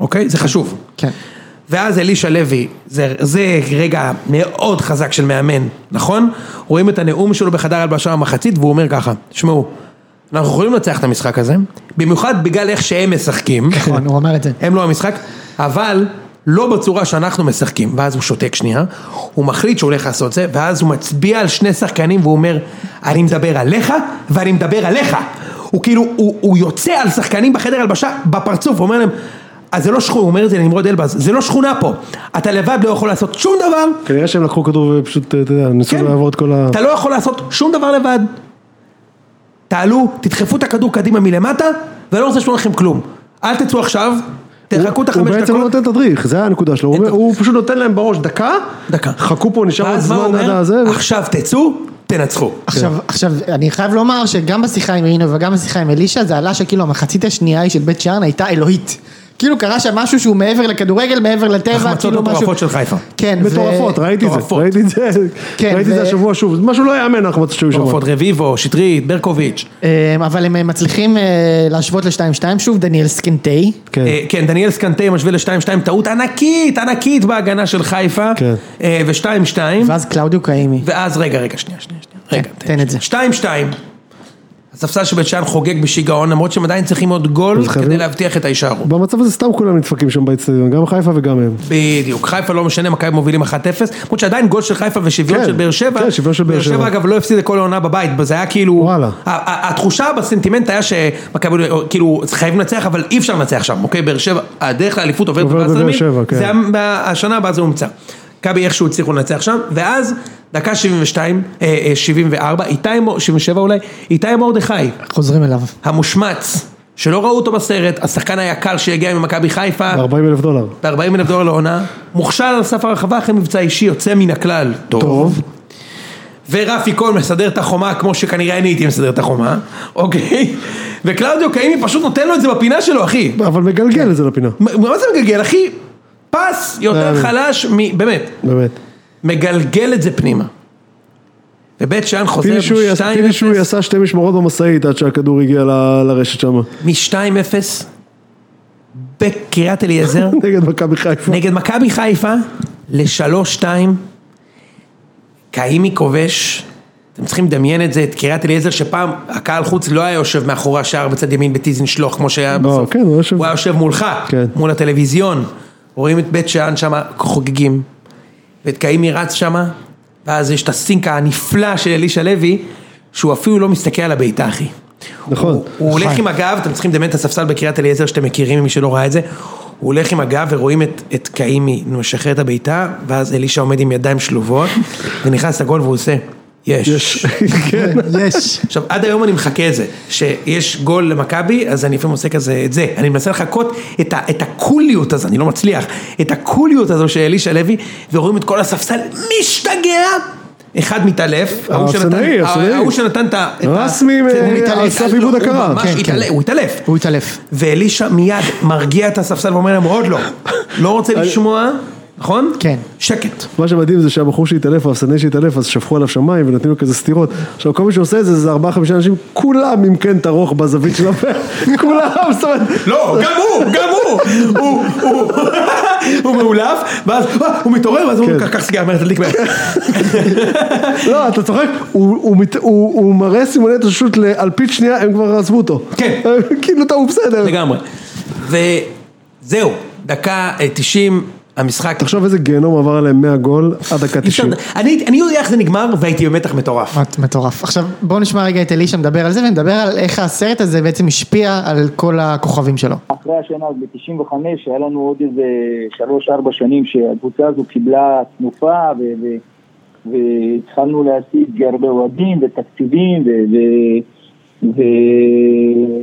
[SPEAKER 1] אוקיי? זה חשוב.
[SPEAKER 3] כן.
[SPEAKER 1] ואז אלישע לוי, זה, זה רגע מאוד חזק של מאמן, נכון? רואים את הנאום שלו בחדר הלבשה במחצית, והוא אומר ככה, תשמעו, אנחנו יכולים לנצח את המשחק הזה, במיוחד בגלל איך שהם משחקים.
[SPEAKER 3] נכון, הוא אמר את
[SPEAKER 2] כן.
[SPEAKER 3] זה.
[SPEAKER 1] הם לא המשחק, אבל לא בצורה שאנחנו משחקים. ואז הוא שותק שנייה, הוא מחליט שהוא הולך לעשות זה, ואז הוא מצביע על שני שחקנים והוא אומר, אני מדבר עליך ואני מדבר עליך. הוא כאילו, הוא, הוא יוצא על שחקנים בחדר הלבשה בפרצוף, הוא אומר להם, אז זה לא שכונה, הוא אומר את זה לנמרוד אלבז, זה לא שכונה פה, אתה לבד לא יכול לעשות שום דבר,
[SPEAKER 2] כנראה שהם לקחו כדור ופשוט, אתה יודע, ניסו
[SPEAKER 1] כן.
[SPEAKER 2] לעבור את כל ה...
[SPEAKER 1] אתה לא יכול לעשות שום דבר לבד. תעלו, תדחפו את הכדור קדימה מלמטה, ואני לא רוצה לשמוע לכם כלום. אל תצאו עכשיו, תחכו את
[SPEAKER 2] הוא
[SPEAKER 1] החמש דקות.
[SPEAKER 2] בעצם לא נותן תדריך, זה היה הנקודה שלו, הוא אומר- הוא פשוט נותן להם בראש דקה,
[SPEAKER 1] דקה.
[SPEAKER 2] חכו פה, נשאר עוד
[SPEAKER 1] ואז מה הוא
[SPEAKER 2] זמן עד
[SPEAKER 1] אומר?
[SPEAKER 2] הזה,
[SPEAKER 1] עכשיו תצאו, תנצחו.
[SPEAKER 3] עכשיו, עכשיו, אני חייב לומר שגם בשיחה עם רינו וגם בשיחה עם אלישע, זה עלה שכאילו המחצית השנייה היא של בית שאן הייתה אלוהית. כאילו קרה שם משהו שהוא מעבר לכדורגל, מעבר לטבע,
[SPEAKER 1] החמצות
[SPEAKER 3] כאילו משהו...
[SPEAKER 1] מטורפות של חיפה.
[SPEAKER 3] כן, ו-
[SPEAKER 2] מטורפות, אה? ראיתי את זה,
[SPEAKER 1] מטורפות.
[SPEAKER 2] ראיתי את זה,
[SPEAKER 3] כן,
[SPEAKER 2] ראיתי את זה
[SPEAKER 3] ו-
[SPEAKER 2] השבוע שוב, זה משהו לא יאמן ההחמצות שהיו שם.
[SPEAKER 1] מטורפות, רביבו, שטרית, ברקוביץ'.
[SPEAKER 3] אה, אבל הם אה, מצליחים אה, להשוות ל-2-2 שוב, דניאל סקנטי.
[SPEAKER 2] כן.
[SPEAKER 1] אה, כן, דניאל סקנטי משווה ל-2-2, טעות ענקית, ענקית בהגנה של חיפה.
[SPEAKER 2] כן.
[SPEAKER 1] אה, ו-2-2.
[SPEAKER 3] ואז קלאודיו קאימי.
[SPEAKER 1] ואז, רגע, רגע, שנייה, שנייה, שנייה. רגע,
[SPEAKER 3] כן, תן את זה.
[SPEAKER 1] 2-2. הספסל של בית שאן חוגג בשיגעון, למרות שהם עדיין צריכים עוד גול
[SPEAKER 2] אז חייבים-
[SPEAKER 1] כדי להבטיח את ההישארות.
[SPEAKER 2] במצב הזה סתם כולם נדפקים שם באצטדיון, גם חיפה וגם הם.
[SPEAKER 1] בדיוק, חיפה לא משנה, מכבי מובילים 1-0, למרות שעדיין גול של חיפה ושוויון
[SPEAKER 2] כן,
[SPEAKER 1] של באר שבע.
[SPEAKER 2] כן, שוויון של באר שבע.
[SPEAKER 1] באר שבע אגב לא הפסידה כל העונה בבית, זה היה כאילו...
[SPEAKER 2] וואלה.
[SPEAKER 1] ה- ה- התחושה בסנטימנט היה שמכבי, או, כאילו, חייבים לנצח, אבל אי אפשר לנצח שם, אוקיי? באר שבע, הדרך לאליפות עוברת
[SPEAKER 2] עוברת
[SPEAKER 1] בבאר
[SPEAKER 2] בבאר שבע, כן.
[SPEAKER 1] זה היה ב- השנה הבאה זה הומצא. מכבי איכשהו הצליחו לנצח שם, ואז דקה 72, אה, אה, 74, איתי, מור- 77 אולי, איתי מרדכי,
[SPEAKER 3] חוזרים אליו.
[SPEAKER 1] המושמץ, שלא ראו אותו בסרט, השחקן היקר שהגיע ממכבי חיפה.
[SPEAKER 2] ב-40 אלף דולר.
[SPEAKER 1] ב-40 אלף דולר לעונה, מוכשר על סף הרחבה אחרי מבצע אישי, יוצא מן הכלל.
[SPEAKER 2] טוב.
[SPEAKER 1] ורפי כהן מסדר את החומה כמו שכנראה אני הייתי מסדר את החומה, אוקיי? וקלאודיו קאימי פשוט נותן לו את זה בפינה שלו, אחי.
[SPEAKER 2] אבל מגלגל את זה לפינה,
[SPEAKER 1] מ- מה זה מגלגל, אחי? פס יותר
[SPEAKER 2] אה.
[SPEAKER 1] חלש מ... באמת.
[SPEAKER 2] באמת.
[SPEAKER 1] מגלגל את זה פנימה. ובית שאן חוזר
[SPEAKER 2] פינישוי עשה- פינישוי
[SPEAKER 1] מ-2-0,
[SPEAKER 2] עשה שתי משמרות במשאית עד שהכדור הגיע ל- לרשת שם,
[SPEAKER 1] מ-2-0, בקריית אליעזר,
[SPEAKER 2] נגד מכבי חיפה.
[SPEAKER 1] נגד מכבי חיפה, ל-3-2, קאימי כובש, אתם צריכים לדמיין את זה, את קריית אליעזר שפעם הקהל חוץ לא היה יושב מאחורי השער בצד ימין בטיזן שלוח כמו שהיה
[SPEAKER 2] לא,
[SPEAKER 1] בסוף,
[SPEAKER 2] כן, הוא יושב-
[SPEAKER 1] הוא היה יושב מולך,
[SPEAKER 2] כן.
[SPEAKER 1] מול הטלוויזיון, רואים את בית שאן שם חוגגים, ואת קאימי רץ שם, ואז יש את הסינק הנפלא של אלישע לוי, שהוא אפילו לא מסתכל על הבעיטה אחי.
[SPEAKER 2] נכון.
[SPEAKER 1] הוא- הוא הולך עם הגב, אתם צריכים לדמיין את הספסל בקריית אליעזר שאתם מכירים, מי שלא ראה את זה. הוא הולך עם הגב ורואים את, את קאימי משחרר את הבעיטה, ואז אלישע עומד עם ידיים שלובות, ונכנס לגול והוא עושה, יש. יש.
[SPEAKER 2] כן.
[SPEAKER 3] יש.
[SPEAKER 1] עכשיו, עד היום אני מחכה את זה, שיש גול למכבי, אז אני לפעמים עושה כזה את זה. אני מנסה לחכות את, ה, את הקוליות הזו, אני לא מצליח, את הקוליות הזו של אלישע לוי, ורואים את כל הספסל משתגע! אחד מתעלף, ההוא שנתן-
[SPEAKER 2] האפסנאי, האפסנאי.
[SPEAKER 1] ההוא שנתן את ה... את ה-
[SPEAKER 2] אה, רסמי, אה,
[SPEAKER 1] הוא
[SPEAKER 2] על
[SPEAKER 1] התעלף.
[SPEAKER 2] סף עיבוד
[SPEAKER 1] הוא
[SPEAKER 2] הכרה.
[SPEAKER 1] ממש
[SPEAKER 3] כן, כן.
[SPEAKER 1] התעלף, הוא התעלף.
[SPEAKER 3] הוא התעלף.
[SPEAKER 1] ואלישע מיד מרגיע את הספסל ואומר להם עוד לא, לא רוצה לשמוע, נכון?
[SPEAKER 3] כן.
[SPEAKER 1] שקט.
[SPEAKER 2] מה שמדהים זה שהבחור שהתעלף, האפסנאי שהתעלף, אז שפכו עליו שמיים ונתנו לו כזה סטירות. עכשיו כל מי שעושה את זה, זה ארבעה חמישה אנשים, כולם עם קן ארוך בזווית של הפה, כולם, זאת אומרת,
[SPEAKER 1] לא, גם הוא, גם הוא, הוא, הוא, הוא מאולף, ואז אה, הוא מתעורר, ואז הוא אומר,
[SPEAKER 2] כן.
[SPEAKER 1] קח סגר, אומר, תדליק בעיה.
[SPEAKER 2] לא, אתה צוחק, הוא- הוא מת- הוא הוא מראה סימוני התרשות לאלפית שנייה, הם כבר עזבו אותו.
[SPEAKER 1] כן.
[SPEAKER 2] כאילו, אתה הוא בסדר.
[SPEAKER 1] לגמרי. וזהו, דקה אה, 90, המשחק.
[SPEAKER 2] תחשוב איזה גיהנום עבר עליהם מהגול עד דקה
[SPEAKER 1] אי אפשר-
[SPEAKER 2] 90.
[SPEAKER 1] אני אני יודע איך זה נגמר, והייתי במתח מטורף.
[SPEAKER 3] מט- מטורף. עכשיו בואו נשמע רגע את אלישע מדבר על זה ונדבר על איך הסרט הזה בעצם השפיע על כל הכוכבים שלו.
[SPEAKER 5] אחרי השנה, אז ב-95, היה לנו עוד איזה שלוש-ארבע שנים שהקבוצה הזו קיבלה תנופה, ו- ו- והתחלנו להשיג הרבה אוהדים ותקציבים, ו- ו-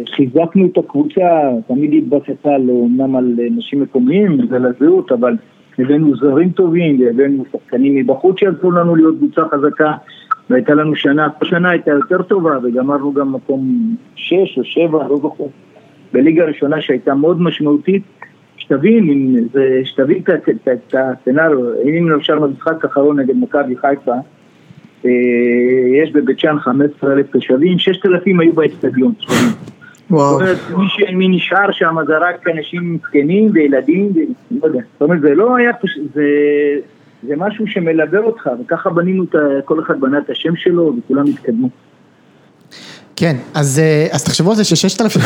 [SPEAKER 5] וחיזקנו את הקבוצה, תמיד התבססה על- אומנם על אנשים מקומיים, בגלל הזהות, אבל הבאנו זרים טובים, הבאנו שחקנים מבחוץ שעזרו לנו להיות קבוצה חזקה, והייתה לנו שנה, כל שנה הייתה יותר טובה, וגמרנו גם מקום שש או שבע, לא זוכר. בליגה הראשונה שהייתה מאוד משמעותית, שתבין, אם זה- שתבין את ה- את ה- את הסצנריו, אם למשל במשחק האחרון נגד מכבי חיפה, אה, יש בבית שאן 15 אלף תושבים, 6,000 היו באצטדיון.
[SPEAKER 3] וואו.
[SPEAKER 5] זאת אומרת, מי ש- מי נשאר שם זה רק אנשים זקנים וילדים, ו- לא יודע. זאת אומרת, זה לא היה, פש- זה, זה משהו שמלווה אותך, וככה בנינו את, ה- כל אחד בנה את השם שלו, וכולם התקדמו.
[SPEAKER 3] כן, אז אה, אז תחשבו על זה ששת אלפים,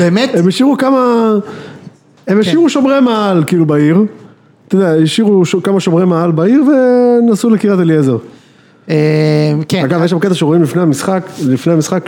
[SPEAKER 3] באמת,
[SPEAKER 2] הם השאירו כמה...
[SPEAKER 1] כן.
[SPEAKER 2] הם השאירו שומרי מעל, כאילו, בעיר. אתה יודע, השאירו ש- כמה שומרי מעל בעיר ונסעו לקריית אליעזר.
[SPEAKER 3] אה, כן,
[SPEAKER 2] אגב, יש שם קטע שרואים לפני המשחק, לפני המשחק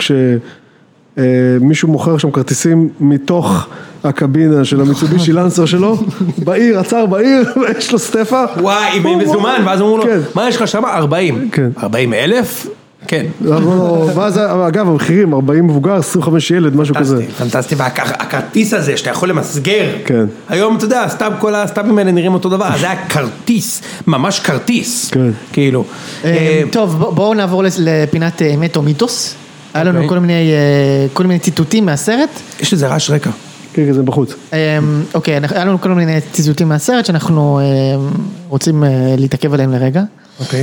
[SPEAKER 2] שמישהו מוכר שם כרטיסים מתוך הקבינה של
[SPEAKER 3] נכון.
[SPEAKER 2] המיצובישי לנסר שלו, בעיר, עצר בעיר, ויש לו סטפה.
[SPEAKER 1] וואי,
[SPEAKER 2] הוא-
[SPEAKER 1] מזומן,
[SPEAKER 2] הוא-
[SPEAKER 1] ואז אמרו לו,
[SPEAKER 2] כן.
[SPEAKER 1] מה יש לך שם? 40.
[SPEAKER 2] כן.
[SPEAKER 1] 40 אלף? כן.
[SPEAKER 2] ואמרו לו, ואז, אגב, המחירים, 40 מבוגר, 25 ילד, משהו כזה.
[SPEAKER 1] פנטסטי, פנטסטי, והכרטיס הזה שאתה יכול למסגר,
[SPEAKER 2] כן.
[SPEAKER 1] היום אתה יודע, סתם כל הסתיו האלה נראים אותו דבר, זה היה כרטיס, ממש כרטיס,
[SPEAKER 2] כן.
[SPEAKER 1] כאילו.
[SPEAKER 3] אה,
[SPEAKER 1] אה,
[SPEAKER 3] טוב בוא- בואו נעבור לס- לפינת אה, אמת או מיתוס, היה לנו
[SPEAKER 1] אוקיי.
[SPEAKER 3] כל מיני, אה, כל מיני ציטוטים מהסרט,
[SPEAKER 1] יש איזה רעש רקע.
[SPEAKER 2] כן, כן, זה בחוץ.
[SPEAKER 3] אמ, אוקיי, אנחנו- היה לנו כל מיני ציטוטים מהסרט שאנחנו אמ, רוצים אה, להתעכב עליהם לרגע.
[SPEAKER 1] אוקיי.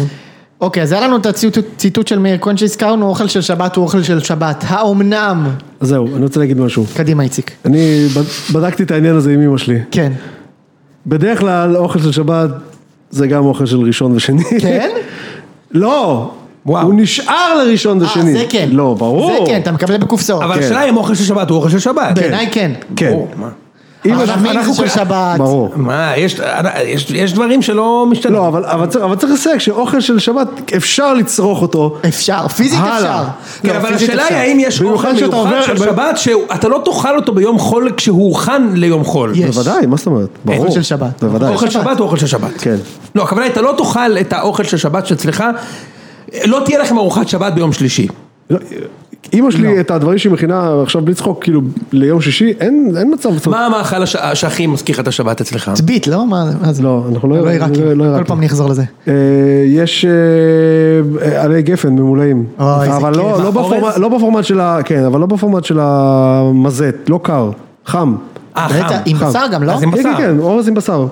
[SPEAKER 3] אוקיי, אז היה לנו את הציטוט ציטוט של מאיר כהן שהזכרנו, אוכל של שבת הוא אוכל של שבת, האומנם?
[SPEAKER 2] אז זהו, אני רוצה להגיד משהו.
[SPEAKER 3] קדימה איציק.
[SPEAKER 2] אני בד- בדקתי את העניין הזה עם אמא שלי.
[SPEAKER 3] כן.
[SPEAKER 2] בדרך כלל אוכל של שבת זה גם אוכל של ראשון ושני.
[SPEAKER 3] כן?
[SPEAKER 2] לא!
[SPEAKER 1] וואו.
[SPEAKER 2] הוא נשאר לראשון
[SPEAKER 3] אה,
[SPEAKER 2] ושני.
[SPEAKER 3] זה כן.
[SPEAKER 2] לא, ברור.
[SPEAKER 3] זה כן, אתה מקבל בקופסאות.
[SPEAKER 1] אבל
[SPEAKER 2] כן.
[SPEAKER 1] השאלה אם אוכל של שבת הוא אוכל של שבת.
[SPEAKER 3] בעיניי כן.
[SPEAKER 2] כן.
[SPEAKER 1] ברור, מה?
[SPEAKER 2] אם
[SPEAKER 3] אבל
[SPEAKER 2] אנחנו-
[SPEAKER 3] המין
[SPEAKER 2] אנחנו-
[SPEAKER 3] זה של שבת.
[SPEAKER 2] ברור.
[SPEAKER 1] מה, יש- יש- יש דברים שלא משתנים.
[SPEAKER 2] לא, אבל, אבל, צריך, אבל צריך לסייג שאוכל של שבת, אפשר לצרוך אותו.
[SPEAKER 3] אפשר, פיזית
[SPEAKER 2] הלאה.
[SPEAKER 3] אפשר.
[SPEAKER 1] כן,
[SPEAKER 3] לא,
[SPEAKER 1] אבל
[SPEAKER 3] פיזית
[SPEAKER 1] השאלה
[SPEAKER 3] אפשר.
[SPEAKER 1] היא האם יש
[SPEAKER 2] במיוחד
[SPEAKER 1] אוכל
[SPEAKER 2] שאתה עובר-
[SPEAKER 1] מיוחד של
[SPEAKER 2] ב-
[SPEAKER 1] שבת שאתה לא תאכל אותו ביום חול כשהוא הוכן ליום חול.
[SPEAKER 3] יש.
[SPEAKER 2] בוודאי, מה זאת אומרת? ברור.
[SPEAKER 3] של שבת.
[SPEAKER 2] בוודאי.
[SPEAKER 1] אוכל שבת הוא אוכל של שבת.
[SPEAKER 2] כן.
[SPEAKER 1] לא, הכוונה היא, אתה לא תאכל את האוכל של שבת שאצלך, לא תהיה לכם ארוחת שבת ביום שלישי.
[SPEAKER 2] לא, אימא
[SPEAKER 1] לא.
[SPEAKER 2] שלי, את הדברים שהיא מכינה עכשיו בלי צחוק, כאילו ליום שישי, אין, אין מצב. זאת אומרת,
[SPEAKER 1] מה המאכל הש- שהכי מזכיר לך את השבת אצלך?
[SPEAKER 3] צבית, לא? מה זה- מה זה?
[SPEAKER 2] לא, אנחנו לא-
[SPEAKER 3] לא עיראקים.
[SPEAKER 2] לא- לא
[SPEAKER 3] כל
[SPEAKER 2] עיראקים.
[SPEAKER 3] פעם אני אחזור לזה.
[SPEAKER 2] אה, יש אה, עלי גפן ממולאים.
[SPEAKER 3] אוי, זה
[SPEAKER 2] אבל
[SPEAKER 3] כיף.
[SPEAKER 2] לא, לא,
[SPEAKER 1] אורז?
[SPEAKER 2] בפורמט, לא בפורמט של ה... כן, אבל לא בפורמט של המזט, לא קר, חם.
[SPEAKER 1] אה,
[SPEAKER 3] בטח,
[SPEAKER 1] חם.
[SPEAKER 3] עם
[SPEAKER 2] חם.
[SPEAKER 3] בשר גם, לא?
[SPEAKER 1] אז עם
[SPEAKER 2] כן,
[SPEAKER 1] בשר.
[SPEAKER 2] כן, כן, אורז עם בשר.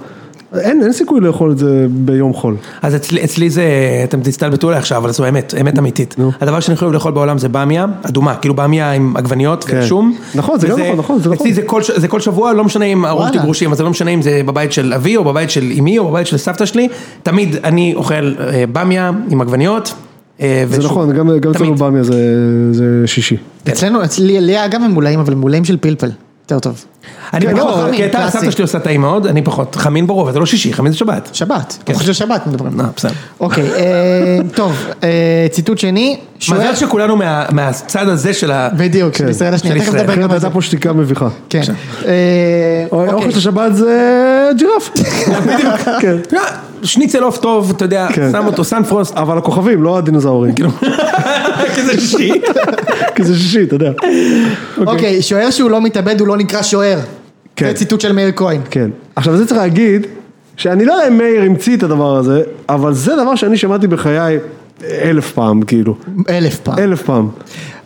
[SPEAKER 2] אין, אין סיכוי לאכול את זה ביום חול.
[SPEAKER 1] אז אצלי, אצלי זה, אתם תסתלבטו עליי עכשיו, אבל זו אמת, אמת אמיתית. הדבר שאני הכי אוהב לאכול בעולם זה במיה, אדומה, כאילו במיה עם עגבניות ושום.
[SPEAKER 2] נכון, זה גם
[SPEAKER 1] וזה-
[SPEAKER 2] נכון, נכון, זה נכון.
[SPEAKER 1] אצלי זה כל, ש- זה כל שבוע, לא משנה אם הראש
[SPEAKER 3] וואלה.
[SPEAKER 1] שלי גרושים, אז זה לא משנה אם זה בבית של אבי, או בבית של אמי, או בבית של סבתא שלי, תמיד אני אוכל אה, במיה עם עגבניות. אה,
[SPEAKER 2] זה
[SPEAKER 1] ושום.
[SPEAKER 2] נכון, גם גם אצלנו
[SPEAKER 1] תמיד.
[SPEAKER 2] במיה זה- זה שישי.
[SPEAKER 3] כן, אצלנו, אצלי, לי היה גם ממולאים, אבל ממולאים של פלפל. יותר טוב.
[SPEAKER 1] אני
[SPEAKER 3] כן,
[SPEAKER 1] פחות,
[SPEAKER 3] לא,
[SPEAKER 1] כי אתה,
[SPEAKER 3] קלאסי.
[SPEAKER 1] סבתא שלי עושה טעים מאוד, אני פחות, חמין ברוב, זה לא שישי, חמין זה שבת.
[SPEAKER 3] שבת.
[SPEAKER 2] כן.
[SPEAKER 3] אני חושב שבת מדברים.
[SPEAKER 1] אה, בסדר.
[SPEAKER 3] אוקיי, אה, טוב, אה, ציטוט שני. שוער-
[SPEAKER 1] מזל שכולנו מה- מהצד הזה של ה...
[SPEAKER 3] בדיוק,
[SPEAKER 2] כן.
[SPEAKER 3] של ישראל השנייה.
[SPEAKER 1] של
[SPEAKER 3] תכף
[SPEAKER 1] ישראל.
[SPEAKER 3] נדבר גם
[SPEAKER 2] אחרת
[SPEAKER 3] על זה.
[SPEAKER 2] הייתה פה שתיקה מביכה.
[SPEAKER 3] כן. אה,
[SPEAKER 2] אוי,
[SPEAKER 3] אוקיי.
[SPEAKER 2] אוכל של שבת זה ג'ירף. כן.
[SPEAKER 1] אתה יודע, לא, שניצל עוף טוב, אתה יודע,
[SPEAKER 2] כן.
[SPEAKER 1] שם אותו סנפרוסט,
[SPEAKER 2] אבל הכוכבים, לא הדינוזאורים.
[SPEAKER 3] כאילו.
[SPEAKER 1] כזה שיט.
[SPEAKER 2] כי זה שישי, אתה יודע.
[SPEAKER 3] אוקיי, שוער שהוא לא מתאבד הוא לא נקרא שוער.
[SPEAKER 2] כן.
[SPEAKER 3] זה ציטוט של מאיר כהן.
[SPEAKER 2] כן. עכשיו זה צריך להגיד, שאני לא יודע אם מאיר המציא את הדבר הזה, אבל זה דבר שאני שמעתי בחיי אלף פעם, כאילו.
[SPEAKER 3] אלף פעם.
[SPEAKER 2] אלף פעם.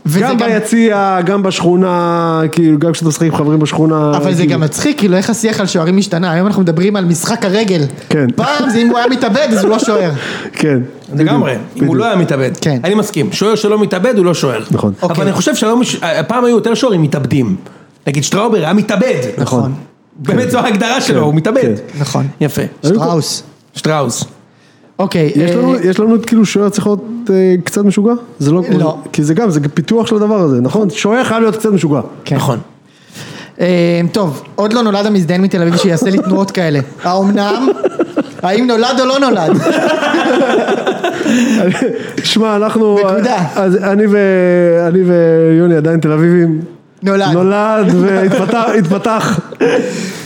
[SPEAKER 3] וזה
[SPEAKER 2] גם
[SPEAKER 3] גם-
[SPEAKER 2] ביציע, גם בשכונה, כאילו, גם כשאתה משחק עם חברים בשכונה.
[SPEAKER 3] אבל זה
[SPEAKER 2] כאילו.
[SPEAKER 3] גם מצחיק, כאילו איך השיח על שוערים השתנה, היום אנחנו מדברים על משחק הרגל.
[SPEAKER 2] כן.
[SPEAKER 3] פעם זה אם הוא היה מתאבד אז הוא לא שוער.
[SPEAKER 2] כן. בדיוק,
[SPEAKER 1] לגמרי, אם הוא
[SPEAKER 2] בדיוק.
[SPEAKER 1] לא היה מתאבד.
[SPEAKER 3] כן.
[SPEAKER 1] אני מסכים, שוער שלא מתאבד הוא לא שוער.
[SPEAKER 2] נכון.
[SPEAKER 1] אבל
[SPEAKER 3] אוקיי.
[SPEAKER 1] אני חושב שהיום, יש- פעם היו יותר שוערים מתאבדים. נגיד שטראובר היה מתאבד.
[SPEAKER 3] נכון.
[SPEAKER 1] באמת זו ההגדרה שלו, הוא מתאבד.
[SPEAKER 2] כן.
[SPEAKER 3] נכון.
[SPEAKER 1] יפה.
[SPEAKER 3] שטראוס.
[SPEAKER 1] שטראוס.
[SPEAKER 3] אוקיי.
[SPEAKER 2] יש
[SPEAKER 3] אה,
[SPEAKER 2] לנו, יש לנו את כאילו שוער צריך להיות אה, קצת משוגע? זה לא,
[SPEAKER 3] לא.
[SPEAKER 2] כי זה גם, זה פיתוח של הדבר הזה, נכון? שוער חייב להיות קצת משוגע.
[SPEAKER 3] כן.
[SPEAKER 1] נכון.
[SPEAKER 3] אה, טוב, עוד לא נולד המזדיין מתל אביב שיעשה לי תנועות כאלה. האומנם? האם נולד או לא נולד?
[SPEAKER 2] שמע, אנחנו,
[SPEAKER 3] נקודה.
[SPEAKER 2] אז אני, ו, אני ויוני עדיין תל אביבים.
[SPEAKER 3] נולד.
[SPEAKER 2] נולד והתפתח, התפתח.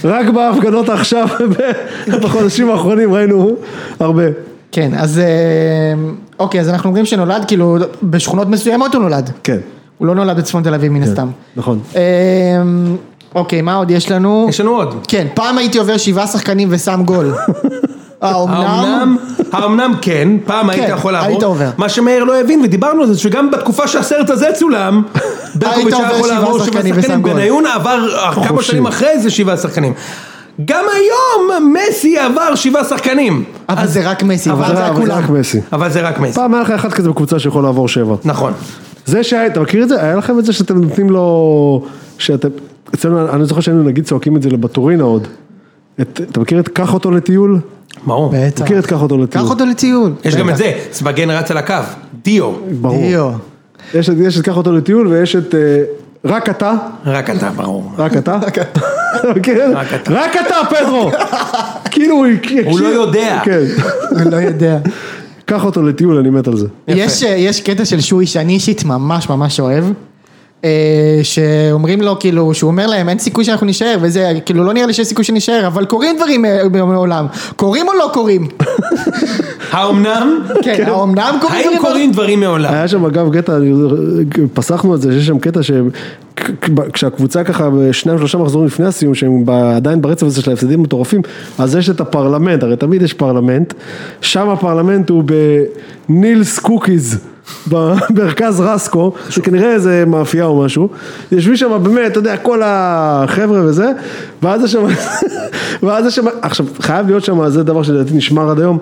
[SPEAKER 2] רק בהפגנות עכשיו, ב- בחודשים האחרונים ראינו הרבה.
[SPEAKER 3] כן, אז אה, אוקיי, אז אנחנו אומרים שנולד, כאילו, בשכונות מסוימות הוא נולד.
[SPEAKER 2] כן.
[SPEAKER 3] הוא לא נולד בצפון תל אביב מן הסתם.
[SPEAKER 2] נכון.
[SPEAKER 3] אה, אוקיי, מה עוד יש לנו?
[SPEAKER 1] יש לנו עוד.
[SPEAKER 3] כן, פעם הייתי עובר שבעה שחקנים ושם גול. האומנם?
[SPEAKER 1] האמנם, האמנם כן, פעם היית יכול לעבור.
[SPEAKER 3] היית עובר.
[SPEAKER 1] מה שמאיר לא הבין, ודיברנו על זה, שגם בתקופה שהסרט הזה צולם, ברקוביץ' היה
[SPEAKER 3] עובר
[SPEAKER 1] יכול
[SPEAKER 3] שבעה
[SPEAKER 1] לעבור שבעה
[SPEAKER 3] שחקנים ושם
[SPEAKER 1] שחקנים,
[SPEAKER 3] גול.
[SPEAKER 1] בניון עבר כמה
[SPEAKER 2] חופשי.
[SPEAKER 1] שנים אחרי זה שבעה שחקנים. גם היום מסי עבר שבעה שחקנים.
[SPEAKER 3] אבל
[SPEAKER 1] אז-
[SPEAKER 3] זה רק מסי,
[SPEAKER 1] אבל
[SPEAKER 3] אבל זה
[SPEAKER 1] זה-
[SPEAKER 3] היה
[SPEAKER 2] אבל זה רק
[SPEAKER 3] כולם.
[SPEAKER 2] מסי.
[SPEAKER 1] אבל זה רק מסי.
[SPEAKER 2] פעם היה לך אחד כזה בקבוצה שיכול לעבור שבע.
[SPEAKER 1] נכון.
[SPEAKER 2] זה שהיה, אתה מכיר את זה? היה לכם את זה שאתם נותנים לו, שאתם, אצלנו, אני זוכר שהיינו נגיד צועקים את זה לבטורינה עוד. את, אתה מכיר את קח אותו לטיול?
[SPEAKER 1] ברור.
[SPEAKER 3] בטח.
[SPEAKER 2] מכיר את קח אותו לטיול.
[SPEAKER 3] קח אותו לטיול.
[SPEAKER 1] כאילו, יש גם את זה, סבגן רץ על הקו, דיו,
[SPEAKER 2] ברור.
[SPEAKER 3] דיו.
[SPEAKER 2] יש את, יש את קח אותו לטיול ויש את אה, רק אתה,
[SPEAKER 1] רק אתה, ברור.
[SPEAKER 2] רק אתה. רק אתה. רק אתה, פדרו. כאילו הוא הקשיב.
[SPEAKER 1] הוא לא יודע.
[SPEAKER 2] כן.
[SPEAKER 3] לא יודע.
[SPEAKER 2] קח אותו לטיול, אני מת על זה.
[SPEAKER 3] יש, אה, יש קטע של שורי שאני אישית ממש ממש אוהב. אה, שאומרים לו כאילו שהוא אומר להם אין סיכוי שאנחנו נישאר וזה כאילו לא נראה לי שיש סיכוי שנישאר אבל קורים דברים אה, בעולם קורים או לא קורים
[SPEAKER 1] האמנם?
[SPEAKER 3] כן האומנם קורים
[SPEAKER 1] כאילו, האם
[SPEAKER 3] דברים או לא?
[SPEAKER 1] קורים דברים מעולם?
[SPEAKER 2] היה שם אגב קטע, אני- פסחנו את זה, שיש שם קטע שכשהקבוצה ככה שניים שלושה מחזורים לפני הסיום, שהם ב- עדיין ברצף הזה של ההפסדים מטורפים, אז יש את הפרלמנט, הרי תמיד יש פרלמנט, שם הפרלמנט הוא בנילס קוקיז. במרכז רסקו, שכנראה איזה מאפייה או משהו, יושבים שם באמת, אתה יודע, כל החבר'ה וזה, ואז יש שם, ואז יש שם, עכשיו, חייב להיות שם, זה דבר שלדעתי נשמר עד היום,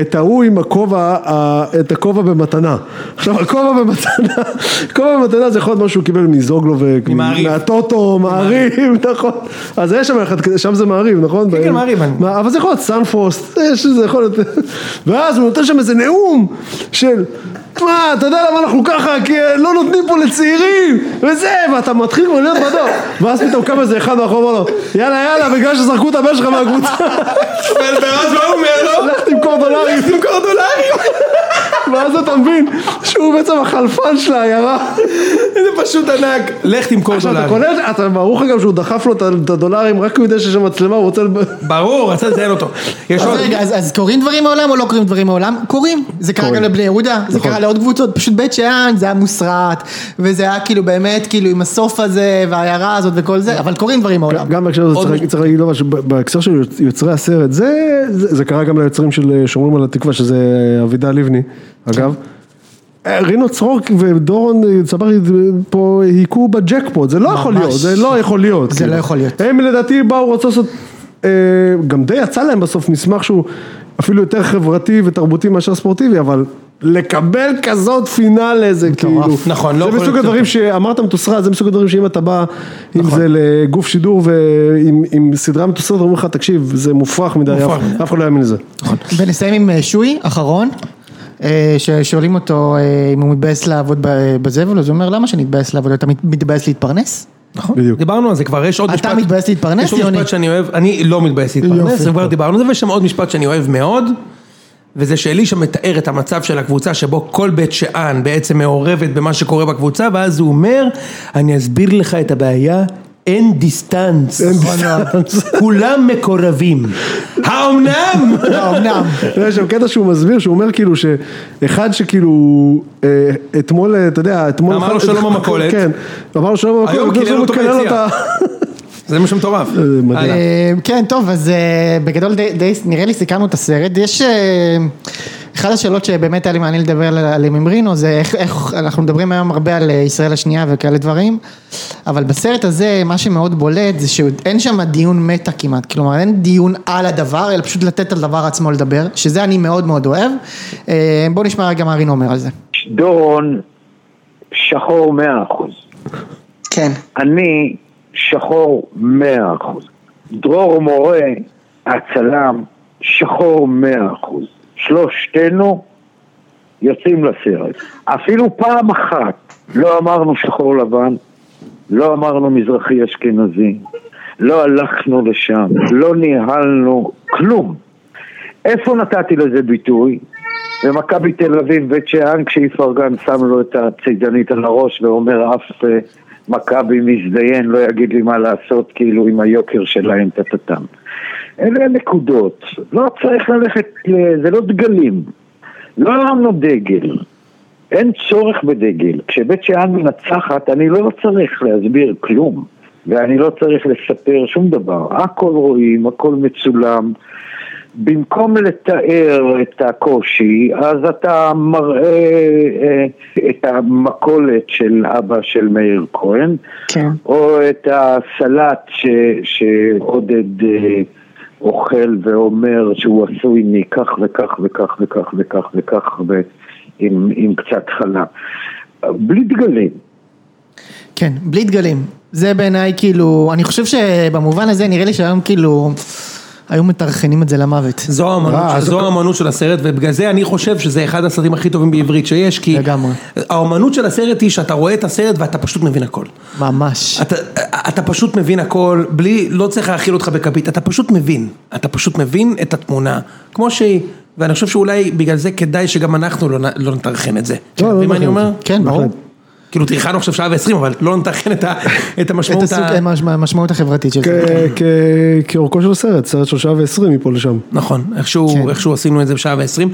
[SPEAKER 2] את ההוא עם הכובע, ה- את הכובע במתנה. עכשיו, הכובע במתנה, הכובע במתנה זה יכול להיות משהו שהוא קיבל מזוגלו, ו-
[SPEAKER 1] ממעריב.
[SPEAKER 2] מהטוטו, מעריב, נכון, אז יש שם אחד, כזה, שם זה מעריב, נכון?
[SPEAKER 1] כן, כן, מעריב, אני-
[SPEAKER 2] מה, אבל זה יכול להיות סנפרוסט, יש איזה יכול להיות, אה, ואז הוא נותן שם איזה נאום של, מה, אתה יודע למה אנחנו ככה, כי אה, לא נותנים פה לצעירים, וזה, ואתה מתחיל כבר להיות בדור, ואז פתאום קם איזה אחד מאחור, ואומר לו, יאללה יאללה, בגלל שזרקו את הבן שלך מהקבוצה,
[SPEAKER 1] ואז מה הוא אומר לו?
[SPEAKER 2] לך תמכור דולרים,
[SPEAKER 1] תמכור דולרים!
[SPEAKER 2] ואז אתה מבין שהוא בעצם החלפן של העיירה,
[SPEAKER 1] זה פשוט ענק. לך תמכור
[SPEAKER 2] עכשיו אתה
[SPEAKER 1] דולרים.
[SPEAKER 2] קונה, אתה ברור לך גם שהוא דחף לו את ה- את הדולרים, רק כי הוא יודע שיש שם מצלמה, הוא רוצה, לב-
[SPEAKER 1] ברור, רצה לציין אותו. יש עוד...
[SPEAKER 3] אז רגע, אז, אז קורים דברים מעולם או לא קורים דברים מעולם? קורים. זה קרה
[SPEAKER 2] קורים.
[SPEAKER 3] גם לבני יהודה, זה
[SPEAKER 2] נכון.
[SPEAKER 3] קרה לעוד קבוצות, פשוט בית שאן, זה היה מוסרט, וזה היה כאילו באמת, כאילו עם הסוף הזה, והעיירה הזאת וכל זה, אבל קורים דברים מעולם.
[SPEAKER 2] גם בהקשר הזה
[SPEAKER 1] עוד
[SPEAKER 2] צריך-
[SPEAKER 1] משהו.
[SPEAKER 2] צריך להגיד לא משהו, ב- בהקשר של יוצרי הסרט, זה, זה זה קרה גם ליוצרים של אה, שומרים על התקווה, שזה אבידע לבני, אגב. אה, רינו צרורק ודורון צברי אה, פה היכו בג'קפוט, זה לא יכול להיות, זה לא יכול להיות.
[SPEAKER 3] זה
[SPEAKER 2] כאילו.
[SPEAKER 3] לא יכול להיות.
[SPEAKER 2] הם לדעתי באו, רצו לעשות, אה, גם די יצא להם בסוף מסמך שהוא אפילו יותר חברתי ותרבותי מאשר ספורטיבי, אבל לקבל כזאת פינאלה זה כאילו,
[SPEAKER 1] נכון, לא
[SPEAKER 2] זה
[SPEAKER 1] יכול
[SPEAKER 2] מסוג
[SPEAKER 1] להיות
[SPEAKER 2] הדברים שאמרת מתוסרט, זה מסוג הדברים שאם אתה בא, אם
[SPEAKER 1] נכון.
[SPEAKER 2] זה לגוף שידור ועם עם סדרה מתוסרט, אומרים לך, תקשיב, זה מופרך מדי,
[SPEAKER 1] מופרך
[SPEAKER 2] אף-
[SPEAKER 1] מדי.
[SPEAKER 2] אף אחד לא יאמין לזה.
[SPEAKER 3] ונסיים עם אה, שוי, אחרון, אה, ששואלים אותו אה, אם הוא מתבאס לעבוד ב- בזבל, אז הוא אומר, למה שאני אתבאס לעבוד? אתה מת- מתבאס להתפרנס?
[SPEAKER 1] נכון,
[SPEAKER 2] בדיוק.
[SPEAKER 1] דיברנו על זה כבר, יש עוד
[SPEAKER 3] אתה
[SPEAKER 1] משפט.
[SPEAKER 3] מתבייש להתפרנס,
[SPEAKER 1] יש עוד
[SPEAKER 3] יוני?
[SPEAKER 1] משפט שאני אוהב, אני לא מתבייש להתפרנס,
[SPEAKER 3] יופי.
[SPEAKER 1] כבר דיברנו על זה, ויש שם עוד משפט שאני אוהב מאוד, וזה שאלישע מתאר את המצב של הקבוצה שבו כל בית שאן בעצם מעורבת במה שקורה בקבוצה, ואז הוא אומר, אני אסביר לך את הבעיה. אין דיסטנס, כולם מקורבים, האומנם?
[SPEAKER 2] לא,
[SPEAKER 3] האומנם?
[SPEAKER 2] יש שם קטע שהוא מסביר, שהוא אומר כאילו שאחד שכאילו, אה, אתמול, אה, אתה יודע, אתמול...
[SPEAKER 1] אמר
[SPEAKER 2] אחד-
[SPEAKER 1] לו שלום במכולת.
[SPEAKER 2] כן, אמר לו שלום במכולת,
[SPEAKER 1] היום
[SPEAKER 2] ואז
[SPEAKER 1] קילל
[SPEAKER 2] הוא
[SPEAKER 1] אותו
[SPEAKER 2] מקלל
[SPEAKER 1] ביציאה.
[SPEAKER 2] אותה.
[SPEAKER 1] זה משהו מטורף.
[SPEAKER 2] מדהים.
[SPEAKER 1] הלאה.
[SPEAKER 3] אה, כן, טוב, אז אה, בגדול די, די, נראה לי סיכמנו את הסרט. יש... אה, אחת השאלות שבאמת היה לי מעניין לדבר על- עליהן עם רינו, זה איך, איך אנחנו מדברים היום הרבה על אה, ישראל השנייה וכאלה דברים, אבל בסרט הזה מה שמאוד בולט זה שאין שם דיון מטה כמעט, כלומר אין דיון על הדבר, אלא פשוט לתת על דבר עצמו לדבר, שזה אני מאוד מאוד אוהב. אה, בואו נשמע רגע מה רינו אומר על זה.
[SPEAKER 4] דורון שחור מאה אחוז.
[SPEAKER 6] כן.
[SPEAKER 4] אני שחור מאה אחוז. דרור מורה, הצלם, שחור מאה אחוז. שלושתנו יוצאים לסרט. אפילו פעם אחת לא אמרנו שחור לבן, לא אמרנו מזרחי אשכנזי, לא הלכנו לשם, לא ניהלנו כלום. איפה נתתי לזה ביטוי? במכבי תל אביב, בית שאן, כשאיפרגן שם לו את הצידנית על הראש ואומר אף אה, מכבי מזדיין לא יגיד לי מה לעשות כאילו עם היוקר שלהם טטטם. אלה הנקודות, לא צריך ללכת, ל- זה לא דגלים, לא הרמנו דגל, אין צורך בדגל. כשבית שאן מנצחת, אני לא צריך להסביר כלום, ואני לא צריך לספר שום דבר. הכל רואים, הכל מצולם. במקום לתאר את הקושי, אז אתה מראה אה, את המכולת של אבא של מאיר כהן,
[SPEAKER 6] כן.
[SPEAKER 4] או את הסלט ש, שעודד אה, אוכל ואומר שהוא עשוי מכך וכך וכך וכך וכך וכך ועם עם קצת חלה. בלי דגלים.
[SPEAKER 3] כן, בלי דגלים. זה בעיניי כאילו, אני חושב שבמובן הזה נראה לי שהיום כאילו, היו מטרחנים את זה למוות.
[SPEAKER 1] זו האמנות,
[SPEAKER 2] אה, אז-
[SPEAKER 1] זו האמנות של הסרט ובגלל זה אני חושב שזה אחד הסרטים הכי טובים בעברית שיש כי
[SPEAKER 3] לגמרי.
[SPEAKER 1] האמנות של הסרט היא שאתה רואה את הסרט ואתה פשוט מבין הכל.
[SPEAKER 3] ממש.
[SPEAKER 1] אתה, אתה פשוט מבין הכל בלי, לא צריך להאכיל אותך בכפית, אתה פשוט מבין, אתה פשוט מבין את התמונה כמו שהיא ואני חושב שאולי בגלל זה כדאי שגם אנחנו לא, נ- לא נטרחן את זה. אתה
[SPEAKER 2] לא
[SPEAKER 1] מבין מה אני
[SPEAKER 2] נטרחן את
[SPEAKER 1] אומר?
[SPEAKER 2] זה.
[SPEAKER 3] כן, ברור.
[SPEAKER 2] בהחלט.
[SPEAKER 1] כאילו טרחנו עכשיו שעה ועשרים אבל לא נטרחן את, ה, את המשמעות.
[SPEAKER 3] את הסוג,
[SPEAKER 1] ה...
[SPEAKER 3] המש- המשמעות החברתית של זה.
[SPEAKER 2] כ- כ- כאורכו של הסרט, סרט של שעה ועשרים מפה לשם.
[SPEAKER 1] נכון, איכשהו,
[SPEAKER 3] כן.
[SPEAKER 1] איכשהו עשינו את זה בשעה ועשרים.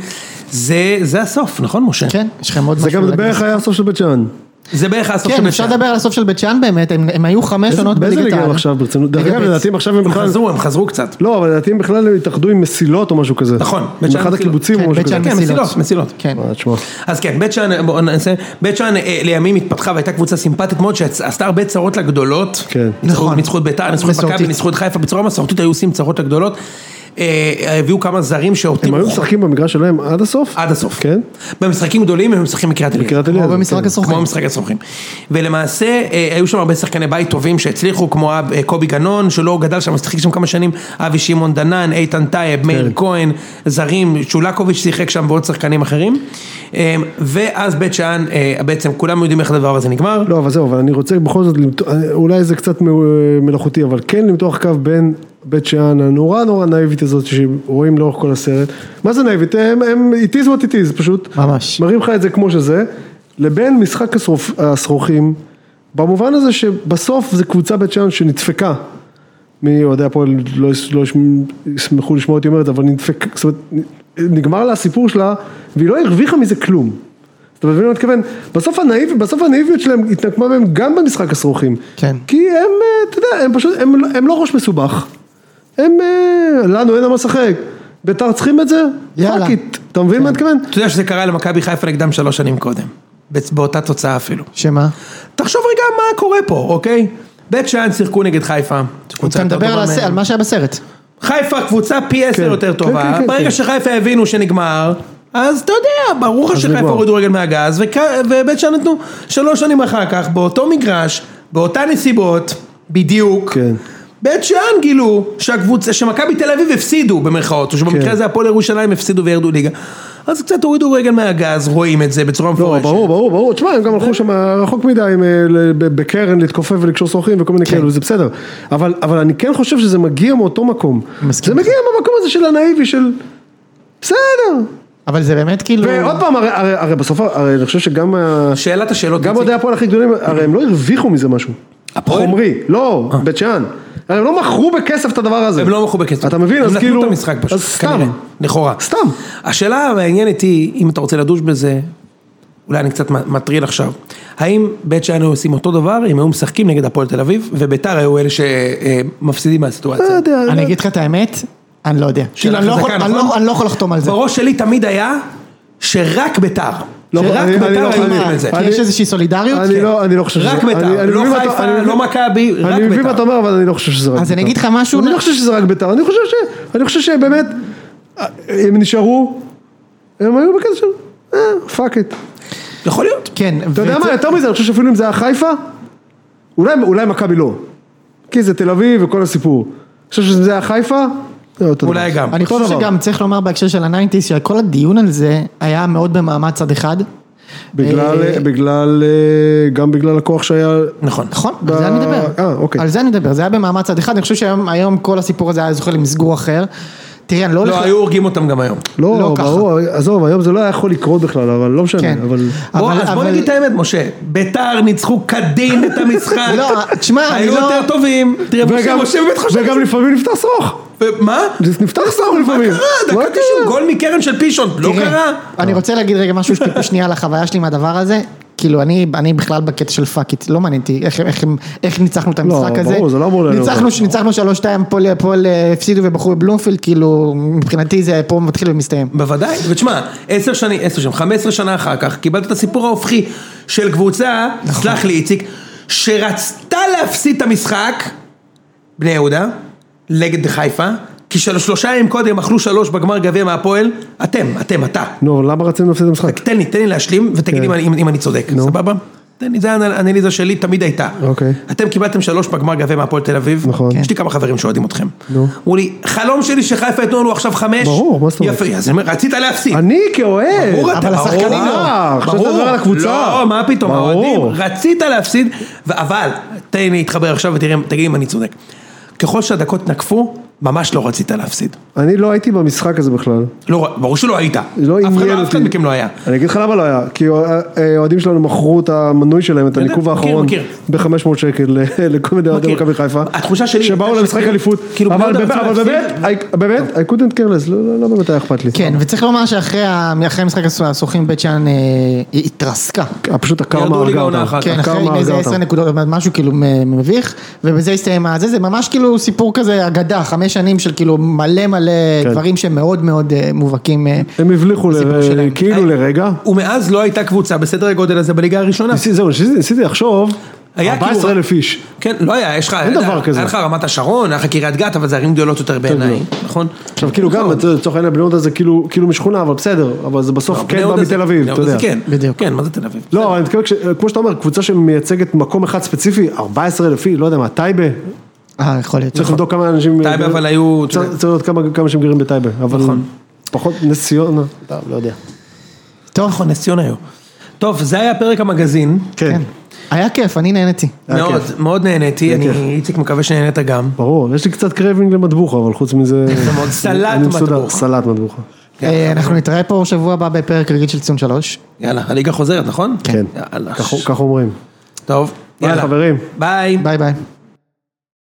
[SPEAKER 1] זה, זה הסוף, נכון משה?
[SPEAKER 3] כן, יש לכם עוד
[SPEAKER 2] זה
[SPEAKER 3] משהו
[SPEAKER 2] גם
[SPEAKER 3] להגיד?
[SPEAKER 2] בערך היה הסוף של בית שאן.
[SPEAKER 1] זה בערך הסוף
[SPEAKER 3] כן,
[SPEAKER 1] של
[SPEAKER 3] אפשר
[SPEAKER 1] בית שאן.
[SPEAKER 3] לדבר על הסוף של בית שאן באמת, הם הם היו חמש
[SPEAKER 2] באיזה-
[SPEAKER 3] עונות
[SPEAKER 2] באיזה
[SPEAKER 3] בליגת
[SPEAKER 2] ליגה הם
[SPEAKER 3] העל.
[SPEAKER 2] עכשיו ברצינות? דרך
[SPEAKER 3] ליגה
[SPEAKER 2] אגב,
[SPEAKER 3] ב'.
[SPEAKER 2] לדעתי הם עכשיו הם
[SPEAKER 1] הם
[SPEAKER 2] בכלל...
[SPEAKER 1] חזרו, הם חזרו קצת.
[SPEAKER 2] לא, אבל לדעתי הם בכלל התאחדו עם מסילות או משהו כזה.
[SPEAKER 1] נכון, בית
[SPEAKER 2] עם
[SPEAKER 1] שאן
[SPEAKER 2] אחד
[SPEAKER 1] מסילות.
[SPEAKER 2] הקיבוצים
[SPEAKER 3] כן,
[SPEAKER 2] או משהו
[SPEAKER 3] בית
[SPEAKER 2] כזה.
[SPEAKER 3] שאן
[SPEAKER 1] כן, מסילות, מסילות.
[SPEAKER 3] כן.
[SPEAKER 2] אה, תשמע.
[SPEAKER 1] אז כן, בית שאן, בואו נעשה, בית שאן אה, לימים התפתחה והייתה קבוצה סימפטית מאוד שעשתה הרבה צרות לגדולות.
[SPEAKER 2] כן.
[SPEAKER 1] ניצחו-
[SPEAKER 3] נכון.
[SPEAKER 1] ניצחו את ביתר, ניצחו את מכבי,
[SPEAKER 3] מסורתית.
[SPEAKER 1] ניצחו את חיפה, בצורה מסורתית היו עושים צרות לגדולות. אה, הביאו כמה זרים שאותי
[SPEAKER 2] הם היו משחקים במגרש שלהם עד הסוף?
[SPEAKER 1] עד הסוף.
[SPEAKER 2] כן?
[SPEAKER 1] במשחקים גדולים הם משחקים בקריית אליעזר.
[SPEAKER 2] בקריית
[SPEAKER 3] כמו
[SPEAKER 2] אליעזר.
[SPEAKER 3] במשחק
[SPEAKER 2] כן.
[SPEAKER 3] הסוכן.
[SPEAKER 1] כמו במשחק הסוכנים. ולמעשה אה, היו שם הרבה שחקני בית טובים שהצליחו, כמו אב- אה, קובי גנון, שלא גדל שם, שיחק שם כמה שנים, אבי שמעון דנן, איתן טייב,
[SPEAKER 3] כן.
[SPEAKER 1] מאיר כהן, זרים, שולקוביץ' שיחק שם ועוד שחקנים אחרים. אה, ואז בית שאן, אה, בעצם כולם יודעים איך הדבר הזה נגמר.
[SPEAKER 2] לא, אבל זהו, אבל אני רוצה בכל זאת, למתוח- אולי זה קצת מ- מלאכותי, אבל כן למתוח קו בין בית שאן הנורא נורא נאיבית הזאת שרואים לאורך כל הסרט. מה זה נאיבית? הם, הם it is what it is, פשוט.
[SPEAKER 3] ממש.
[SPEAKER 2] מראים לך את זה כמו שזה, לבין משחק השרופ, השרוכים, במובן הזה שבסוף זה קבוצה בית שאן שנדפקה. מי אוהדי הפועל לא, יש- לא יש- ישמחו לשמוע אותי אומרת, אבל נדפק, זאת אומרת, נגמר לה הסיפור שלה, והיא לא הרוויחה מזה כלום. אתה מבין מה אני מתכוון? בסוף, הנאיב, בסוף הנאיביות שלהם התנקמה בהם גם במשחק השרוכים.
[SPEAKER 3] כן.
[SPEAKER 2] כי הם, אה, אתה יודע, הם פשוט, הם, הם לא ראש מסובך. הם, אה, לנו אין למה לשחק. בית"ר צריכים את זה?
[SPEAKER 3] יאללה. כן.
[SPEAKER 2] פאק איט. אתה מבין מה אני מתכוון?
[SPEAKER 1] אתה יודע שזה קרה למכבי חיפה נגדם שלוש שנים קודם. בצ- באותה תוצאה אפילו.
[SPEAKER 3] שמה?
[SPEAKER 1] תחשוב רגע מה קורה פה, אוקיי? בית שאן שיחקו נגד חיפה.
[SPEAKER 3] אתה מדבר על הס- על מה שהיה בסרט.
[SPEAKER 1] חיפה קבוצה פי עשר
[SPEAKER 2] כן,
[SPEAKER 1] יותר
[SPEAKER 2] כן,
[SPEAKER 1] טובה,
[SPEAKER 2] כן, כן,
[SPEAKER 1] ברגע
[SPEAKER 2] כן.
[SPEAKER 1] שחיפה הבינו שנגמר, אז אתה יודע, ברור לך
[SPEAKER 2] אז
[SPEAKER 1] שחיפה
[SPEAKER 2] נגמר.
[SPEAKER 1] הורידו רגל מהגז, וכ- ובית שאן נתנו שלוש שנים אחר כך, באותו מגרש, באותן נסיבות, בדיוק.
[SPEAKER 2] כן.
[SPEAKER 1] בית שאן גילו שהקבוצה, שמכבי תל אביב הפסידו במרכאות, או שבמקרה
[SPEAKER 2] כן.
[SPEAKER 1] הזה הפועל ירושלים הפסידו וירדו ליגה. אז קצת הורידו רגל מהגז, רואים את זה בצורה
[SPEAKER 2] לא,
[SPEAKER 1] מפורשת.
[SPEAKER 2] ברור, ברור, ברור. תשמע, הם גם הלכו שם רחוק מדי עם, אה, ל- ב- בקרן להתכופף ולקשור שוחים וכל מיני
[SPEAKER 1] כן.
[SPEAKER 2] כאלו, זה בסדר. אבל אבל אני כן חושב שזה מגיע מאותו מקום.
[SPEAKER 3] מסכים
[SPEAKER 2] זה מגיע מהמקום הזה של הנאיבי, של... בסדר.
[SPEAKER 3] אבל זה באמת כאילו...
[SPEAKER 1] לא.
[SPEAKER 2] ועוד פעם, הרי- הרי הרי בסוף, הרי אני חושב שגם... ה-
[SPEAKER 1] שאלת השאלות.
[SPEAKER 2] גם
[SPEAKER 1] איציק.
[SPEAKER 2] אוהדי הפועל הכי גדולים, הרי הם לא הרוויחו מזה משהו.
[SPEAKER 1] הפועל? אה.
[SPEAKER 2] חומרי, לא, בית שאן. הרי הם לא מכרו בכסף את הדבר הזה.
[SPEAKER 1] הם לא מכרו בכסף.
[SPEAKER 2] אתה מבין?
[SPEAKER 1] הם
[SPEAKER 2] אז כאילו...
[SPEAKER 1] נתנו את המשחק פשוט.
[SPEAKER 2] אז סתם.
[SPEAKER 1] כנראה, לכאורה.
[SPEAKER 2] סתם.
[SPEAKER 1] השאלה המעניינת היא, אם אתה רוצה לדוש בזה, אולי אני קצת מטריל עכשיו, האם בית שאן היו עושים אותו דבר, אם היו משחקים נגד הפועל תל אביב, וביתר היו אלה שמפסידים מהסיטואציה?
[SPEAKER 2] לא יודע, לא-
[SPEAKER 3] אני אגיד לך את האמת, אני לא יודע. כאילו, אני לא
[SPEAKER 1] חזקה,
[SPEAKER 3] יכול- אני
[SPEAKER 1] נכון?
[SPEAKER 3] לא- אני לא יכול לחתום על זה.
[SPEAKER 1] בראש שלי תמיד היה שרק ביתר.
[SPEAKER 2] לא,
[SPEAKER 1] שרק
[SPEAKER 2] אני- אני
[SPEAKER 1] ביתר
[SPEAKER 2] לא-
[SPEAKER 1] היו
[SPEAKER 2] אני-
[SPEAKER 1] עושים את זה.
[SPEAKER 3] כי
[SPEAKER 2] אני-
[SPEAKER 3] יש איזושהי סולידריות?
[SPEAKER 2] אני
[SPEAKER 3] כן.
[SPEAKER 2] לא, אני לא חושב
[SPEAKER 1] רק
[SPEAKER 2] שזה-
[SPEAKER 1] בית"ר,
[SPEAKER 2] אני- אני
[SPEAKER 1] לא
[SPEAKER 2] מבין מה אתה-
[SPEAKER 1] חיפה,
[SPEAKER 2] אני מבין-
[SPEAKER 1] לא מכבי, רק
[SPEAKER 2] אני
[SPEAKER 1] בית"ר.
[SPEAKER 2] מבין מה אתה אומר, אבל אני לא חושב שזה רק בית"ר.
[SPEAKER 3] אז אני אגיד לך משהו-
[SPEAKER 2] אני לא חושב שזה רק בית"ר, אני חושב ש... אני חושב שבאמת, אה, הם נשארו, הם היו בכזה של... אה, פאק איט.
[SPEAKER 1] יכול להיות.
[SPEAKER 3] כן.
[SPEAKER 2] אתה יודע
[SPEAKER 3] ואת-
[SPEAKER 2] מה, יותר מזה, אני חושב שאפילו אם זה היה חיפה, אולי, אולי מכבי לא. כי זה תל אביב וכל הסיפור. אני חושב שזה היה חיפה, זה אותו דבר.
[SPEAKER 1] אולי גם.
[SPEAKER 3] אני
[SPEAKER 2] אותו
[SPEAKER 3] חושב
[SPEAKER 2] דבר.
[SPEAKER 3] שגם צריך לומר בהקשר של הניינטיז, שכל הדיון על זה היה מאוד במעמד צד אחד.
[SPEAKER 2] בגלל,
[SPEAKER 3] אה,
[SPEAKER 2] בגלל, אה, גם בגלל הכוח שהיה...
[SPEAKER 1] נכון.
[SPEAKER 3] נכון,
[SPEAKER 2] ב-
[SPEAKER 3] על זה אני מדבר.
[SPEAKER 2] אה, אוקיי.
[SPEAKER 3] על זה אני מדבר, זה היה במעמד צד אחד, אני חושב שהיום היום כל הסיפור הזה היה זוכה למסגור אחר. תראה, אני לא הולך...
[SPEAKER 1] לא, היו הורגים אותם גם היום.
[SPEAKER 2] לא,
[SPEAKER 3] לא
[SPEAKER 2] לא
[SPEAKER 3] ככה.
[SPEAKER 2] ברור, עזוב, היום זה לא היה יכול לקרות בכלל, אבל לא משנה,
[SPEAKER 3] כן.
[SPEAKER 2] אבל...
[SPEAKER 3] אבל-
[SPEAKER 1] בוא, אז בוא
[SPEAKER 3] אבל-
[SPEAKER 1] נגיד את האמת, משה, ביתר ניצחו כדין את המשחק,
[SPEAKER 3] לא, תשמע, אני
[SPEAKER 1] היו
[SPEAKER 3] לא-
[SPEAKER 1] יותר טובים, תראה, משה,
[SPEAKER 2] וגם,
[SPEAKER 1] משה באמת חושב,
[SPEAKER 2] וגם לפעמים נפתח שרוך.
[SPEAKER 1] מה?
[SPEAKER 2] נפתח שרוך
[SPEAKER 3] לא
[SPEAKER 1] מה
[SPEAKER 2] לפעמים.
[SPEAKER 1] קרה?
[SPEAKER 2] מה
[SPEAKER 1] דקה
[SPEAKER 2] קרה?
[SPEAKER 1] תשעים, גול מקרן של פישון, לא
[SPEAKER 3] תראה,
[SPEAKER 1] קרה?
[SPEAKER 3] אני רוצה להגיד רגע משהו שטיפה שנייה על החוויה שלי מהדבר הזה. כאילו אני, אני בכלל בקטע של פאק איט, לא מעניין אותי איך, איך, איך ניצחנו את המשחק הזה.
[SPEAKER 2] ברור, זה לא אמור לעניין
[SPEAKER 3] ניצחנו,
[SPEAKER 2] אותך.
[SPEAKER 3] ניצחנו שלוש שתיים, הפועל- הפועל אה, הפסידו ובחרו בבלומפילד, כאילו מבחינתי זה פה מתחיל ומסתיים.
[SPEAKER 1] בוודאי, ותשמע, עשר שנים, עשר שנים, חמש עשרה שנה אחר כך, קיבלת את הסיפור ההופכי של קבוצה,
[SPEAKER 3] נכון.
[SPEAKER 1] סלח לי איציק, שרצתה להפסיד את המשחק, בני יהודה, נגד חיפה, כי של- שלושה ימים קודם אכלו שלוש בגמר גביע מהפועל, אתם, אתם, אתה.
[SPEAKER 2] נו, אבל למה רצינו להפסיד את המשחק?
[SPEAKER 1] תן לי, תן לי להשלים
[SPEAKER 2] כן.
[SPEAKER 1] ותגיד אם, אני- אם, אם אני צודק, סבבה? תן לי, זה האנל- האנליזה שלי תמיד הייתה.
[SPEAKER 2] אוקיי.
[SPEAKER 1] אתם קיבלתם שלוש בגמר גביע מהפועל תל אביב.
[SPEAKER 2] נכון.
[SPEAKER 1] יש לי כמה חברים שאוהדים אתכם. אמרו לי, חלום שלי שחיפה יתנו לנו עכשיו חמש.
[SPEAKER 2] ברור, מה זאת אומרת?
[SPEAKER 1] יפה, אז אני אומר, רצית להפסיד.
[SPEAKER 2] אני כאוהד.
[SPEAKER 1] ברור, אתה-
[SPEAKER 3] אבל
[SPEAKER 1] ברור.
[SPEAKER 3] השחקנים לא.
[SPEAKER 2] אה, עכשיו אתה
[SPEAKER 1] ברור.
[SPEAKER 2] מדבר על הקבוצה.
[SPEAKER 1] לא, מה פתאום,
[SPEAKER 2] ברור.
[SPEAKER 1] האוהדים, רצית להפסיד, ו- אבל, תן לי להתחבר עכשיו ותראה, תגיד אם אני צודק. ככל שהדקות נקפו, ממש לא רצית להפסיד.
[SPEAKER 2] אני לא הייתי במשחק הזה בכלל.
[SPEAKER 1] לא, ר- ברור שלא היית.
[SPEAKER 2] לא
[SPEAKER 1] אף אחד-
[SPEAKER 2] עניין אותי.
[SPEAKER 1] אף אחד מכם לא היה.
[SPEAKER 2] אני אגיד לך למה לא היה, כי אה, אה, האוהדים שלנו מכרו את המנוי שלהם, את
[SPEAKER 1] יודע,
[SPEAKER 2] הניקוב
[SPEAKER 1] מכיר,
[SPEAKER 2] האחרון,
[SPEAKER 1] מכיר.
[SPEAKER 2] ב-500 שקל ל- לכל מיני אוהדי
[SPEAKER 1] מכיר.
[SPEAKER 2] מכבי חיפה.
[SPEAKER 1] התחושה שלי
[SPEAKER 2] שבאו
[SPEAKER 1] הייתה
[SPEAKER 2] למשחק
[SPEAKER 1] שכאילו-
[SPEAKER 2] אליפות,
[SPEAKER 1] כאילו,
[SPEAKER 2] אבל
[SPEAKER 1] בני אדם כן.
[SPEAKER 2] באמת,
[SPEAKER 1] צריך
[SPEAKER 2] אבל באמת, I- באמת, I couldn't care less, לא- לא לא באמת היה אכפת לי.
[SPEAKER 3] כן, וצריך לומר שאחרי ה- אחרי המשחק הסו- הסוחים בית שאן אה, היא התרסקה.
[SPEAKER 2] אה, פשוט הקרמה
[SPEAKER 1] ירדו ליגה
[SPEAKER 2] הרגה
[SPEAKER 1] עונה
[SPEAKER 2] אותם.
[SPEAKER 1] אחת.
[SPEAKER 3] כן,
[SPEAKER 2] הקרמה
[SPEAKER 3] אחרי
[SPEAKER 2] הרגה
[SPEAKER 3] איזה
[SPEAKER 2] אותם.
[SPEAKER 3] עשר נקודות, משהו כאילו מ- מביך, ובזה הסתיים הזה, זה ממש כאילו סיפור כזה אגדה, חמש שנים של כאילו מלא מלא
[SPEAKER 2] כן.
[SPEAKER 3] דברים שמאוד מאוד אה, מובהקים. אה,
[SPEAKER 2] הם הבליחו
[SPEAKER 3] בסיפור
[SPEAKER 2] ל-
[SPEAKER 3] שלהם.
[SPEAKER 1] אה,
[SPEAKER 2] כאילו לרגע.
[SPEAKER 1] ומאז לא הייתה קבוצה בסדר הגודל הזה בליגה הראשונה.
[SPEAKER 2] ניסיתי- זהו, ניסיתי ניסיתי לחשוב,
[SPEAKER 1] היה כאילו-
[SPEAKER 2] 14,000 איש.
[SPEAKER 1] כן, לא היה, יש לך...
[SPEAKER 2] אין דבר כזה.
[SPEAKER 1] היה לך רמת השרון, היה לך קריית גת, אבל זה ערים גדולות יותר בעיניי, נכון?
[SPEAKER 2] עכשיו כאילו גם, אתה יודע, לצורך העניין הבני יהודה זה כאילו כאילו משכונה, אבל בסדר, אבל זה בסוף
[SPEAKER 1] לא, בני
[SPEAKER 2] כן בא
[SPEAKER 1] יהודה זה-
[SPEAKER 2] מתל אביב,
[SPEAKER 1] בני
[SPEAKER 2] אתה
[SPEAKER 1] יהודה
[SPEAKER 2] יודע.
[SPEAKER 1] זה כן,
[SPEAKER 3] בדיוק.
[SPEAKER 1] כן, מה זה תל אביב?
[SPEAKER 2] לא, אני מתכוון, כש- כמו שאתה אומר, קבוצה שמייצגת מקום אחד ספציפי, 14,000 איש, לא יודע מה, טייבה,
[SPEAKER 3] אה, יכול להיות.
[SPEAKER 2] צריך לבדוק כמה אנשים...
[SPEAKER 1] טייבה, אבל היו- נכון.
[SPEAKER 2] צריך צריך לראות כמה- כמה שהם גרים בטייבה, אבל פחות נס ציונה, לא יודע. לא.
[SPEAKER 1] טוב, נכון, נס ציונה היו. טוב, זה היה פרק המגזין.
[SPEAKER 2] כן,
[SPEAKER 3] כן. היה כיף, אני נהניתי.
[SPEAKER 2] היה
[SPEAKER 1] מאוד,
[SPEAKER 2] כיף.
[SPEAKER 1] מאוד נהניתי,
[SPEAKER 2] היה
[SPEAKER 1] אני איציק מקווה שנהנית גם.
[SPEAKER 2] ברור, יש לי קצת קרבינג למטבוחה, אבל חוץ מזה...
[SPEAKER 1] מאוד, סלט
[SPEAKER 2] אני מסודר,
[SPEAKER 1] מטבוחה.
[SPEAKER 2] סלט מטבוחה.
[SPEAKER 3] אה, אנחנו נתראה פה שבוע הבא בפרק רגיל של ציון שלוש.
[SPEAKER 1] יאללה, הליגה חוזרת, נכון?
[SPEAKER 2] כן,
[SPEAKER 1] יאללה.
[SPEAKER 2] כך- כך אומרים.
[SPEAKER 1] טוב,
[SPEAKER 2] ביי
[SPEAKER 1] יאללה.
[SPEAKER 2] חברים.
[SPEAKER 1] ביי.
[SPEAKER 3] ביי ביי.